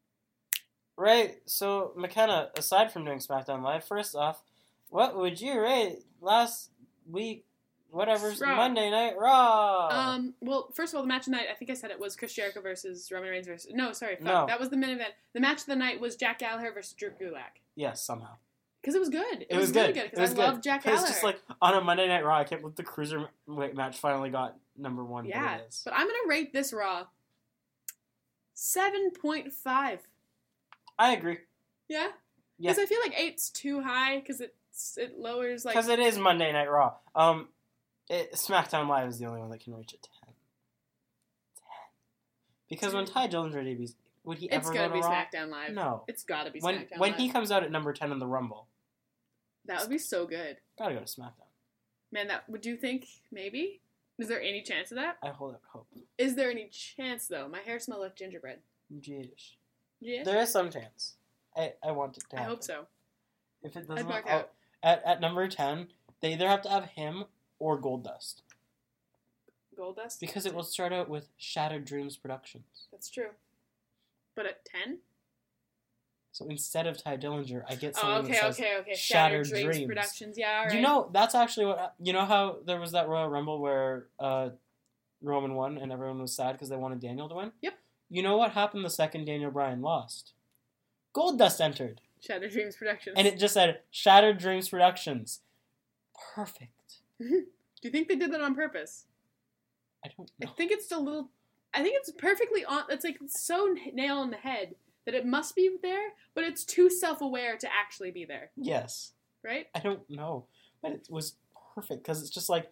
Speaker 1: Right. So McKenna, aside from doing SmackDown Live, first off, what would you rate last week? Whatever's
Speaker 2: Raw.
Speaker 1: Monday Night Raw.
Speaker 2: Um, well, first of all, the match of the night, I think I said it was Chris Jericho versus Roman Reigns versus. No, sorry, fuck.
Speaker 1: No.
Speaker 2: That was the main event. The match of the night was Jack Gallagher versus Drew Gulak.
Speaker 1: yes, somehow.
Speaker 2: Because it was good. It,
Speaker 1: It was
Speaker 2: really
Speaker 1: good. It
Speaker 2: good.
Speaker 1: was
Speaker 2: Because I
Speaker 1: good.
Speaker 2: love Jack Gallagher.
Speaker 1: It's just like on a Monday Night Raw, I can't believe the cruiserweight match finally got number one. but
Speaker 2: yeah.
Speaker 1: it is.
Speaker 2: But I'm going to rate this Raw 7.5.
Speaker 1: I agree
Speaker 2: Yeah?
Speaker 1: Yeah.
Speaker 2: Because I feel like 8's too high because it's it lowers, like.
Speaker 1: because it is Monday Night Raw. Um, it, SmackDown Live is the only one that can reach a ten. Ten. Because when Ty Dillinger debuts, would he
Speaker 2: it's
Speaker 1: ever
Speaker 2: going
Speaker 1: go
Speaker 2: to
Speaker 1: to
Speaker 2: be
Speaker 1: Raw?
Speaker 2: SmackDown Live.
Speaker 1: No.
Speaker 2: It's got to be
Speaker 1: When
Speaker 2: SmackDown
Speaker 1: when
Speaker 2: Live.
Speaker 1: he comes out at number ten in the Rumble,
Speaker 2: that would be so good.
Speaker 1: gotta go to SmackDown.
Speaker 2: Man, that would you think maybe? Is there any chance of that?
Speaker 1: I hold out hope.
Speaker 2: Is there any chance, though? My hair smells like gingerbread.
Speaker 1: Jeez.
Speaker 2: Yeah.
Speaker 1: There is some chance. I, I want it to
Speaker 2: I
Speaker 1: happen.
Speaker 2: hope so.
Speaker 1: If it
Speaker 2: I'd
Speaker 1: doesn't,
Speaker 2: mark
Speaker 1: I'll-
Speaker 2: out.
Speaker 1: at at number ten, they either have to have him or Gold Dust.
Speaker 2: Gold dust?
Speaker 1: Because it will start out with Shattered Dreams Productions.
Speaker 2: That's true. But at 10?
Speaker 1: So instead of Ty Dillinger, I get
Speaker 2: Oh,
Speaker 1: someone
Speaker 2: okay,
Speaker 1: that says,
Speaker 2: okay, okay.
Speaker 1: Shattered
Speaker 2: Shattered, Dreams,
Speaker 1: Dreams.
Speaker 2: Productions. Yeah, all right.
Speaker 1: you know, that's actually what, you know how there was that Royal Rumble where uh, Roman won and everyone was sad because they wanted Daniel to win?
Speaker 2: Yep.
Speaker 1: You know what happened the second Daniel Bryan lost? Gold Dust entered,
Speaker 2: Shattered Dreams Productions.
Speaker 1: and it just said Shattered Dreams Productions. Perfect.
Speaker 2: Do you think they did that on purpose?
Speaker 1: I don't
Speaker 2: I
Speaker 1: know.
Speaker 2: think it's a little. I think it's perfectly on. It's like so n- nail on the head that it must be there, but it's too self aware to actually be there,
Speaker 1: Yes.
Speaker 2: right?
Speaker 1: I don't know, but it was perfect because it's just like,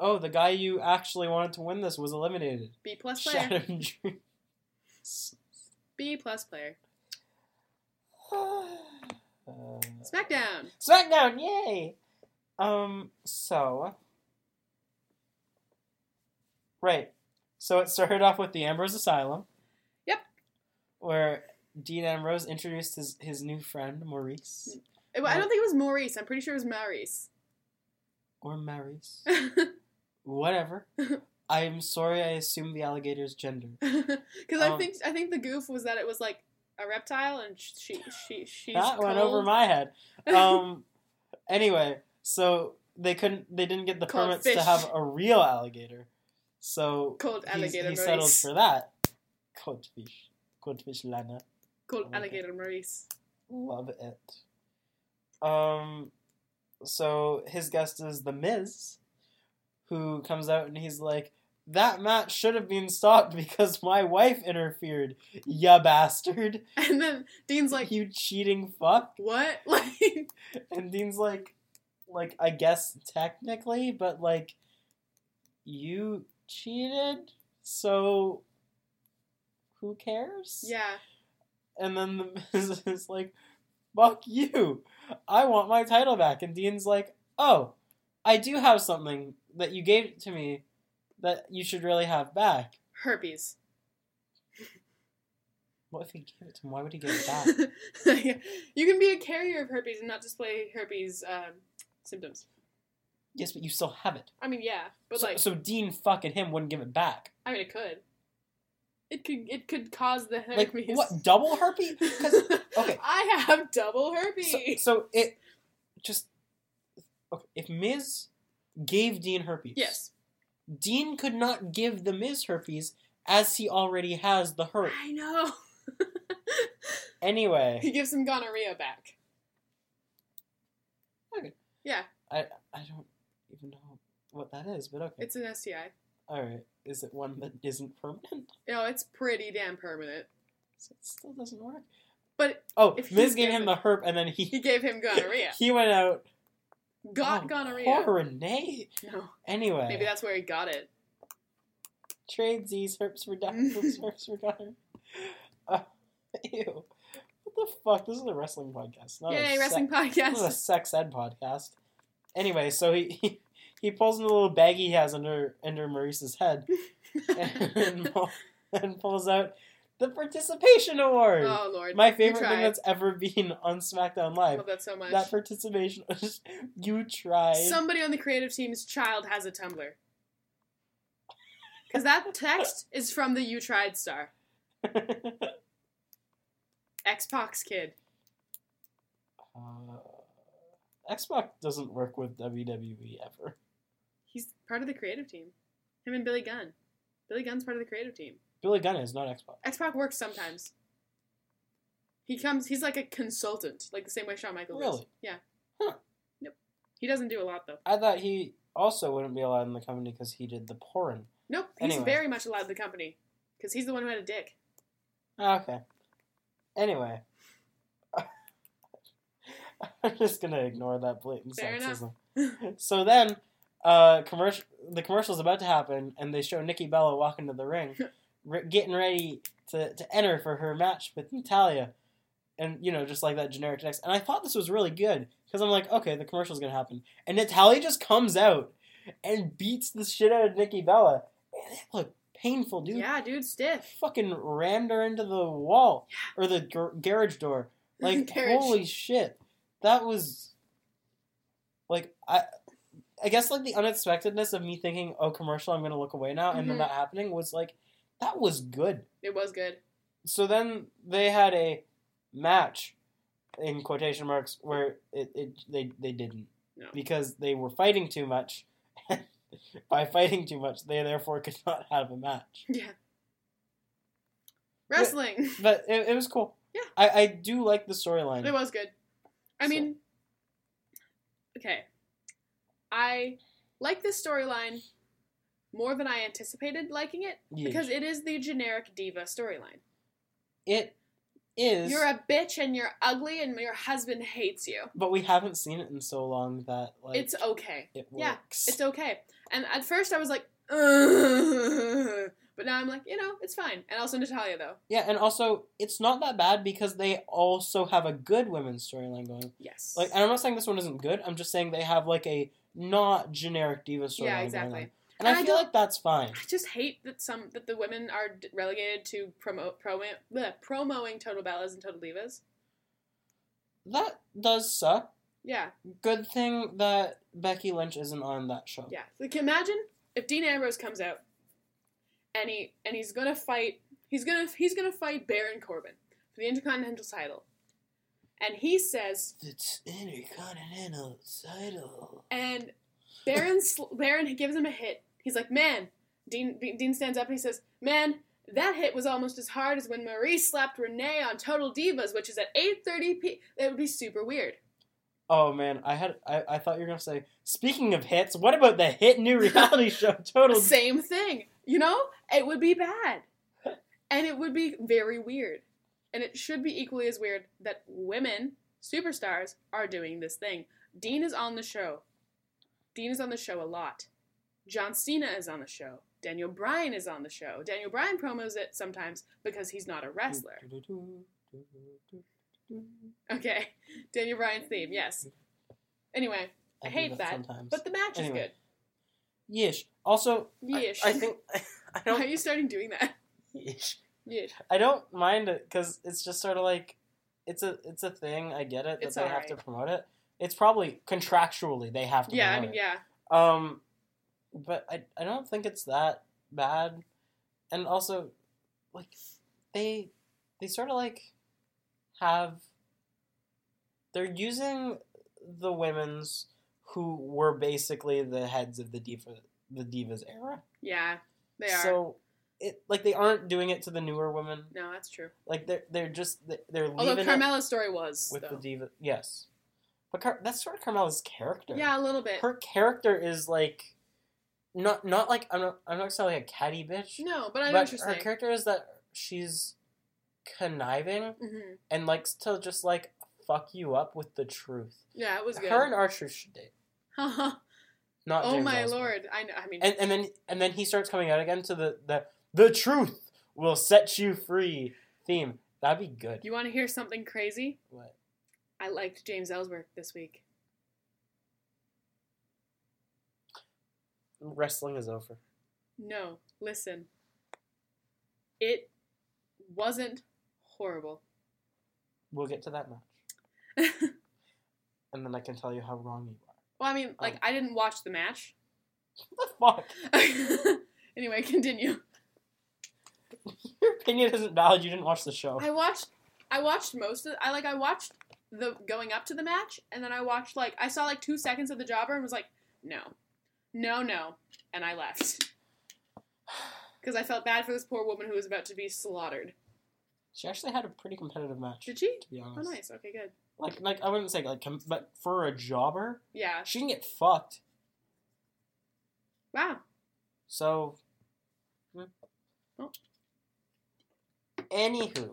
Speaker 1: oh, the guy you actually wanted to win this was eliminated.
Speaker 2: B plus player.
Speaker 1: Shattered Dreams.
Speaker 2: B plus player.
Speaker 1: Uh,
Speaker 2: SmackDown.
Speaker 1: SmackDown, yay! Um, so. Right. So it started off with the Ambrose Asylum.
Speaker 2: Yep.
Speaker 1: Where Dean Ambrose introduced his, his new friend, Maurice.
Speaker 2: Eh, well, I don't think it was Maurice. I'm pretty sure it was Maurice.
Speaker 1: Or Maurice. Whatever. I'm sorry I assumed the alligator's gender.
Speaker 2: Because I
Speaker 1: Um,
Speaker 2: think I think the goof was that it was like a reptile and sh- she she she's
Speaker 1: that went over
Speaker 2: cold.
Speaker 1: my head. Um. anyway, so they couldn't. They didn't get the
Speaker 2: Called
Speaker 1: permits to
Speaker 2: fish.
Speaker 1: have a real alligator. So
Speaker 2: Cold
Speaker 1: he's-
Speaker 2: alligator
Speaker 1: He settled
Speaker 2: Maurice.
Speaker 1: for that. Cold fish. Cold fish Lana.
Speaker 2: Called
Speaker 1: Okay.
Speaker 2: alligator Maurice.
Speaker 1: Love it. Um. So his guest is the Miz, who comes out and he's like. That match should have been stopped because my wife interfered. Ya bastard!
Speaker 2: And then Dean's like,
Speaker 1: you cheating fuck!
Speaker 2: "What? Like,
Speaker 1: And Dean's like, like I guess technically, but like, you cheated, so who cares?
Speaker 2: yeah,
Speaker 1: And then the Miz is like, "Fuck you! I want my title back." And Dean's like, "Oh, I do have something that you gave to me that you should really have back."
Speaker 2: herpes."
Speaker 1: What if he gave it to him? Why would he give it back?
Speaker 2: you can be a carrier of herpes and not display herpes um, symptoms.
Speaker 1: yes, but you still have it.
Speaker 2: I mean, yeah, but
Speaker 1: so,
Speaker 2: like,
Speaker 1: so Dean fucking him wouldn't give it back.
Speaker 2: I mean, it could. It could. It could cause the
Speaker 1: Like
Speaker 2: herpes.
Speaker 1: what? Double herpes? 'Cause- okay.
Speaker 2: I have double herpes.
Speaker 1: so, so it just okay. If Miz gave Dean herpes,
Speaker 2: yes,
Speaker 1: Dean could not give the Miz herpes as he already has the herp.
Speaker 2: I know.
Speaker 1: Anyway,
Speaker 2: He gives him gonorrhea back.
Speaker 1: I I don't even know what that is, but okay.
Speaker 2: It's an STI.
Speaker 1: All right. Is it one that isn't permanent?
Speaker 2: You know, it's pretty damn permanent.
Speaker 1: So it still doesn't work.
Speaker 2: But
Speaker 1: Oh,
Speaker 2: If
Speaker 1: Miz
Speaker 2: he's
Speaker 1: gave him
Speaker 2: given-
Speaker 1: the herp, and then
Speaker 2: he
Speaker 1: he
Speaker 2: gave him gonorrhea.
Speaker 1: he went out
Speaker 2: Got
Speaker 1: Oh,
Speaker 2: gonorrhea.
Speaker 1: Poor Renee.
Speaker 2: No,
Speaker 1: Anyway,
Speaker 2: maybe that's where he got it.
Speaker 1: trades these herps for diamonds, herps for diamonds. Uh, ew. What the fuck? This is a wrestling podcast. Not a
Speaker 2: Yay,
Speaker 1: se-
Speaker 2: wrestling
Speaker 1: This is Oh, a
Speaker 2: podcast.
Speaker 1: sex ed podcast. Anyway, so he, he he pulls in the little bag he has under under Maurice's head and, pull- and pulls out the participation award.
Speaker 2: oh lord,
Speaker 1: My favorite thing
Speaker 2: tried.
Speaker 1: that's ever been on SmackDown
Speaker 2: I
Speaker 1: Live.
Speaker 2: love that so much.
Speaker 1: That participation, you tried.
Speaker 2: Somebody on the creative team's child has a Tumblr. Because that text is from the You Tried star. Xbox kid.
Speaker 1: Uh, Xbox doesn't work with WWE ever.
Speaker 2: He's part of the creative team. Him and Billy Gunn. Billy Gunn's part of the creative team.
Speaker 1: Billy Gunn is not Xbox.
Speaker 2: Xbox works sometimes. He comes. He's like a consultant, like the same way Shawn Michaels. is.
Speaker 1: Really?
Speaker 2: Yeah.
Speaker 1: Huh.
Speaker 2: Nope. He doesn't do a lot though.
Speaker 1: I thought he also wouldn't be allowed in the company because he did the porn.
Speaker 2: Nope. He's
Speaker 1: Anyway.
Speaker 2: very much allowed in the company because he's the one who had a dick.
Speaker 1: Okay. Anyway. I'm just gonna ignore that blatant
Speaker 2: Fair
Speaker 1: sexism. so then, uh, commercial the commercial's about to happen, and they show Nikki Bella walking to the ring, re- getting ready to, to enter for her match with Natalia, and you know just like that generic text. And I thought this was really good because I'm like, okay, the commercial's gonna happen, and Natalia just comes out and beats the shit out of Nikki Bella. Man, that looked painful, dude
Speaker 2: Yeah, dude, stiff.
Speaker 1: fucking rammed her into the wall or the gar- garage door. Like
Speaker 2: Garage.
Speaker 1: holy shit, that was like I. I guess like the unexpectedness of me thinking, "Oh, commercial, I'm gonna look away now," and then
Speaker 2: Mhm.
Speaker 1: that happening was like, that was good.
Speaker 2: It was good.
Speaker 1: So then they had a match, in quotation marks, where it, it they they didn't
Speaker 2: No.
Speaker 1: because they were fighting too much. By fighting too much, they therefore could not have a match.
Speaker 2: Yeah. Wrestling.
Speaker 1: But it, it was cool.
Speaker 2: Yeah.
Speaker 1: I, I do like the
Speaker 2: It
Speaker 1: storyline.
Speaker 2: was good. I
Speaker 1: So-
Speaker 2: mean, okay. I like this storyline more than I anticipated liking it
Speaker 1: Yeah.
Speaker 2: because it is the generic diva storyline.
Speaker 1: It is,
Speaker 2: You're a bitch and you're ugly and your husband hates you.
Speaker 1: but we haven't seen it in so long that like
Speaker 2: It's okay.
Speaker 1: it
Speaker 2: yeah,
Speaker 1: works.
Speaker 2: It's okay. And at first I was like, Ugh. but now I'm like, you know, it's fine. And also Natalia though.
Speaker 1: yeah, and also it's not that bad because they also have a good women's storyline going.
Speaker 2: Yes.
Speaker 1: Like, and I'm not saying this one isn't good. I'm just saying they have like a not generic diva storyline.
Speaker 2: yeah,
Speaker 1: Going
Speaker 2: exactly.
Speaker 1: on. And,
Speaker 2: And
Speaker 1: I,
Speaker 2: I
Speaker 1: feel
Speaker 2: don't-
Speaker 1: like that's fine.
Speaker 2: I just hate that some that the women are d- relegated to promote promo, bleh, promoing total bellas and total divas.
Speaker 1: That does suck.
Speaker 2: Yeah,
Speaker 1: Good thing that Becky Lynch isn't on that show.
Speaker 2: yeah. Like imagine if Dean Ambrose comes out and he and he's gonna fight he's gonna he's gonna fight Baron Corbin for the Intercontinental title, and he says
Speaker 1: It's Intercontinental title.
Speaker 2: and Baron sl- Baron gives him a hit. He's like, man. Dean Dean stands up and he says, man. That hit was almost as hard as when Marie slapped Renee on Total Divas, which is at 8:30 p. That would be super weird.
Speaker 1: Oh man, I had I, I thought you were gonna say. Speaking of hits, what about the hit new reality show Total?
Speaker 2: Same thing. You know, it would be bad. And it would be very weird. And it should be equally as weird that women, superstars, are doing this thing. Dean is on the show. Dean is on the show a lot. John Cena is on the show. Daniel Bryan is on the show. Daniel Bryan promos it sometimes because he's not a wrestler. Okay. Daniel Bryan's theme, yes. Anyway, I hate
Speaker 1: do
Speaker 2: that,
Speaker 1: Sometimes.
Speaker 2: but the match is
Speaker 1: Anyway.
Speaker 2: good.
Speaker 1: yeesh. Also, I-
Speaker 2: Yeesh.
Speaker 1: I, think I
Speaker 2: Why are
Speaker 1: don't.
Speaker 2: you starting doing that?
Speaker 1: yeesh.
Speaker 2: Yeah.
Speaker 1: I don't mind it because it's just sort of like it's a it's a thing. I get it that
Speaker 2: It's
Speaker 1: they have
Speaker 2: alright.
Speaker 1: to promote it. It's probably contractually they have to.
Speaker 2: Yeah, I
Speaker 1: promote
Speaker 2: mean,
Speaker 1: it.
Speaker 2: yeah.
Speaker 1: Um, but I I don't think it's that bad, and also, like, they they sort of like have they're using the women's who were basically the heads of the diva the divas era.
Speaker 2: Yeah, they are.
Speaker 1: So it like they aren't doing it to the newer women.
Speaker 2: no, that's true.
Speaker 1: Like they're they're just they're
Speaker 2: Although
Speaker 1: leaving it
Speaker 2: Carmela's story was
Speaker 1: with the
Speaker 2: though.
Speaker 1: diva. Yes, but Car- that's sort of Carmela's character.
Speaker 2: yeah, a little bit.
Speaker 1: her character is like not not like I'm not I'm not saying like a catty bitch,
Speaker 2: no, but I know
Speaker 1: but
Speaker 2: what you're
Speaker 1: her
Speaker 2: saying.
Speaker 1: character is that she's conniving
Speaker 2: hmm
Speaker 1: and likes to just like fuck you up with the truth.
Speaker 2: Yeah, it was good.
Speaker 1: Her and Archer should date. Not
Speaker 2: oh
Speaker 1: James
Speaker 2: my
Speaker 1: Osborne.
Speaker 2: lord! I know. I mean,
Speaker 1: And and then and then he starts coming out again to the the the truth will set you free theme. That'd be good.
Speaker 2: you want to hear something crazy?
Speaker 1: What?
Speaker 2: I liked James Ellsworth this week.
Speaker 1: Wrestling is over.
Speaker 2: No, listen. It wasn't horrible.
Speaker 1: We'll get to that match,
Speaker 2: well,
Speaker 1: and then I can tell you how wrong you are.
Speaker 2: I mean, like
Speaker 1: Um.
Speaker 2: I didn't watch the match.
Speaker 1: What the fuck?
Speaker 2: anyway, continue.
Speaker 1: Your opinion isn't valid. You didn't watch the show.
Speaker 2: I watched. I watched most of. I like. I watched the going up to the match, and then I watched like I saw like two seconds of the jobber and was like, no, no, no, and I left because I felt bad for this poor woman who was about to be slaughtered.
Speaker 1: She actually had a pretty competitive match.
Speaker 2: Did she?
Speaker 1: To be
Speaker 2: Oh,
Speaker 1: honest,
Speaker 2: nice. Okay, good.
Speaker 1: like like I wouldn't say like com- but for a jobber,
Speaker 2: Yeah.
Speaker 1: she can get fucked.
Speaker 2: Wow.
Speaker 1: So, hmm.
Speaker 2: Oh.
Speaker 1: anywho,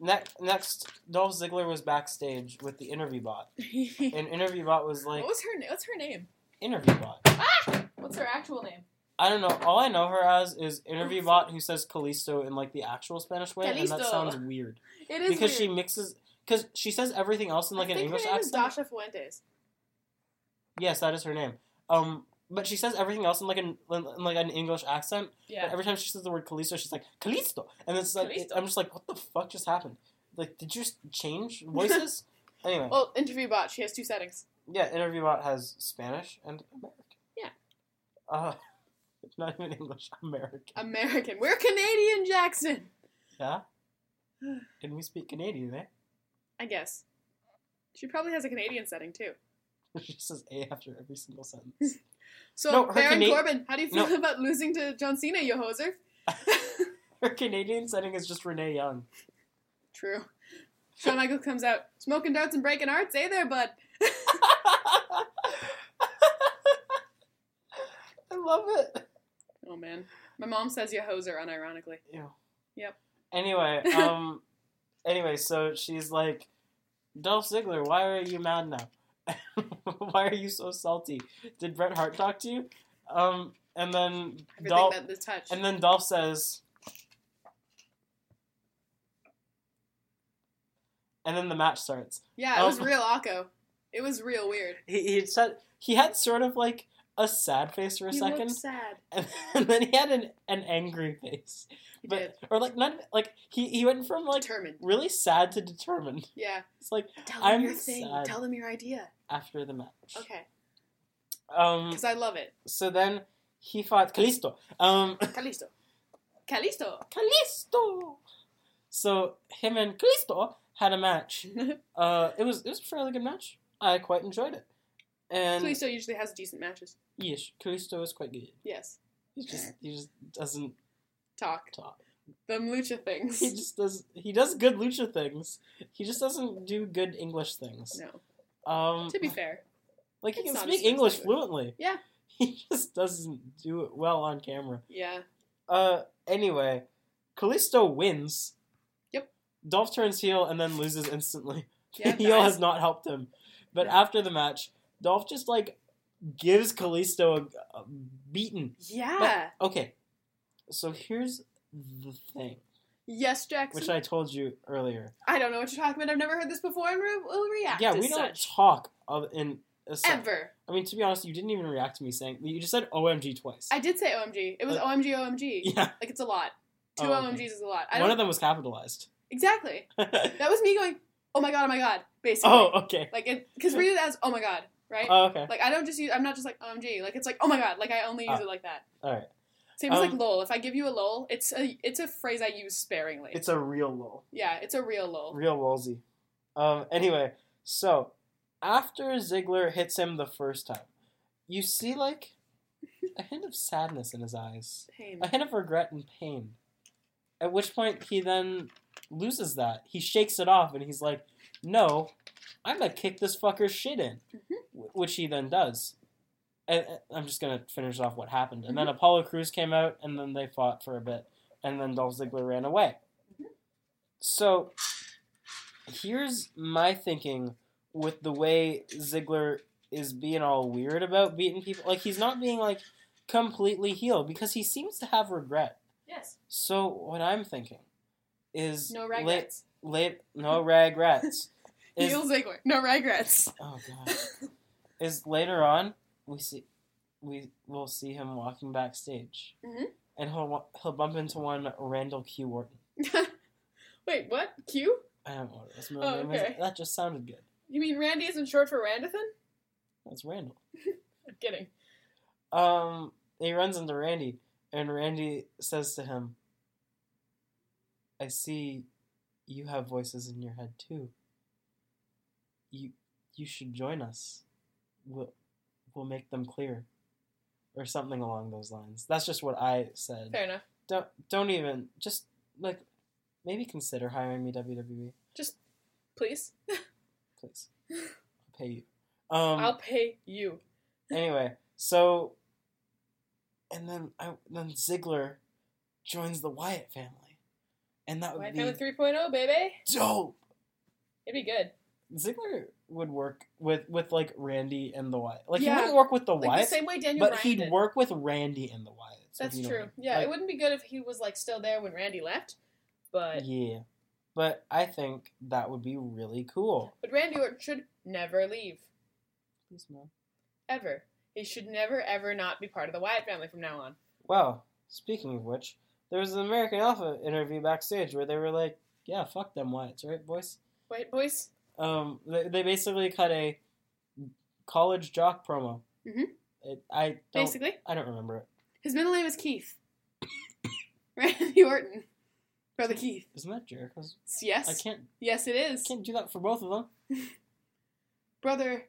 Speaker 1: next next Dolph Ziggler was backstage with the interview bot, and interview bot was like
Speaker 2: what was her name? What's her name?
Speaker 1: interview bot.
Speaker 2: What's her actual name?
Speaker 1: I don't know. All I know her as is interview bot who says Callisto in like the actual Spanish way, and that
Speaker 2: Callisto.
Speaker 1: sounds weird
Speaker 2: It is
Speaker 1: because she mixes because she says everything else in like an English
Speaker 2: her name
Speaker 1: accent.
Speaker 2: is Dasha Fuentes.
Speaker 1: Yes, that is her name. Um, but she says everything else in like an in, like an English accent. But
Speaker 2: Yeah.
Speaker 1: every time she says the word Callisto, she's like Callisto, and it's like
Speaker 2: Callisto.
Speaker 1: I'm just like, what the fuck just happened? Like, did you just change voices? anyway,
Speaker 2: Well, interview bot. She has two settings.
Speaker 1: yeah, interview bot has Spanish and American.
Speaker 2: Yeah.
Speaker 1: Uh, not even English, American.
Speaker 2: American. We're Canadian, Jackson.
Speaker 1: Yeah. Can we speak Canadian? Eh?
Speaker 2: I guess. She probably has a Canadian setting too.
Speaker 1: She says A after every single sentence.
Speaker 2: So
Speaker 1: No, her
Speaker 2: Baron
Speaker 1: Cana-
Speaker 2: Corbin, how do you feel
Speaker 1: No.
Speaker 2: about losing to John Cena, you hoser?
Speaker 1: Her Canadian setting is just Renee Young.
Speaker 2: True. Shawn Michaels comes out, smoking darts and breaking hearts. Hey there, bud.
Speaker 1: I love it.
Speaker 2: Oh man, my mom says you hoser unironically.
Speaker 1: Yeah.
Speaker 2: Yep.
Speaker 1: Anyway, um, anyway, so she's like, Dolph Ziggler, why are you mad now? why are you so salty? Did Bret Hart talk to you? Um, and then
Speaker 2: Everything
Speaker 1: Dolph,
Speaker 2: that this touch.
Speaker 1: and then Dolph says, and then the match starts.
Speaker 2: yeah, it was
Speaker 1: um,
Speaker 2: real Akko. It was real weird.
Speaker 1: He he said he had sort of like a sad face for a
Speaker 2: he
Speaker 1: second,
Speaker 2: looked sad.
Speaker 1: and, then he had an an angry face,
Speaker 2: He
Speaker 1: but
Speaker 2: did.
Speaker 1: or like not like he he went from like
Speaker 2: Determined.
Speaker 1: really sad to determined.
Speaker 2: Yeah.
Speaker 1: It's like
Speaker 2: Tell them
Speaker 1: I'm
Speaker 2: your thing.
Speaker 1: sad.
Speaker 2: Tell them your idea.
Speaker 1: after the match.
Speaker 2: Okay.
Speaker 1: Um.
Speaker 2: Because Mm. I love it.
Speaker 1: So then he fought Callisto. Um.
Speaker 2: Calisto. Calisto.
Speaker 1: Callisto. So him and Callisto had a match. Uh. It was it was a fairly good match. I quite enjoyed it. And
Speaker 2: Calisto usually has decent matches.
Speaker 1: yes, Callisto is quite good.
Speaker 2: Yes.
Speaker 1: He just he just doesn't
Speaker 2: Talk.
Speaker 1: talk.
Speaker 2: Them lucha things.
Speaker 1: He just does he does good lucha things. He just doesn't do good English things.
Speaker 2: No.
Speaker 1: Um.
Speaker 2: To be fair.
Speaker 1: Like he
Speaker 2: It's
Speaker 1: can
Speaker 2: not
Speaker 1: speak
Speaker 2: his first
Speaker 1: English
Speaker 2: language.
Speaker 1: fluently.
Speaker 2: Yeah.
Speaker 1: He just doesn't do it well on camera.
Speaker 2: Yeah.
Speaker 1: Uh anyway, Callisto wins.
Speaker 2: Yep.
Speaker 1: Dolph turns heel and then loses instantly.
Speaker 2: Yeah.
Speaker 1: heel
Speaker 2: guys.
Speaker 1: has not helped him. But
Speaker 2: No.
Speaker 1: after the match, Dolph just like gives Callisto a, a beaten.
Speaker 2: Yeah.
Speaker 1: Okay. So here's the thing,
Speaker 2: yes, Jackson.
Speaker 1: which I told you earlier.
Speaker 2: I don't know what you're talking about. I've never heard this before, and re- we'll react.
Speaker 1: yeah,
Speaker 2: as
Speaker 1: we don't
Speaker 2: such.
Speaker 1: talk of in a sec-
Speaker 2: ever.
Speaker 1: I mean, to be honest, you didn't even react to me saying you just said OMG twice.
Speaker 2: I did say OMG. It was
Speaker 1: Uh,
Speaker 2: OMG, OMG.
Speaker 1: yeah.
Speaker 2: Like it's a lot. Two
Speaker 1: Oh, okay.
Speaker 2: OMGs is a lot. I
Speaker 1: One
Speaker 2: don't,
Speaker 1: of them was capitalized.
Speaker 2: exactly.
Speaker 1: oh,
Speaker 2: That was me going, oh my god, oh my god, basically.
Speaker 1: okay.
Speaker 2: Like, it because read it as, oh my god, right?
Speaker 1: Oh, okay.
Speaker 2: like, I don't just use, I'm not just like OMG. Like, it's like, oh my god. Like, I only use
Speaker 1: Ah.
Speaker 2: it like that.
Speaker 1: All right.
Speaker 2: Same as like
Speaker 1: Um,
Speaker 2: lol. If I give you a lol, it's a it's a phrase I use sparingly.
Speaker 1: It's a real lol.
Speaker 2: yeah, it's a real lol.
Speaker 1: Real Wolsey. Um, anyway, so after Ziggler hits him the first time, you see like a hint of sadness in his eyes,
Speaker 2: Pain.
Speaker 1: a hint of regret and pain. At which point he then loses that. He shakes it off and he's like, "No, I'm gonna kick this fucker's shit in," Wh- which he then does. And and I'm just gonna finish off what happened. And then Apollo Crews came out, and then they fought for a bit, and then Dolph Ziggler ran away. So here's my thinking with the way Ziggler is being all weird about beating people. Like he's not being like completely healed because he seems to have regret.
Speaker 2: Yes.
Speaker 1: So what I'm thinking is
Speaker 2: No
Speaker 1: la-
Speaker 2: regrets.
Speaker 1: late no regrets. is,
Speaker 2: Heel Ziggler. No regrets.
Speaker 1: oh god. Is later on we see we will see him walking backstage.
Speaker 2: Mhm.
Speaker 1: And he'll wa- he'll bump into one Randall Q Wharton.
Speaker 2: Wait, what? Q?
Speaker 1: I don't know what his middle
Speaker 2: Oh,
Speaker 1: name is.
Speaker 2: okay.
Speaker 1: That just sounded good.
Speaker 2: You mean Randy isn't short for Randithan?
Speaker 1: That's Randall.
Speaker 2: I'm kidding.
Speaker 1: Um, he runs into Randy, and Randy says to him, "I see, you have voices in your head too. You you should join us. We'll we'll make them clear, or something along those lines. That's just what I said.
Speaker 2: Fair enough.
Speaker 1: Don't don't even just like maybe consider hiring me WWE,
Speaker 2: Just please.
Speaker 1: please. I'll pay you. Um,
Speaker 2: I'll pay you.
Speaker 1: anyway, so and then I then Ziggler joins the Wyatt family, and that would
Speaker 2: White
Speaker 1: be
Speaker 2: Family 3.0, oh, baby.
Speaker 1: dope.
Speaker 2: It'd be good.
Speaker 1: Ziggler would work with with like Randy and the Wyatt. Like
Speaker 2: Yeah.
Speaker 1: he wouldn't work with the
Speaker 2: Like
Speaker 1: Wyatts,
Speaker 2: the same way Daniel
Speaker 1: but
Speaker 2: Bryan
Speaker 1: he'd
Speaker 2: did.
Speaker 1: work with Randy and the Wyatts. if
Speaker 2: That's
Speaker 1: you know what I
Speaker 2: true.
Speaker 1: mean.
Speaker 2: Yeah,
Speaker 1: Like,
Speaker 2: it wouldn't be good if he was like still there when Randy left, but
Speaker 1: yeah. But I think that would be really cool.
Speaker 2: but Randy Orton should never leave
Speaker 1: Please, no.
Speaker 2: ever. He should never ever not be part of the Wyatt family from now on.
Speaker 1: Well, speaking of which, there was an American Alpha interview backstage where they were like, "Yeah, fuck them Wyatts, right, boys."
Speaker 2: Wyatt boys.
Speaker 1: um, they, they basically cut a college jock promo.
Speaker 2: Mhm.
Speaker 1: It, I don't.
Speaker 2: Basically,
Speaker 1: I don't remember it.
Speaker 2: his middle name is Keith. Randy Orton, brother Keith.
Speaker 1: Isn't that Jericho's?
Speaker 2: Yes.
Speaker 1: I can't.
Speaker 2: Yes, it is.
Speaker 1: I can't do that for both of them.
Speaker 2: Brother,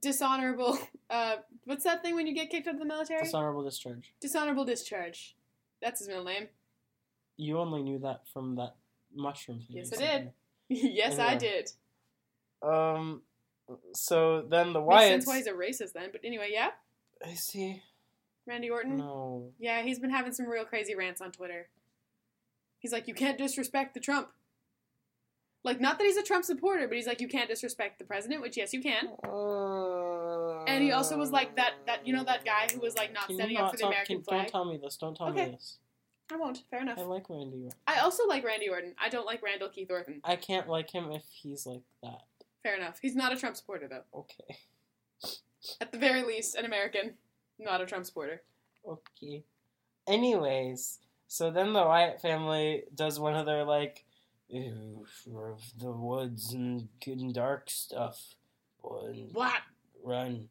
Speaker 2: dishonorable. Uh, what's that thing when you get kicked out of the military?
Speaker 1: Dishonorable discharge.
Speaker 2: dishonorable discharge. That's his middle name.
Speaker 1: You only knew that from that mushroom thing.
Speaker 2: Yes,
Speaker 1: you
Speaker 2: I
Speaker 1: sent
Speaker 2: did. yes, I
Speaker 1: Anyway,
Speaker 2: did.
Speaker 1: me. Um. So then the
Speaker 2: Makes sense
Speaker 1: Wyatts.
Speaker 2: why he's a racist then. But anyway, yeah,
Speaker 1: I see.
Speaker 2: Randy Orton.
Speaker 1: No.
Speaker 2: Yeah, he's been having some real crazy rants on Twitter. He's like, you can't disrespect the Trump. Like, not that he's a Trump supporter, but he's like, you can't disrespect the president, which yes, you can.
Speaker 1: And
Speaker 2: he also was like that- that- you know that guy who was like not
Speaker 1: Uh, Can you
Speaker 2: standing up
Speaker 1: not
Speaker 2: for the
Speaker 1: tell-
Speaker 2: American
Speaker 1: can-
Speaker 2: flag?
Speaker 1: Don't tell me this. Don't tell
Speaker 2: Okay.
Speaker 1: me this.
Speaker 2: I won't. Fair enough.
Speaker 1: I like Randy. Orton.
Speaker 2: I also like Randy Orton. I don't like Randall Keith Orton.
Speaker 1: I can't like him if he's like that.
Speaker 2: Fair enough. He's not a Trump supporter though.
Speaker 1: Okay.
Speaker 2: At the very least, an American, not a Trump supporter.
Speaker 1: Okay. Anyways, so then the Wyatt family does one of their like "Ew, of the woods and good and dark stuff. Run,
Speaker 2: What?
Speaker 1: run.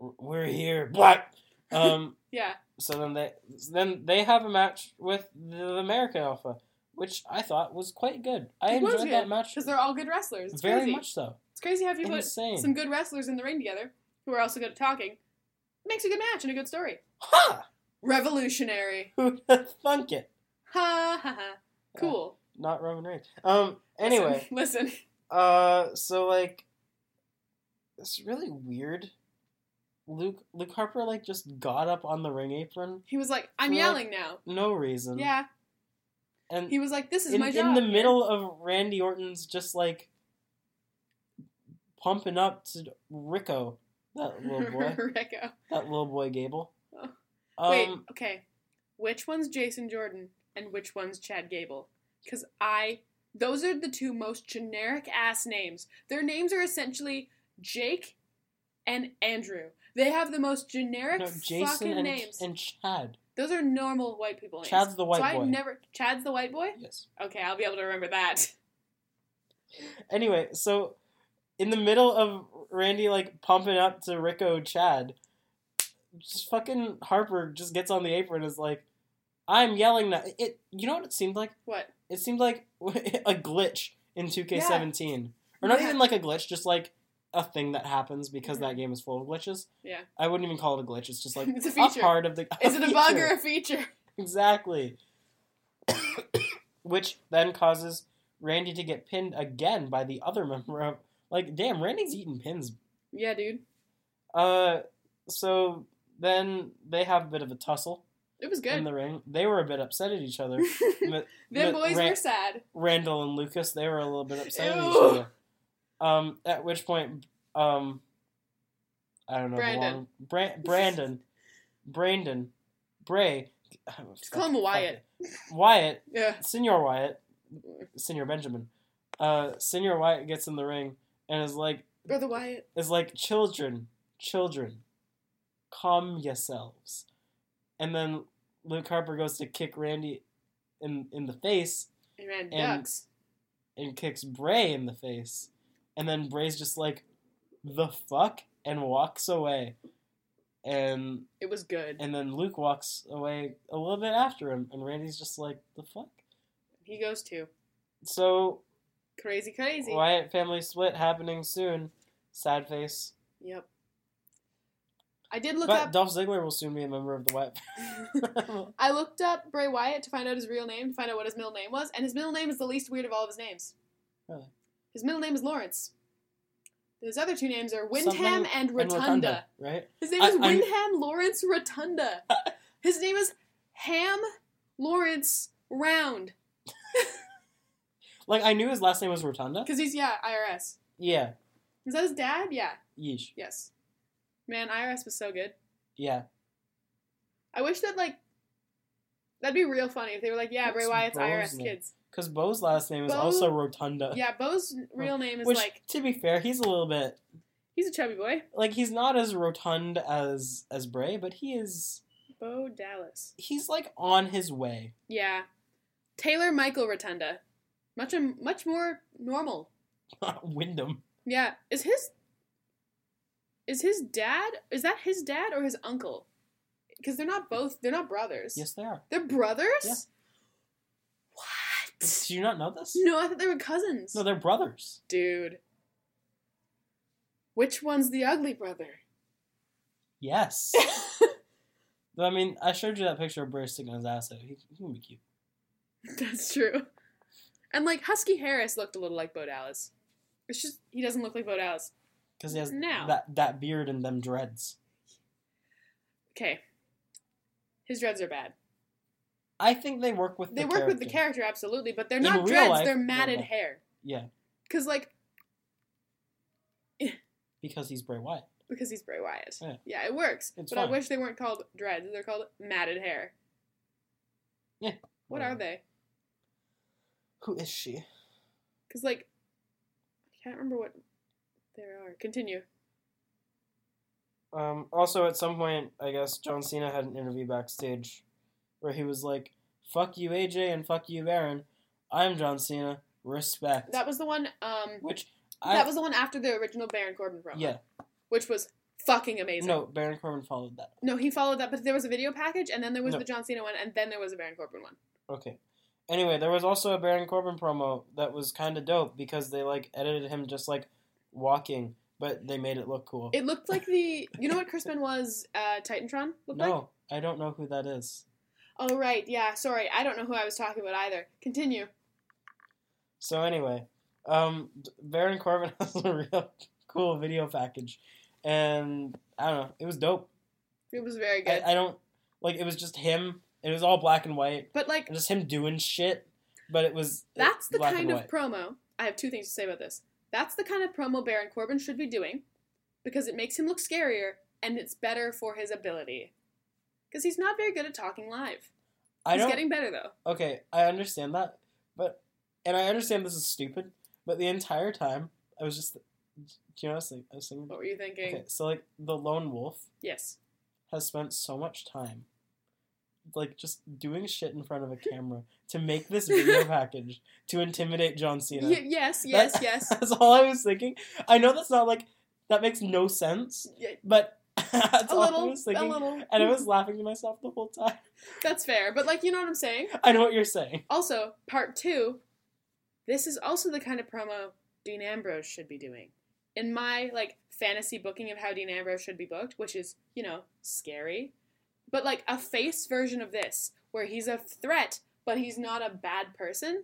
Speaker 1: We're here. Black. Um.
Speaker 2: Yeah.
Speaker 1: so then they then they have a match with the American Alpha, which I thought was quite good. I
Speaker 2: It was
Speaker 1: enjoyed that
Speaker 2: good,
Speaker 1: match
Speaker 2: Because they're all good wrestlers. It's
Speaker 1: very
Speaker 2: crazy.
Speaker 1: much. So
Speaker 2: It's crazy how if you put
Speaker 1: insane.
Speaker 2: some good wrestlers in the ring together who are also good at talking, it makes a good match and a good story.
Speaker 1: ha!
Speaker 2: Revolutionary.
Speaker 1: Who'd have thunk it?
Speaker 2: Ha ha ha. Cool.
Speaker 1: Not Roman Reigns. Um. Anyway.
Speaker 2: Listen. listen.
Speaker 1: Uh, so like, it's really weird. Luke Luke Harper like just got up on the ring apron,
Speaker 2: He was like, I'm
Speaker 1: For, like,
Speaker 2: yelling now.
Speaker 1: no reason.
Speaker 2: Yeah.
Speaker 1: and
Speaker 2: He was like, this is
Speaker 1: um, in,
Speaker 2: my
Speaker 1: in
Speaker 2: job.
Speaker 1: the middle of Randy Orton's just like pumping up to Rico, that little boy,
Speaker 2: Rico.
Speaker 1: that little boy Gable.
Speaker 2: Oh.
Speaker 1: Um,
Speaker 2: Wait, okay. Which one's Jason Jordan and which one's Chad Gable? Because I. Those are the two most generic ass names. Their names are essentially Jake and Andrew. They have the most generic
Speaker 1: no,
Speaker 2: fucking
Speaker 1: Jason and,
Speaker 2: names.
Speaker 1: and Chad.
Speaker 2: Those are normal white people names.
Speaker 1: Chad's the white
Speaker 2: so I
Speaker 1: boy.
Speaker 2: never Chad's the white boy?
Speaker 1: yes.
Speaker 2: Okay, I'll be able to remember that.
Speaker 1: Anyway, so in the middle of Randy like pumping up to Rico Chad, just fucking Harper just gets on the apron and is like, "I'm yelling now." It you know what it seemed like?
Speaker 2: What?
Speaker 1: It seemed like a glitch in 2K17, or not
Speaker 2: Yeah.
Speaker 1: even like a glitch, just like a thing that happens because that game is full of glitches.
Speaker 2: Yeah.
Speaker 1: I wouldn't even call it a glitch. It's just like
Speaker 2: It's a feature.
Speaker 1: part of the.
Speaker 2: Is it a bug
Speaker 1: feature.
Speaker 2: or a feature?
Speaker 1: Exactly. Which then causes Randy to get pinned again by the other member of like damn, Randy's eating pins.
Speaker 2: Yeah, dude.
Speaker 1: Uh so then they have a bit of a tussle
Speaker 2: It was
Speaker 1: in
Speaker 2: good.
Speaker 1: the ring. They were a bit upset at each other. Ma-
Speaker 2: Them
Speaker 1: ma-
Speaker 2: boys
Speaker 1: Ran-
Speaker 2: were sad.
Speaker 1: Randall and Lucas, they were a little bit upset at each
Speaker 2: Ew.
Speaker 1: other. Um at which point um I don't know the
Speaker 2: Brandon.
Speaker 1: long- Bran- Brandon Brandon Bray
Speaker 2: Just call him Wyatt.
Speaker 1: Wyatt
Speaker 2: Yeah.
Speaker 1: Senor Wyatt, Senor Benjamin, uh, Senor Wyatt gets in the ring and is like,
Speaker 2: Brother Wyatt.
Speaker 1: is like, children, children, calm yourselves. And then Luke Harper goes to kick Randy in in the face
Speaker 2: And ran
Speaker 1: And-
Speaker 2: ducks.
Speaker 1: and kicks Bray in the face, and then Bray's just like, the fuck, and walks away. And
Speaker 2: It was good.
Speaker 1: and then Luke walks away a little bit after him, and Randy's just like, the fuck.
Speaker 2: He goes too.
Speaker 1: So
Speaker 2: Crazy, crazy.
Speaker 1: Wyatt family split happening soon. Sad face.
Speaker 2: Yep. I did look
Speaker 1: but
Speaker 2: up.
Speaker 1: Dolph Ziggler will soon be a member of the Wyatt. family.
Speaker 2: I looked up Bray Wyatt to find out his real name, to find out what his middle name was, and his middle name is the least weird of all of his names.
Speaker 1: Really?
Speaker 2: His middle name is Lawrence. His other two names are Windham
Speaker 1: Something
Speaker 2: and
Speaker 1: And
Speaker 2: Rotunda.
Speaker 1: right?
Speaker 2: His name
Speaker 1: I-
Speaker 2: is
Speaker 1: I'm-
Speaker 2: Windham Lawrence Rotunda. his name is Ham Lawrence Round
Speaker 1: Like I knew his last name was Rotunda.
Speaker 2: because he's yeah IRS.
Speaker 1: Yeah,
Speaker 2: Is that his dad? Yeah.
Speaker 1: yeesh.
Speaker 2: Yes. Man, IRS was so good.
Speaker 1: Yeah,
Speaker 2: I wish that like that'd be real funny if they were like, yeah, Bray
Speaker 1: What's
Speaker 2: Wyatt's
Speaker 1: Bo's
Speaker 2: IRS
Speaker 1: name?
Speaker 2: kids.
Speaker 1: because Bo's last name is
Speaker 2: Bo-
Speaker 1: also Rotunda.
Speaker 2: Yeah, Bo's real name is
Speaker 1: Which,
Speaker 2: like
Speaker 1: to be fair, he's a little bit
Speaker 2: he's a chubby boy.
Speaker 1: like he's not as rotund as as Bray, but he is
Speaker 2: Bo Dallas.
Speaker 1: he's like on his way.
Speaker 2: Yeah. Taylor Michael Rotunda. Much a, much more normal.
Speaker 1: Wyndham.
Speaker 2: Yeah. Is his is his dad is that his dad or his uncle? Because they're not both they're not brothers.
Speaker 1: Yes, they are.
Speaker 2: They're brothers?
Speaker 1: Yeah.
Speaker 2: What?
Speaker 1: Do you not know this?
Speaker 2: No, I thought they were cousins.
Speaker 1: No, they're brothers.
Speaker 2: Dude. Which one's the ugly brother?
Speaker 1: Yes. But, I mean, I showed you that picture of Bray sticking his ass out. He, he can be cute.
Speaker 2: That's true. And like Husky Harris looked a little like Bo Dallas. It's just he doesn't look like Bo Dallas.
Speaker 1: Because he has
Speaker 2: No.
Speaker 1: that, that beard and them dreads.
Speaker 2: Okay. His dreads are bad.
Speaker 1: I think they work with the
Speaker 2: They work
Speaker 1: character.
Speaker 2: with the character absolutely, but they're
Speaker 1: In
Speaker 2: not
Speaker 1: real
Speaker 2: dreads,
Speaker 1: life,
Speaker 2: they're
Speaker 1: they're
Speaker 2: matted
Speaker 1: not.
Speaker 2: hair.
Speaker 1: Yeah,
Speaker 2: Cuz like
Speaker 1: because he's Bray Wyatt.
Speaker 2: because he's Bray Wyatt.
Speaker 1: Yeah.
Speaker 2: it works.
Speaker 1: It's
Speaker 2: but I
Speaker 1: fine.
Speaker 2: wish they weren't called dreads. They're called matted hair.
Speaker 1: Yeah.
Speaker 2: What are they?
Speaker 1: Who is she?
Speaker 2: Cuz like I can't remember what there are. Continue.
Speaker 1: Um, also, at some point, I guess John Cena had an interview backstage where he was like, fuck you, AJ, and fuck you, Baron. I'm John Cena. Respect.
Speaker 2: That was the one um
Speaker 1: Which I.
Speaker 2: that was the one after the original Baron Corbin promo.
Speaker 1: Yeah.
Speaker 2: which was fucking amazing.
Speaker 1: No, Baron Corbin followed that.
Speaker 2: No, he followed that, but there was a video package, and then there was
Speaker 1: No.
Speaker 2: the John Cena one, and then there was a Baron Corbin one.
Speaker 1: Okay. Anyway, there was also a Baron Corbin promo that was kind of dope because they like edited him just like walking, but they made it look cool.
Speaker 2: It looked like the you know what Chris Benoit's uh, Titantron looked like.
Speaker 1: no, I don't know who that is.
Speaker 2: Oh right, yeah. Sorry, I don't know who I was talking about either. Continue.
Speaker 1: So anyway, um, Baron Corbin has a real cool video package, and I don't know, it was dope.
Speaker 2: It was very
Speaker 1: I,
Speaker 2: good,
Speaker 1: I don't like it was just him. It was all black and white,
Speaker 2: but like
Speaker 1: and just him doing shit. But it was
Speaker 2: that's the
Speaker 1: black
Speaker 2: kind
Speaker 1: and
Speaker 2: of promo. I have two things to say about this. That's the kind of promo Baron Corbin should be doing, because it makes him look scarier, and it's better for his ability. Because he's not very good at talking live.
Speaker 1: I
Speaker 2: He's
Speaker 1: don't
Speaker 2: getting better though.
Speaker 1: okay, I understand that, but and I understand this is stupid, but the entire time I was just, do you know, what I was thinking, I was thinking,
Speaker 2: What were you thinking?
Speaker 1: okay, so like the lone wolf
Speaker 2: Yes.
Speaker 1: has spent so much time like just doing shit in front of a camera to make this video package to intimidate John Cena.
Speaker 2: Y- yes, yes,
Speaker 1: That-
Speaker 2: yes.
Speaker 1: That's all I was thinking. I know that's not like that makes no sense,
Speaker 2: Yeah,
Speaker 1: but that's
Speaker 2: A
Speaker 1: all I
Speaker 2: little,
Speaker 1: was
Speaker 2: a
Speaker 1: thinking.
Speaker 2: little.
Speaker 1: And I was laughing to myself the whole time.
Speaker 2: That's fair, but like you know what I'm saying.
Speaker 1: I know what you're saying.
Speaker 2: Also, part two. This is also the kind of promo Dean Ambrose should be doing. In my like fantasy booking of how Dean Ambrose should be booked, which is you know scary, but like a face version of this where he's a threat but he's not a bad person.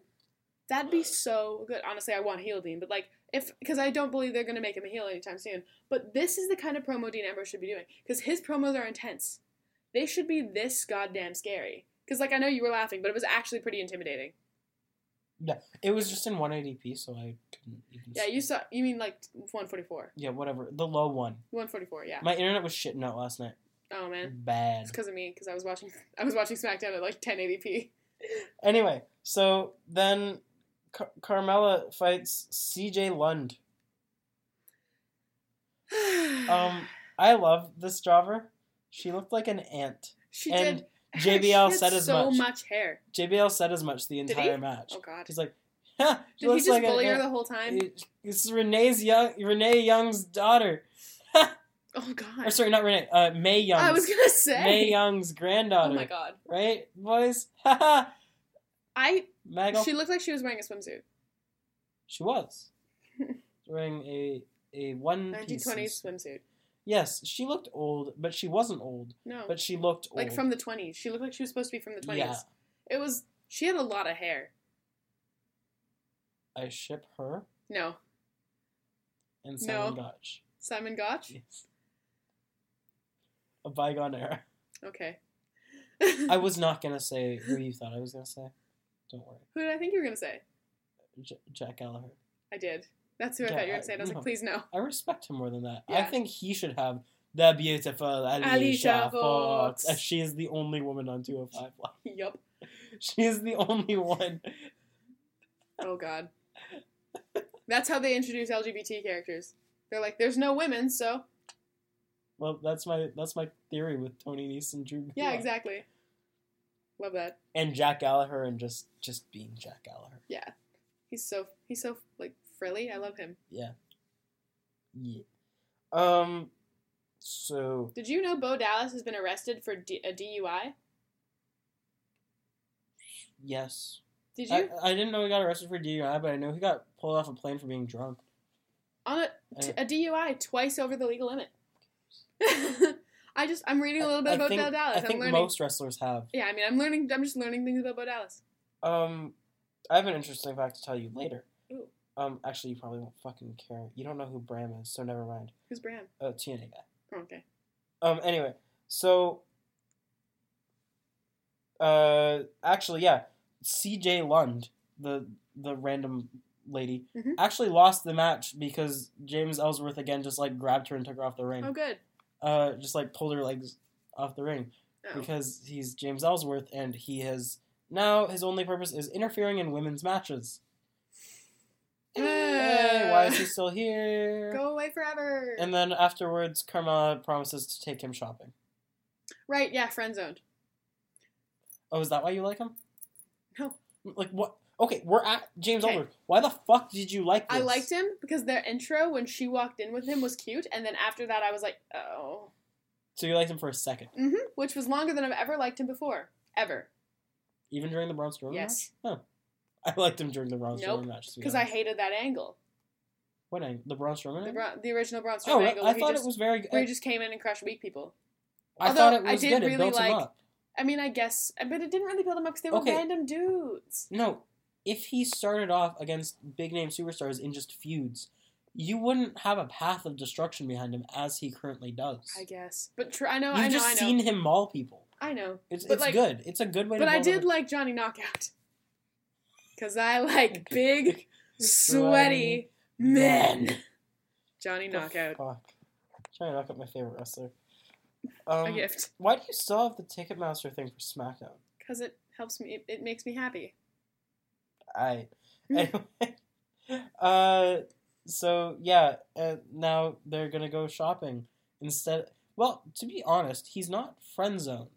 Speaker 2: That'd be so good. Honestly, I want heel Dean, but like if because I don't believe they're gonna make him a heel anytime soon. But this is the kind of promo Dean Ambrose should be doing because his promos are intense. They should be this goddamn scary. Because like I know you were laughing, but it was actually pretty intimidating.
Speaker 1: It was just in 180p, so I couldn't even.
Speaker 2: Yeah, you saw. You mean like 144,
Speaker 1: Yeah, whatever. The low one.
Speaker 2: 144? Yeah.
Speaker 1: My internet was shitting out last night.
Speaker 2: Oh man,
Speaker 1: Bad.
Speaker 2: it's because of me. Because I was watching. I was watching SmackDown at like 1080p.
Speaker 1: Anyway, so then Car- Carmella fights CJ Lund. Um, I love this jobber. She looked like an ant.
Speaker 2: she
Speaker 1: and
Speaker 2: did.
Speaker 1: JBL
Speaker 2: she had
Speaker 1: said as
Speaker 2: so
Speaker 1: much.
Speaker 2: hair.
Speaker 1: JBL said as much the
Speaker 2: Did he?
Speaker 1: entire match.
Speaker 2: Oh god.
Speaker 1: He's like, huh, she
Speaker 2: Did he
Speaker 1: looks
Speaker 2: just
Speaker 1: like
Speaker 2: bully her
Speaker 1: an
Speaker 2: the whole time?
Speaker 1: ant. This is Renee's young, Renee Young's daughter.
Speaker 2: Oh
Speaker 1: Or
Speaker 2: god.
Speaker 1: sorry, not Renee. Uh, May Young's.
Speaker 2: I was gonna say.
Speaker 1: May uh, Young's
Speaker 2: oh
Speaker 1: granddaughter.
Speaker 2: my god.
Speaker 1: Right, boys? Haha.
Speaker 2: I.
Speaker 1: Maggle.
Speaker 2: She
Speaker 1: She,
Speaker 2: looked like she was wearing a swimsuit.
Speaker 1: was wearing a a one piece.
Speaker 2: 1920s swimsuit.
Speaker 1: Yes, she looked old, but she wasn't old.
Speaker 2: No.
Speaker 1: But she looked old.
Speaker 2: Oh. like from the 20s. She looked like she was supposed to be from the 20s.
Speaker 1: Yeah.
Speaker 2: It was. She had a lot of hair.
Speaker 1: I ship her
Speaker 2: No.
Speaker 1: and
Speaker 2: No.
Speaker 1: Simon Gotch.
Speaker 2: Simon Gotch.
Speaker 1: Yes. A bygone era.
Speaker 2: Okay.
Speaker 1: I was not gonna say who you thought I was gonna say. Don't worry,
Speaker 2: Who did I think you were gonna say?
Speaker 1: J- Jack Gallagher.
Speaker 2: I did. That's who I
Speaker 1: Yeah,
Speaker 2: thought you were gonna say. And I was
Speaker 1: no.
Speaker 2: like, please no.
Speaker 1: I respect him more than that. I
Speaker 2: Yeah.
Speaker 1: think he should have the beautiful Alicia,
Speaker 2: Alicia
Speaker 1: Fox.
Speaker 2: Fox.
Speaker 1: And she is the only woman on 205 Live.
Speaker 2: Yup.
Speaker 1: She is the only one.
Speaker 2: Oh god. That's how they introduce LGBT characters. They're like, there's no women, so
Speaker 1: Well, that's my that's my theory with Tony Nese Drew.
Speaker 2: yeah,
Speaker 1: Barrymore.
Speaker 2: exactly. Love that.
Speaker 1: And Jack Gallagher and just just being Jack Gallagher.
Speaker 2: He's so he's so like frilly. I love him.
Speaker 1: Yeah. Um. So
Speaker 2: Did you know Bo Dallas has been arrested for D- a DUI?
Speaker 1: yes,
Speaker 2: Did you
Speaker 1: I, uh, I didn't know he got arrested for DUI, but I know he got pulled off a plane for being drunk.
Speaker 2: on a, t- a DUI twice over the legal limit? I just I'm reading a little bit
Speaker 1: I
Speaker 2: about
Speaker 1: think,
Speaker 2: Bo Dallas.
Speaker 1: I think
Speaker 2: I'm learning.
Speaker 1: most wrestlers have.
Speaker 2: Yeah, I mean, I'm learning. I'm just learning things about Bo Dallas.
Speaker 1: Um, I have an interesting fact to tell you later.
Speaker 2: Ooh.
Speaker 1: Um, actually, you probably won't fucking care. You don't know who Bram is, so never mind.
Speaker 2: Who's Bram?
Speaker 1: Uh, TNA guy.
Speaker 2: Oh, okay.
Speaker 1: Um, anyway, so. Uh, actually, yeah, C.J. Lund, the the random lady,
Speaker 2: Mhm.
Speaker 1: actually lost the match because James Ellsworth again just like grabbed her and took her off the ring.
Speaker 2: Oh, good.
Speaker 1: Uh, just like pulled her legs off the ring.
Speaker 2: Oh.
Speaker 1: because he's James Ellsworth and he has now his only purpose is interfering in women's matches. Hey, why is he still here?
Speaker 2: Go away forever.
Speaker 1: And then afterwards, Karma promises to take him shopping.
Speaker 2: right? Yeah, friend zoned.
Speaker 1: Oh, is that why you like him?
Speaker 2: No.
Speaker 1: Like what? Okay, we're at James
Speaker 2: Okay.
Speaker 1: Ellsworth. Why the fuck did you like this?
Speaker 2: I liked him because their intro when she walked in with him was cute, and then after that I was like, oh,
Speaker 1: So you liked him for a second,
Speaker 2: hmm which was longer than I've ever liked him before, ever.
Speaker 1: even during the Braun Strowman
Speaker 2: Yes,
Speaker 1: match. I liked him during the Braun
Speaker 2: Nope,
Speaker 1: Strowman match. to be
Speaker 2: because I
Speaker 1: honest.
Speaker 2: hated that angle,
Speaker 1: what ang- the Braun Strowman?
Speaker 2: the,
Speaker 1: angle?
Speaker 2: Bron- the original Braun Strowman
Speaker 1: oh, I
Speaker 2: angle, where, he
Speaker 1: thought
Speaker 2: just,
Speaker 1: it was very good.
Speaker 2: where he just came in and crushed weak people.
Speaker 1: I
Speaker 2: although
Speaker 1: thought it
Speaker 2: I
Speaker 1: was
Speaker 2: did
Speaker 1: good.
Speaker 2: really
Speaker 1: it built him
Speaker 2: like-
Speaker 1: up.
Speaker 2: I mean, I guess, but it didn't really build him up because they were
Speaker 1: Okay.
Speaker 2: random dudes.
Speaker 1: No, if he started off against big name superstars in just feuds, you wouldn't have a path of destruction behind him as he currently does.
Speaker 2: I guess, but tr- I know,
Speaker 1: You've
Speaker 2: I know,
Speaker 1: just
Speaker 2: I know,
Speaker 1: seen him maul people.
Speaker 2: I know.
Speaker 1: It's,
Speaker 2: But,
Speaker 1: it's
Speaker 2: like-
Speaker 1: good. It's a good way
Speaker 2: But
Speaker 1: to
Speaker 2: I
Speaker 1: build
Speaker 2: did
Speaker 1: up.
Speaker 2: like Johnny Knockout. Because I like big, sweaty men. Johnny
Speaker 1: The
Speaker 2: Knockout.
Speaker 1: Fuck. Trying to knock out my favorite wrestler.
Speaker 2: A
Speaker 1: Um,
Speaker 2: gift.
Speaker 1: why do you still have the Ticketmaster thing for SmackDown?
Speaker 2: Because it helps me, it, it makes me happy.
Speaker 1: I anyway. uh, so yeah, uh, now they're gonna go shopping instead. Well, to be honest, he's not friend zoned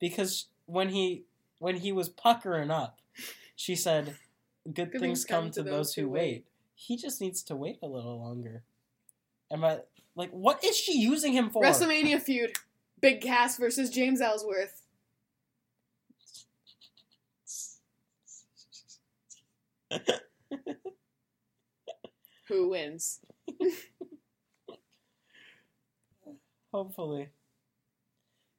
Speaker 1: because when he when he was puckering up, she said, "Good,
Speaker 2: Good
Speaker 1: things come, to those who wait. He just needs to wait a little longer. Am I like what is she using him for?
Speaker 2: WrestleMania feud. Big Cass versus James Ellsworth. Who wins?
Speaker 1: Hopefully.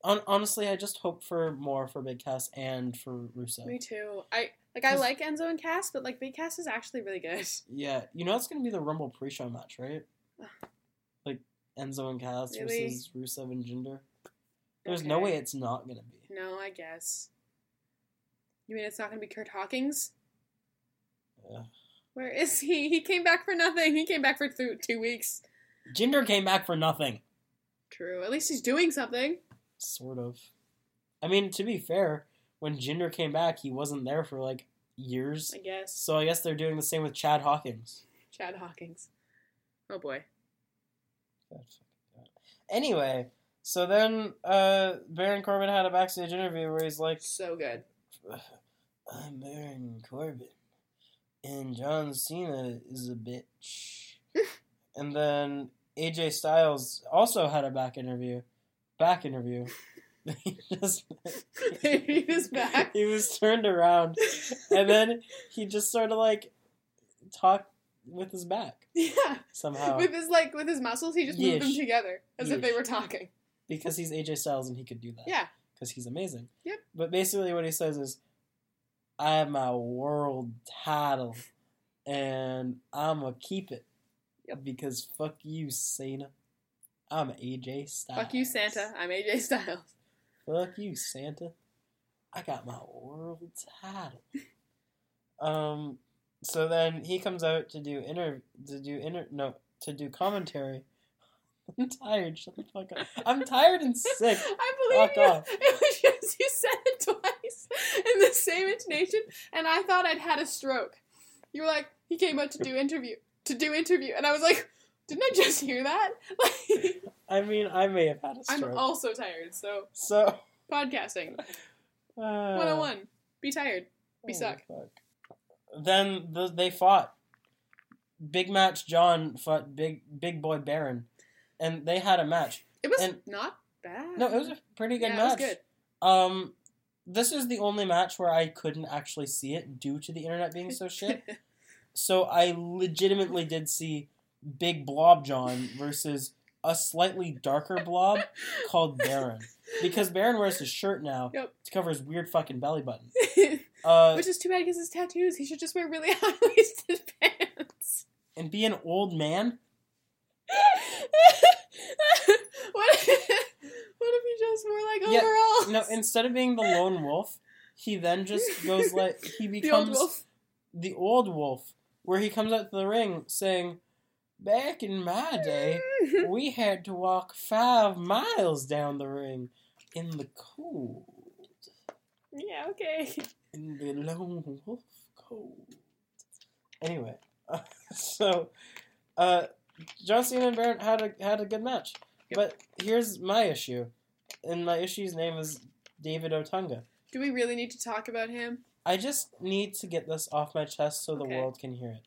Speaker 1: On, honestly, I just hope for more for Big Cass and for Russo.
Speaker 2: Me too. I like I
Speaker 1: 'Cause-
Speaker 2: like Enzo and Cass, but like Big Cass is actually really good.
Speaker 1: Yeah, you know it's gonna be the Rumble pre-show match, right? Like Enzo and Cass
Speaker 2: Really?
Speaker 1: versus Rusev and Jinder. There's no
Speaker 2: Okay.
Speaker 1: way it's not gonna be.
Speaker 2: No, I guess. You mean it's not gonna be Kurt Hawkins?
Speaker 1: Yeah.
Speaker 2: Where is he? He came back for nothing. He came back for th- two weeks.
Speaker 1: Jinder came back for nothing,
Speaker 2: True. At least he's doing something.
Speaker 1: sort of. I mean, to be fair, when Jinder came back, he wasn't there for like years.
Speaker 2: I guess.
Speaker 1: So I guess they're doing the same with Chad Hawkins.
Speaker 2: Chad Hawkins. Oh boy.
Speaker 1: Anyway, so then uh, Baron Corbin had a backstage interview where he's like,
Speaker 2: So good.
Speaker 1: I'm Baron Corbin, and John Cena is a bitch. and then AJ Styles also had a back interview. Back interview. he just
Speaker 2: They beat his back.
Speaker 1: He was turned around, and then he just sort of like talked with his back
Speaker 2: Yeah.
Speaker 1: somehow
Speaker 2: With his like with his muscles, he just moved them
Speaker 1: Yeesh.
Speaker 2: together as if they
Speaker 1: Yeesh.
Speaker 2: were talking.
Speaker 1: because he's AJ Styles and he could do that.
Speaker 2: Yeah.
Speaker 1: because he's amazing.
Speaker 2: Yep.
Speaker 1: But basically, what he says is, "I have my world title, and I'm gonna keep it because fuck you, Cena. I'm AJ Styles.
Speaker 2: Fuck you, Santa. I'm AJ Styles.
Speaker 1: Fuck you, Santa. I got my world title." um. So then he comes out to do inter to do inter no to do commentary. I'm tired. Shut the fuck up. I'm tired and sick.
Speaker 2: I
Speaker 1: Fuck
Speaker 2: believe you.
Speaker 1: off.
Speaker 2: It was just you said it twice in the same intonation, and I thought I'd had a stroke. You were like, he came out to do interview to do interview, and I was like, didn't I just hear that? Like,
Speaker 1: I mean, I may have had a
Speaker 2: I'm
Speaker 1: stroke.
Speaker 2: also tired. So
Speaker 1: so uh,
Speaker 2: podcasting 101. Be tired. We suck.
Speaker 1: oh, Fuck. Then the, they fought. Big match. John fought big big boy Baron, and they had a match.
Speaker 2: It was
Speaker 1: And-
Speaker 2: not bad.
Speaker 1: No, it was a pretty good
Speaker 2: yeah,
Speaker 1: match.
Speaker 2: It was good.
Speaker 1: Um, this is the only match where I couldn't actually see it due to the internet being so shit. so I legitimately did see Big Blob John versus a slightly darker blob called Baron because Baron wears his shirt now
Speaker 2: Yep.
Speaker 1: to cover his weird fucking belly button.
Speaker 2: Which
Speaker 1: Uh,
Speaker 2: is too bad because his tattoos. He should just wear really high waisted pants.
Speaker 1: and be an old man.
Speaker 2: what, if, what if he just wore like
Speaker 1: Yeah,
Speaker 2: overalls?
Speaker 1: No, instead of being the lone wolf, he then just goes like he
Speaker 2: the old
Speaker 1: becomes
Speaker 2: wolf.
Speaker 1: the old wolf, where he comes out to the ring saying, "Back in my day, we had to walk five miles down the ring in the cold,
Speaker 2: yeah, okay.
Speaker 1: in the lone wolf cold." Anyway, so uh, John Cena and Baron had a had a good match,
Speaker 2: Yep.
Speaker 1: but here's my issue, and my issue's name is David Otunga.
Speaker 2: Do we really need to talk about him?
Speaker 1: I just need to get this off my chest so the
Speaker 2: Okay.
Speaker 1: world can hear it.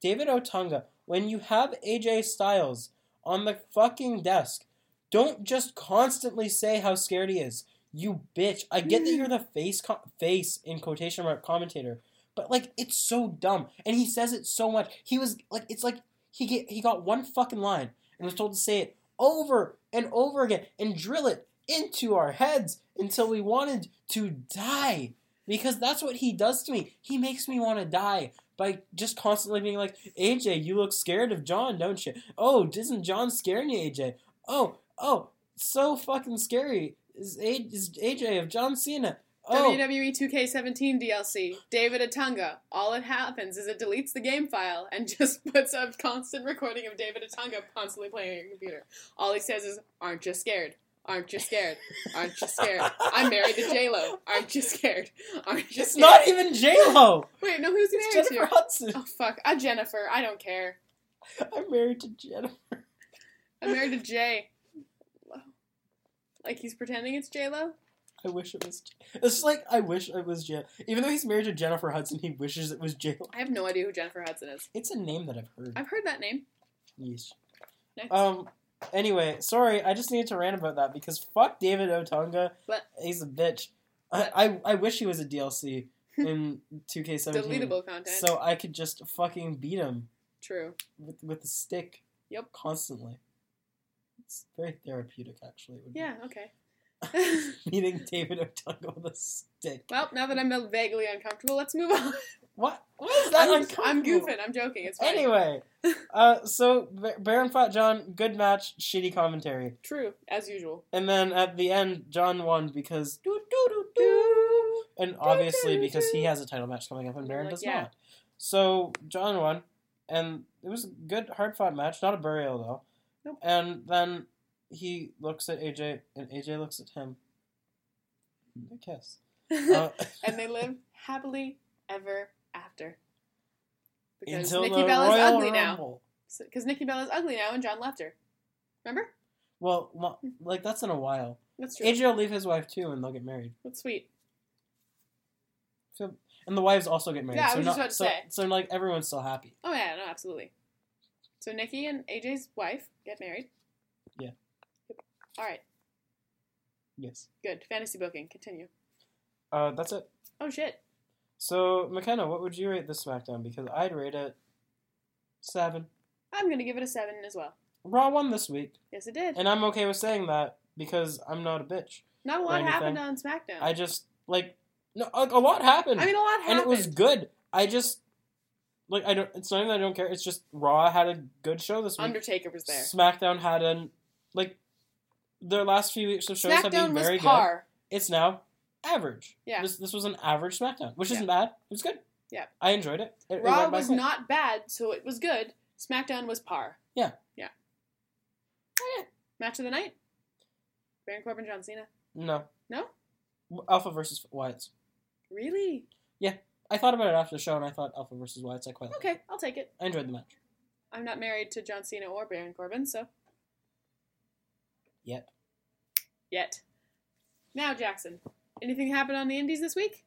Speaker 1: David Otunga, when you have AJ Styles on the fucking desk, don't just constantly say how scared he is. You bitch. I get that you're the face co- face in quotation mark commentator, but like it's so dumb and he says it so much. He was like it's like he get, he got one fucking line and was told to say it over and over again and drill it into our heads until we wanted to die. Because that's what he does to me. He makes me want to die by just constantly being like, AJ, you look scared of John, don't you? Oh, isn't John scaring you, AJ? Oh, oh, so fucking scary is, A- is AJ of John Cena. Oh,
Speaker 2: WWE 2K17 DLC, David Atunga. All it happens is it deletes the game file and just puts a constant recording of David Atunga constantly playing on your computer. All he says is, Aren't you scared? Aren't you scared? Aren't you scared?
Speaker 1: "Oh."
Speaker 2: I'm married to J-Lo. Aren't you scared? Aren't you
Speaker 1: it's
Speaker 2: scared?
Speaker 1: not even J-Lo.
Speaker 2: Wait, no, who's he
Speaker 1: It's
Speaker 2: married
Speaker 1: Jennifer
Speaker 2: to?
Speaker 1: Hudson.
Speaker 2: Oh, fuck. A Jennifer. I don't care. Oh.
Speaker 1: I'm married to Jennifer.
Speaker 2: I'm married to Jay. Like he's pretending it's J-Lo?
Speaker 1: I wish it was. It's just like I wish it was J. Even though he's married to Jennifer Hudson, he wishes it was J.
Speaker 2: I have no idea who Jennifer Hudson is.
Speaker 1: It's a name that I've heard.
Speaker 2: I've heard that name.
Speaker 1: Yeesh.
Speaker 2: Next.
Speaker 1: Um. Anyway, sorry, I just needed to rant about that because fuck David Otunga.
Speaker 2: But-
Speaker 1: he's a bitch. I, I I wish he was a DLC in 2K17.
Speaker 2: Deletable content.
Speaker 1: So I could just fucking beat him
Speaker 2: True.
Speaker 1: with with a stick.
Speaker 2: Yep.
Speaker 1: Constantly. It's very therapeutic, actually. It would be.
Speaker 2: Yeah, okay.
Speaker 1: Beating David Otunga with a stick.
Speaker 2: well, now that I'm vaguely uncomfortable, let's move on.
Speaker 1: What? Why is that
Speaker 2: I'm,
Speaker 1: uncomfortable?
Speaker 2: I'm goofing. I'm joking. It's fine.
Speaker 1: Anyway, uh, so Ba- Baron fought John. Good match. Shitty commentary.
Speaker 2: True, as usual.
Speaker 1: And then at the end, John won because doo doo doo doo, and obviously because he has a title match coming up and Baron
Speaker 2: Like,
Speaker 1: does
Speaker 2: yeah.
Speaker 1: not. So John won, and it was a good, hard fought match. Not a burial though.
Speaker 2: Nope.
Speaker 1: And then he looks at AJ, and AJ looks at him. They kiss. Uh,
Speaker 2: and they live happily ever after. Because
Speaker 1: until
Speaker 2: Nikki
Speaker 1: the
Speaker 2: Bella's
Speaker 1: Royal
Speaker 2: ugly now.
Speaker 1: Rumble.
Speaker 2: Because Nikki Bella's ugly now, and John left her. Remember?
Speaker 1: Well, lo- like that's in a while.
Speaker 2: That's true.
Speaker 1: AJ will leave his wife too, and they'll get married.
Speaker 2: That's sweet.
Speaker 1: So, and the wives also get married.
Speaker 2: Yeah, I
Speaker 1: so
Speaker 2: was just
Speaker 1: not-
Speaker 2: about to
Speaker 1: so,
Speaker 2: say.
Speaker 1: So like everyone's still happy.
Speaker 2: Oh yeah, no, absolutely. So Nikki and AJ's wife get married.
Speaker 1: Yeah.
Speaker 2: All right.
Speaker 1: Yes.
Speaker 2: Good. Fantasy booking. Continue.
Speaker 1: Uh, that's it.
Speaker 2: Oh shit.
Speaker 1: So McKenna, what would you rate this SmackDown? Because I'd rate it seven.
Speaker 2: I'm gonna give it a seven as well.
Speaker 1: Raw won this week,
Speaker 2: Yes, it did.
Speaker 1: and I'm okay with saying that because I'm not a bitch.
Speaker 2: Not a lot
Speaker 1: anything.
Speaker 2: happened on SmackDown.
Speaker 1: I just like no, like a lot happened,
Speaker 2: I mean, a lot happened.
Speaker 1: and it was good. I just like I don't. It's not even that I don't care. It's just Raw had a good show this week.
Speaker 2: Undertaker was there.
Speaker 1: SmackDown had an like their last few weeks of shows have
Speaker 2: SmackDown
Speaker 1: been
Speaker 2: was
Speaker 1: very good.
Speaker 2: par.
Speaker 1: it's now average.
Speaker 2: Yeah.
Speaker 1: This this was an average SmackDown, which isn't bad. It was good.
Speaker 2: Yeah.
Speaker 1: I enjoyed it. It- it
Speaker 2: Raw
Speaker 1: went by
Speaker 2: was
Speaker 1: quick.
Speaker 2: not bad, so it was good. SmackDown was par.
Speaker 1: Yeah.
Speaker 2: Yeah. Eh, Match of the night. Baron Corbin, John Cena.
Speaker 1: No.
Speaker 2: No?
Speaker 1: Alpha versus Wyatt's.
Speaker 2: Really?
Speaker 1: I thought about it after the show, and I thought Alpha versus Wyatt's. I quite liked
Speaker 2: Okay, I'll take it.
Speaker 1: it. I enjoyed the match.
Speaker 2: I'm not married to John Cena or Baron Corbin, so.
Speaker 1: Yet.
Speaker 2: Yet. Now, Jackson, anything happen on the Indies this week?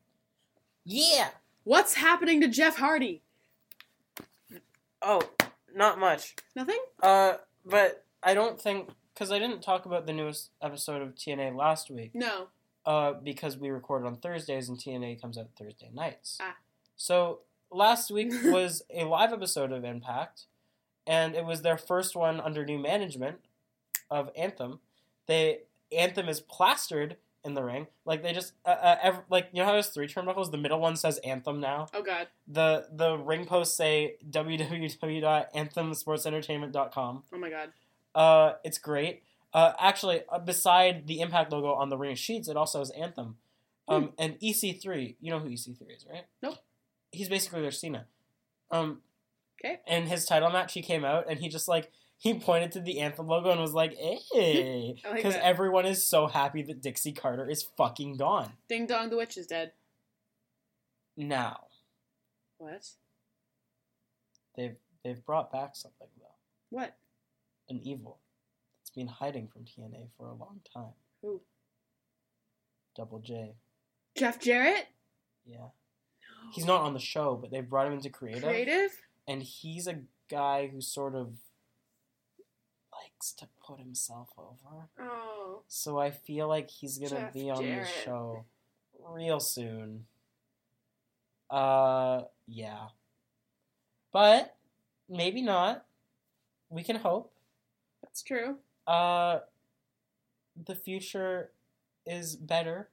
Speaker 1: Yeah.
Speaker 2: What's happening to Jeff Hardy?
Speaker 1: Oh, not much.
Speaker 2: Nothing?
Speaker 1: Uh, but I don't think because I didn't talk about the newest episode of TNA last week.
Speaker 2: No.
Speaker 1: uh, because we record on Thursdays and TNA comes out Thursday nights.
Speaker 2: Ah.
Speaker 1: So last week was a live episode of Impact, and it was their first one under new management of Anthem. They Anthem is plastered in the ring, like they just uh, uh, ev- like you know how there's three turnbuckles. The middle one says Anthem now.
Speaker 2: Oh, God.
Speaker 1: The the ring posts say www.anthemsportsentertainment.com.
Speaker 2: Oh, my God.
Speaker 1: Uh, it's great. Uh, actually, uh, beside the Impact logo on the ring of sheets, it also has Anthem. Um, And EC3, you know who EC3 is, right?
Speaker 2: Hmm. Nope.
Speaker 1: He's basically their Cena. Um,
Speaker 2: 'Kay.
Speaker 1: In his title match, he came out and he just like he pointed to the Anthem logo and was like, "Hey,"
Speaker 2: I like
Speaker 1: because
Speaker 2: that.
Speaker 1: everyone is so happy that Dixie Carter is fucking gone
Speaker 2: Ding Dong the Witch is dead.
Speaker 1: now.
Speaker 2: What?
Speaker 1: They've they've brought back something though,
Speaker 2: What?
Speaker 1: an evil that's been hiding from TNA for a long time.
Speaker 2: Who?
Speaker 1: Double J.
Speaker 2: Jeff Jarrett?
Speaker 1: Yeah. He's not on the show, but they brought him into creative,
Speaker 2: creative?
Speaker 1: and he's a guy who sort of likes to put himself over.
Speaker 2: Oh.
Speaker 1: So I feel like he's gonna
Speaker 2: Jeff
Speaker 1: be on
Speaker 2: Jarrett.
Speaker 1: the show real soon. Uh, yeah, but maybe not. We can hope.
Speaker 2: That's true.
Speaker 1: Uh, the future is better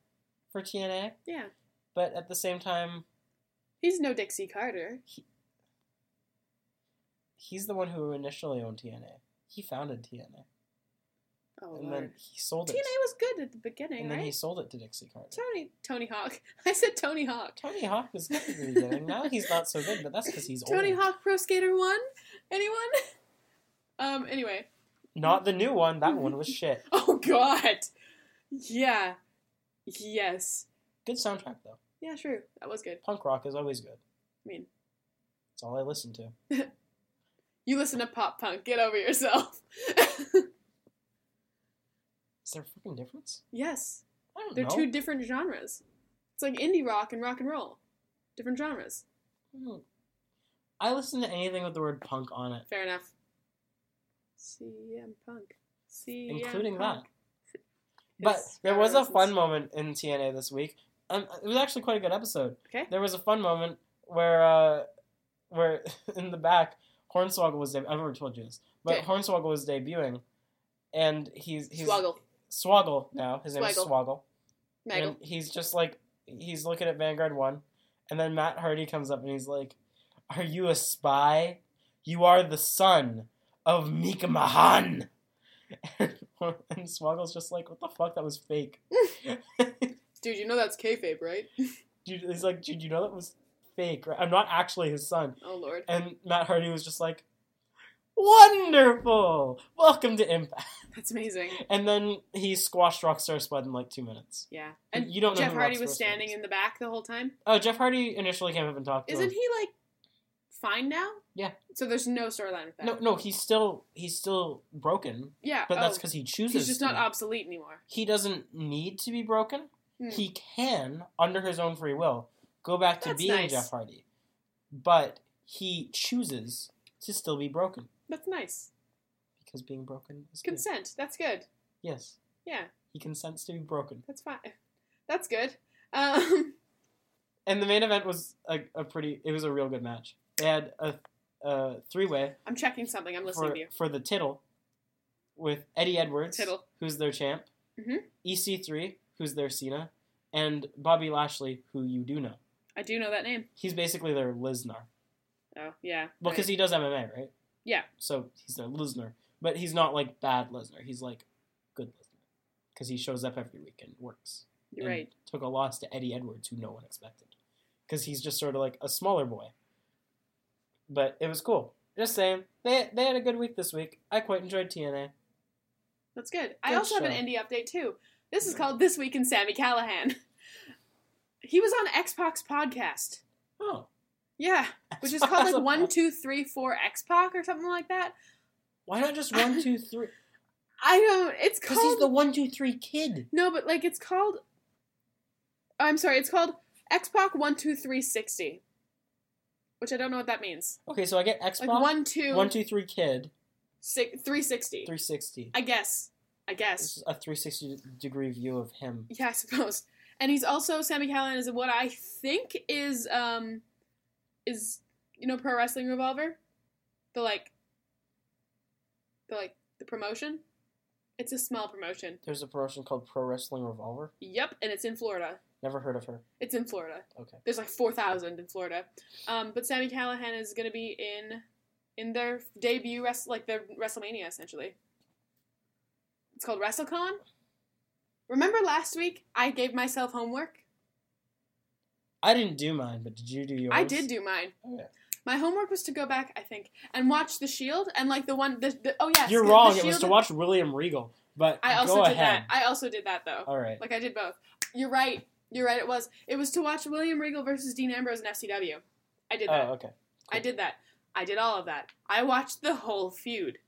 Speaker 1: for TNA,
Speaker 2: Yeah.
Speaker 1: but at the same time,
Speaker 2: He's no Dixie Carter.
Speaker 1: he's the one who initially owned TNA. He founded TNA,
Speaker 2: Oh,
Speaker 1: and
Speaker 2: Lord.
Speaker 1: then he sold
Speaker 2: TNA
Speaker 1: it,
Speaker 2: was good at the beginning,
Speaker 1: and then
Speaker 2: right?
Speaker 1: he sold it to Dixie Carter.
Speaker 2: Tony Tony Hawk. I said Tony Hawk.
Speaker 1: Tony Hawk was good at the beginning. Now he's not so good, but that's because he's
Speaker 2: Tony
Speaker 1: old.
Speaker 2: Hawk Pro Skater One. Anyone? Um. Anyway.
Speaker 1: Not the new one. That one was shit.
Speaker 2: Oh God. Yeah. Yes.
Speaker 1: Good soundtrack though.
Speaker 2: Yeah. Sure. That was good.
Speaker 1: Punk rock is always good.
Speaker 2: I mean,
Speaker 1: It's all I listen to.
Speaker 2: you listen to pop punk. Get over yourself.
Speaker 1: Is there a freaking difference?
Speaker 2: yes.
Speaker 1: I don't
Speaker 2: They're
Speaker 1: know.
Speaker 2: two different genres. It's like indie rock and rock and roll. Different genres.
Speaker 1: Hmm. I listen to anything with the word punk on it,
Speaker 2: Fair enough. CM Punk. CM
Speaker 1: including that.
Speaker 2: Punk.
Speaker 1: But
Speaker 2: Yes,
Speaker 1: there was a
Speaker 2: references.
Speaker 1: fun moment in TNA this week. Um, it was actually quite a good episode.
Speaker 2: Okay.
Speaker 1: There was a fun moment where, uh, where in the back, Hornswoggle was. De- I've already told you this, but
Speaker 2: Okay.
Speaker 1: Hornswoggle was debuting, and he's he's
Speaker 2: Swoggle.
Speaker 1: Swoggle now. His name is
Speaker 2: Swaggle.
Speaker 1: Swoggle.
Speaker 2: Maggle.
Speaker 1: And he's just like he's looking at Vanguard One, and then Matt Hardy comes up and he's like, "Are you a spy? You are the son of Mika Mahan." And, and Swoggle's just like, "What the fuck? That was fake."
Speaker 2: Dude, you know that's kayfabe, right?
Speaker 1: Dude, he's like, "Dude, you know that was fake. Right? I'm not actually his son."
Speaker 2: Oh lord.
Speaker 1: And Matt Hardy was just like, "Wonderful, welcome to Impact."
Speaker 2: That's amazing.
Speaker 1: And then he squashed Rockstar Spud in like two minutes.
Speaker 2: Yeah. And
Speaker 1: you don't know
Speaker 2: Jeff
Speaker 1: who
Speaker 2: Hardy
Speaker 1: Rockstar
Speaker 2: was
Speaker 1: Spud
Speaker 2: standing
Speaker 1: is.
Speaker 2: in the back the whole time.
Speaker 1: Oh, Jeff Hardy initially came up and talked to him.
Speaker 2: Isn't he like fine now?
Speaker 1: Yeah.
Speaker 2: So there's no storyline with that.
Speaker 1: No, no, he's still he's still broken,
Speaker 2: Yeah.
Speaker 1: but
Speaker 2: oh,
Speaker 1: that's because he chooses.
Speaker 2: he's just
Speaker 1: to
Speaker 2: not
Speaker 1: be.
Speaker 2: obsolete anymore.
Speaker 1: He doesn't need to be broken.
Speaker 2: Hmm.
Speaker 1: He can, under his own free will, go back to
Speaker 2: That's
Speaker 1: being
Speaker 2: nice.
Speaker 1: Jeff Hardy, but he chooses to still be broken
Speaker 2: That's nice.
Speaker 1: because being broken is good.
Speaker 2: Consent. That's good.
Speaker 1: Yes,
Speaker 2: Yeah.
Speaker 1: he consents to be broken.
Speaker 2: That's fine. That's good. Um,
Speaker 1: And the main event was a, a pretty. It was a real good match. They had a, a three way
Speaker 2: I'm checking something. I'm listening
Speaker 1: for,
Speaker 2: to you.
Speaker 1: for the title with Eddie Edwards.
Speaker 2: Tittle.
Speaker 1: who's their champ,
Speaker 2: Mhm.
Speaker 1: EC3, who's their Cena, and Bobby Lashley, who you do know.
Speaker 2: I do know that name.
Speaker 1: He's basically their Lisnar.
Speaker 2: Oh yeah.
Speaker 1: Well,
Speaker 2: right.
Speaker 1: because he does MMA, right?
Speaker 2: Yeah.
Speaker 1: So he's their Lisnar. But he's not like bad Lisnar. He's like good Lisnar. Because he shows up every week and works.
Speaker 2: You're
Speaker 1: And
Speaker 2: right.
Speaker 1: Took a loss to Eddie Edwards, who no one expected. Because he's just sort of like a smaller boy. But it was cool. Just saying, they, they had a good week this week. I quite enjoyed TNA.
Speaker 2: That's good. I
Speaker 1: Good
Speaker 2: also have
Speaker 1: show. Mm.
Speaker 2: an indie update too. This is called This Week in Sammy Callahan. He was on Xbox podcast.
Speaker 1: Oh.
Speaker 2: Yeah, which is called like one, two, three, four X Pac or something like that.
Speaker 1: Why not just one, two, three?
Speaker 2: I don't. It's
Speaker 1: Because he's
Speaker 2: called
Speaker 1: the one, two, three kid.
Speaker 2: no, but like it's called. I'm sorry. It's called X Pac one two three sixty, which I don't know what that means.
Speaker 1: Okay, so I get Xbox.
Speaker 2: Like one two
Speaker 1: one, two, three kid,
Speaker 2: six three sixty.
Speaker 1: 360.
Speaker 2: I guess. I
Speaker 1: This
Speaker 2: guess.
Speaker 1: is a 360 degree view of him.
Speaker 2: Yeah, I suppose. And he's also Sammy Callahan is what I think is um is you know pro wrestling revolver, the like the like the promotion. It's a small promotion.
Speaker 1: There's a promotion called Pro Wrestling Revolver.
Speaker 2: Yep, and it's in Florida.
Speaker 1: Never heard of her.
Speaker 2: It's in Florida.
Speaker 1: Okay.
Speaker 2: There's like four thousand in Florida. Um, but Sammy Callahan is gonna be in in their debut wrest like their WrestleMania essentially. It's called WrestleCon. Remember last week I gave myself homework?
Speaker 1: I didn't do mine, but did you do yours? Oh,
Speaker 2: I did do mine.
Speaker 1: Okay.
Speaker 2: My homework was to go back, I think, and watch The Shield and like the one. The, the oh yes,
Speaker 1: You're
Speaker 2: the-
Speaker 1: wrong.
Speaker 2: The
Speaker 1: It was
Speaker 2: Shield-
Speaker 1: to watch William Regal, but
Speaker 2: I also
Speaker 1: go
Speaker 2: did
Speaker 1: ahead.
Speaker 2: that. I also did that though.
Speaker 1: All right.
Speaker 2: Like I did both. You're right. You're right. It was. It was to watch William Regal versus Dean Ambrose in FCW. I did that.
Speaker 1: Oh, okay.
Speaker 2: I did that. I did all of that. I watched the whole feud.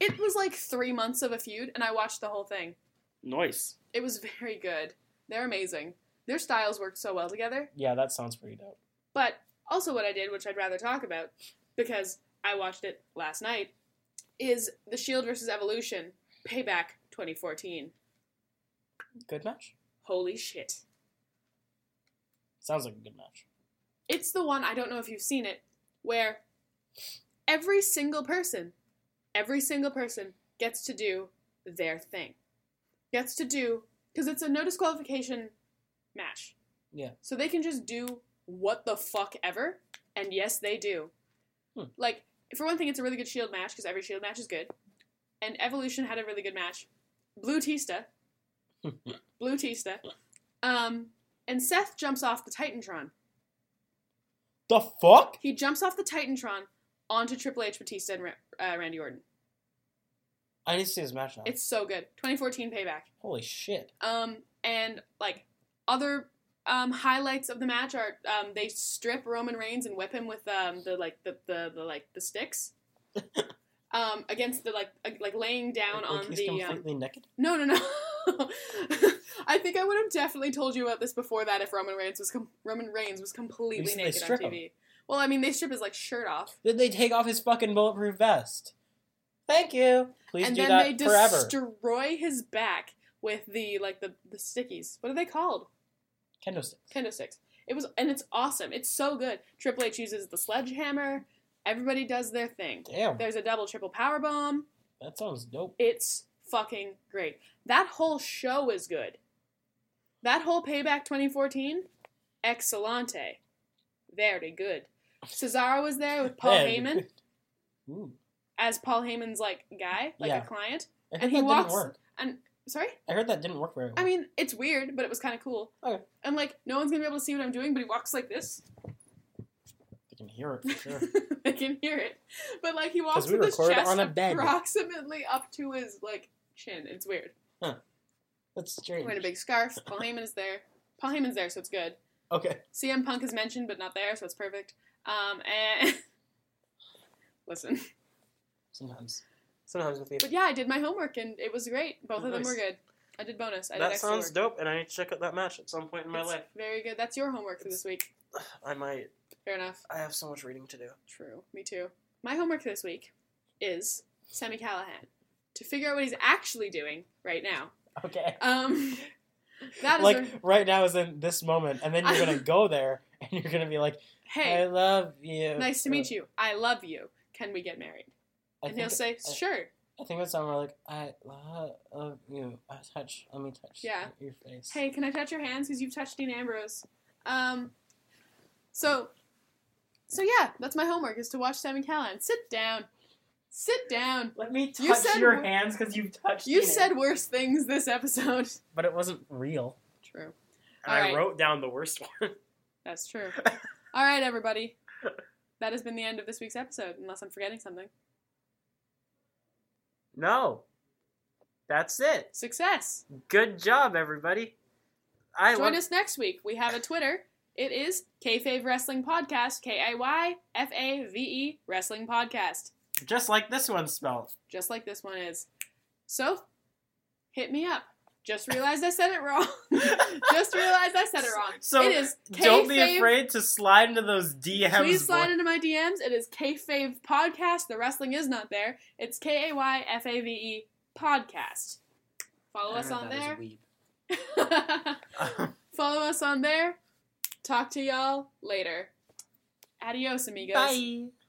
Speaker 2: it was like three months of a feud, and I watched the whole thing.
Speaker 1: Nice.
Speaker 2: It was very good. They're amazing. Their styles worked so well together.
Speaker 1: Yeah, that sounds pretty dope.
Speaker 2: But also, what I did, which I'd rather talk about because I watched it last night, is The Shield versus Evolution Payback 2014.
Speaker 1: Good match?
Speaker 2: Holy shit.
Speaker 1: Sounds like a good match.
Speaker 2: It's the one, I don't know if you've seen it, where every single person, every single person gets to do their thing. Gets to do, because it's a no disqualification match.
Speaker 1: Yeah.
Speaker 2: So they can just do what the fuck ever, and yes, they do.
Speaker 1: Hmm.
Speaker 2: Like, for one thing, it's a really good Shield E match, because every Shield match is good. And Evolution had a really good match. Blue Tista. Blue Tista. Um, and Seth jumps off the Titantron.
Speaker 1: The fuck?
Speaker 2: He jumps off the Titantron onto Triple H, Batista, and Ra- uh, Randy Orton.
Speaker 1: I need to see this match now.
Speaker 2: It's so good. 2014 payback.
Speaker 1: Holy shit.
Speaker 2: Um, and like other um, highlights of the match are um, they strip Roman Reigns and whip him with um, the like the, the, the like the sticks. um, against the like uh, like laying down
Speaker 1: Like, oh,
Speaker 2: on
Speaker 1: he's
Speaker 2: the um,
Speaker 1: completely naked?
Speaker 2: no no no I think I would have definitely told you about this before that if Roman Reigns was com- Roman Reigns was completely
Speaker 1: least they
Speaker 2: naked on
Speaker 1: strip him.
Speaker 2: TV. Well, I mean, they strip his like shirt off,
Speaker 1: Then they take off his fucking bulletproof vest. Thank you. Please
Speaker 2: and
Speaker 1: do
Speaker 2: then
Speaker 1: that
Speaker 2: they
Speaker 1: forever.
Speaker 2: destroy his back with the like the the stickies. What are they called?
Speaker 1: Kendo stick.
Speaker 2: Kendo sticks. It was, and it's awesome. It's so good. Triple H uses the sledgehammer. Everybody does their thing.
Speaker 1: Damn,
Speaker 2: There's a double triple power bomb.
Speaker 1: that sounds dope.
Speaker 2: It's fucking great. That whole show is good. That whole Payback 2014, excellente. Very good. Cesaro was there with Paul
Speaker 1: Hey.
Speaker 2: Heyman
Speaker 1: Ooh.
Speaker 2: as Paul Heyman's like guy, like
Speaker 1: Yeah.
Speaker 2: a client.
Speaker 1: I heard
Speaker 2: And
Speaker 1: that
Speaker 2: he walks.
Speaker 1: didn't work.
Speaker 2: And sorry,
Speaker 1: I heard that didn't work very well.
Speaker 2: I mean it's weird, but it was kind of cool.
Speaker 1: Okay.
Speaker 2: And like no one's gonna be able to see what I'm doing, but he walks like this.
Speaker 1: I can hear it for sure.
Speaker 2: I can hear it. But like he walks
Speaker 1: we
Speaker 2: with his
Speaker 1: record
Speaker 2: chest
Speaker 1: on a bed.
Speaker 2: approximately up to his like chin. It's weird.
Speaker 1: That's strange.
Speaker 2: Wearing a big scarf. Paul Heyman is there. Paul Heyman's there, so it's good.
Speaker 1: Okay.
Speaker 2: CM Punk is mentioned but not there, so it's perfect. Um and listen.
Speaker 1: Sometimes. Sometimes with the
Speaker 2: But yeah, I did my homework and it was great. Both of them
Speaker 1: Nice.
Speaker 2: were good. I did bonus. I did
Speaker 1: That
Speaker 2: extra
Speaker 1: sounds
Speaker 2: work.
Speaker 1: dope, and I need to check out that match at some point in my
Speaker 2: It's
Speaker 1: life.
Speaker 2: Very good. That's your homework for this week.
Speaker 1: I might.
Speaker 2: Fair enough.
Speaker 1: I have so much reading to do.
Speaker 2: True. Me too. My homework this week is Sammy Callahan. To figure out what he's actually doing right now.
Speaker 1: Okay.
Speaker 2: Um that is
Speaker 1: like
Speaker 2: a-
Speaker 1: right now is in this moment, and then you're gonna go there, and you're gonna be like, "I uh,
Speaker 2: hey,
Speaker 1: love you."
Speaker 2: nice to meet you. I love you. Can we get married?
Speaker 1: I
Speaker 2: And he'll
Speaker 1: think,
Speaker 2: say, sure.
Speaker 1: I think that's somewhere like, "I love you." I touch. Let me touch.
Speaker 2: Yeah.
Speaker 1: Your face.
Speaker 2: Hey, can I touch your hands? Because you've touched Dean Ambrose. Um, so, so yeah, that's my homework is to watch Sammy Callahan. Sit down. Sit down.
Speaker 1: Let me
Speaker 2: You said wor-
Speaker 1: hands because you've touched.
Speaker 2: You
Speaker 1: me.
Speaker 2: said worse things this episode.
Speaker 1: but it wasn't real.
Speaker 2: True.
Speaker 1: And I
Speaker 2: Alright.
Speaker 1: wrote down the worst one.
Speaker 2: That's true. All right, everybody. That has been the end of this week's episode, unless I'm forgetting something.
Speaker 1: no, that's it.
Speaker 2: Success.
Speaker 1: Good job, everybody. I
Speaker 2: Join
Speaker 1: love.
Speaker 2: us next week. We have a Twitter. It is KFave Wrestling Podcast, K A Y F A V E Wrestling Podcast,
Speaker 1: just like this one spelled.
Speaker 2: just like this one is. So hit me up. Just realized I said it wrong. just realized I said it wrong.
Speaker 1: So,
Speaker 2: it is
Speaker 1: Don't be
Speaker 2: KFave.
Speaker 1: afraid to slide into those DMs.
Speaker 2: Please slide
Speaker 1: boy.
Speaker 2: into my DMs. It is KFave Podcast. The wrestling is not there. It's K A Y F A V E Podcast. Follow us on there. Follow us on there. Talk to y'all later. Adios, amigos.
Speaker 1: Bye.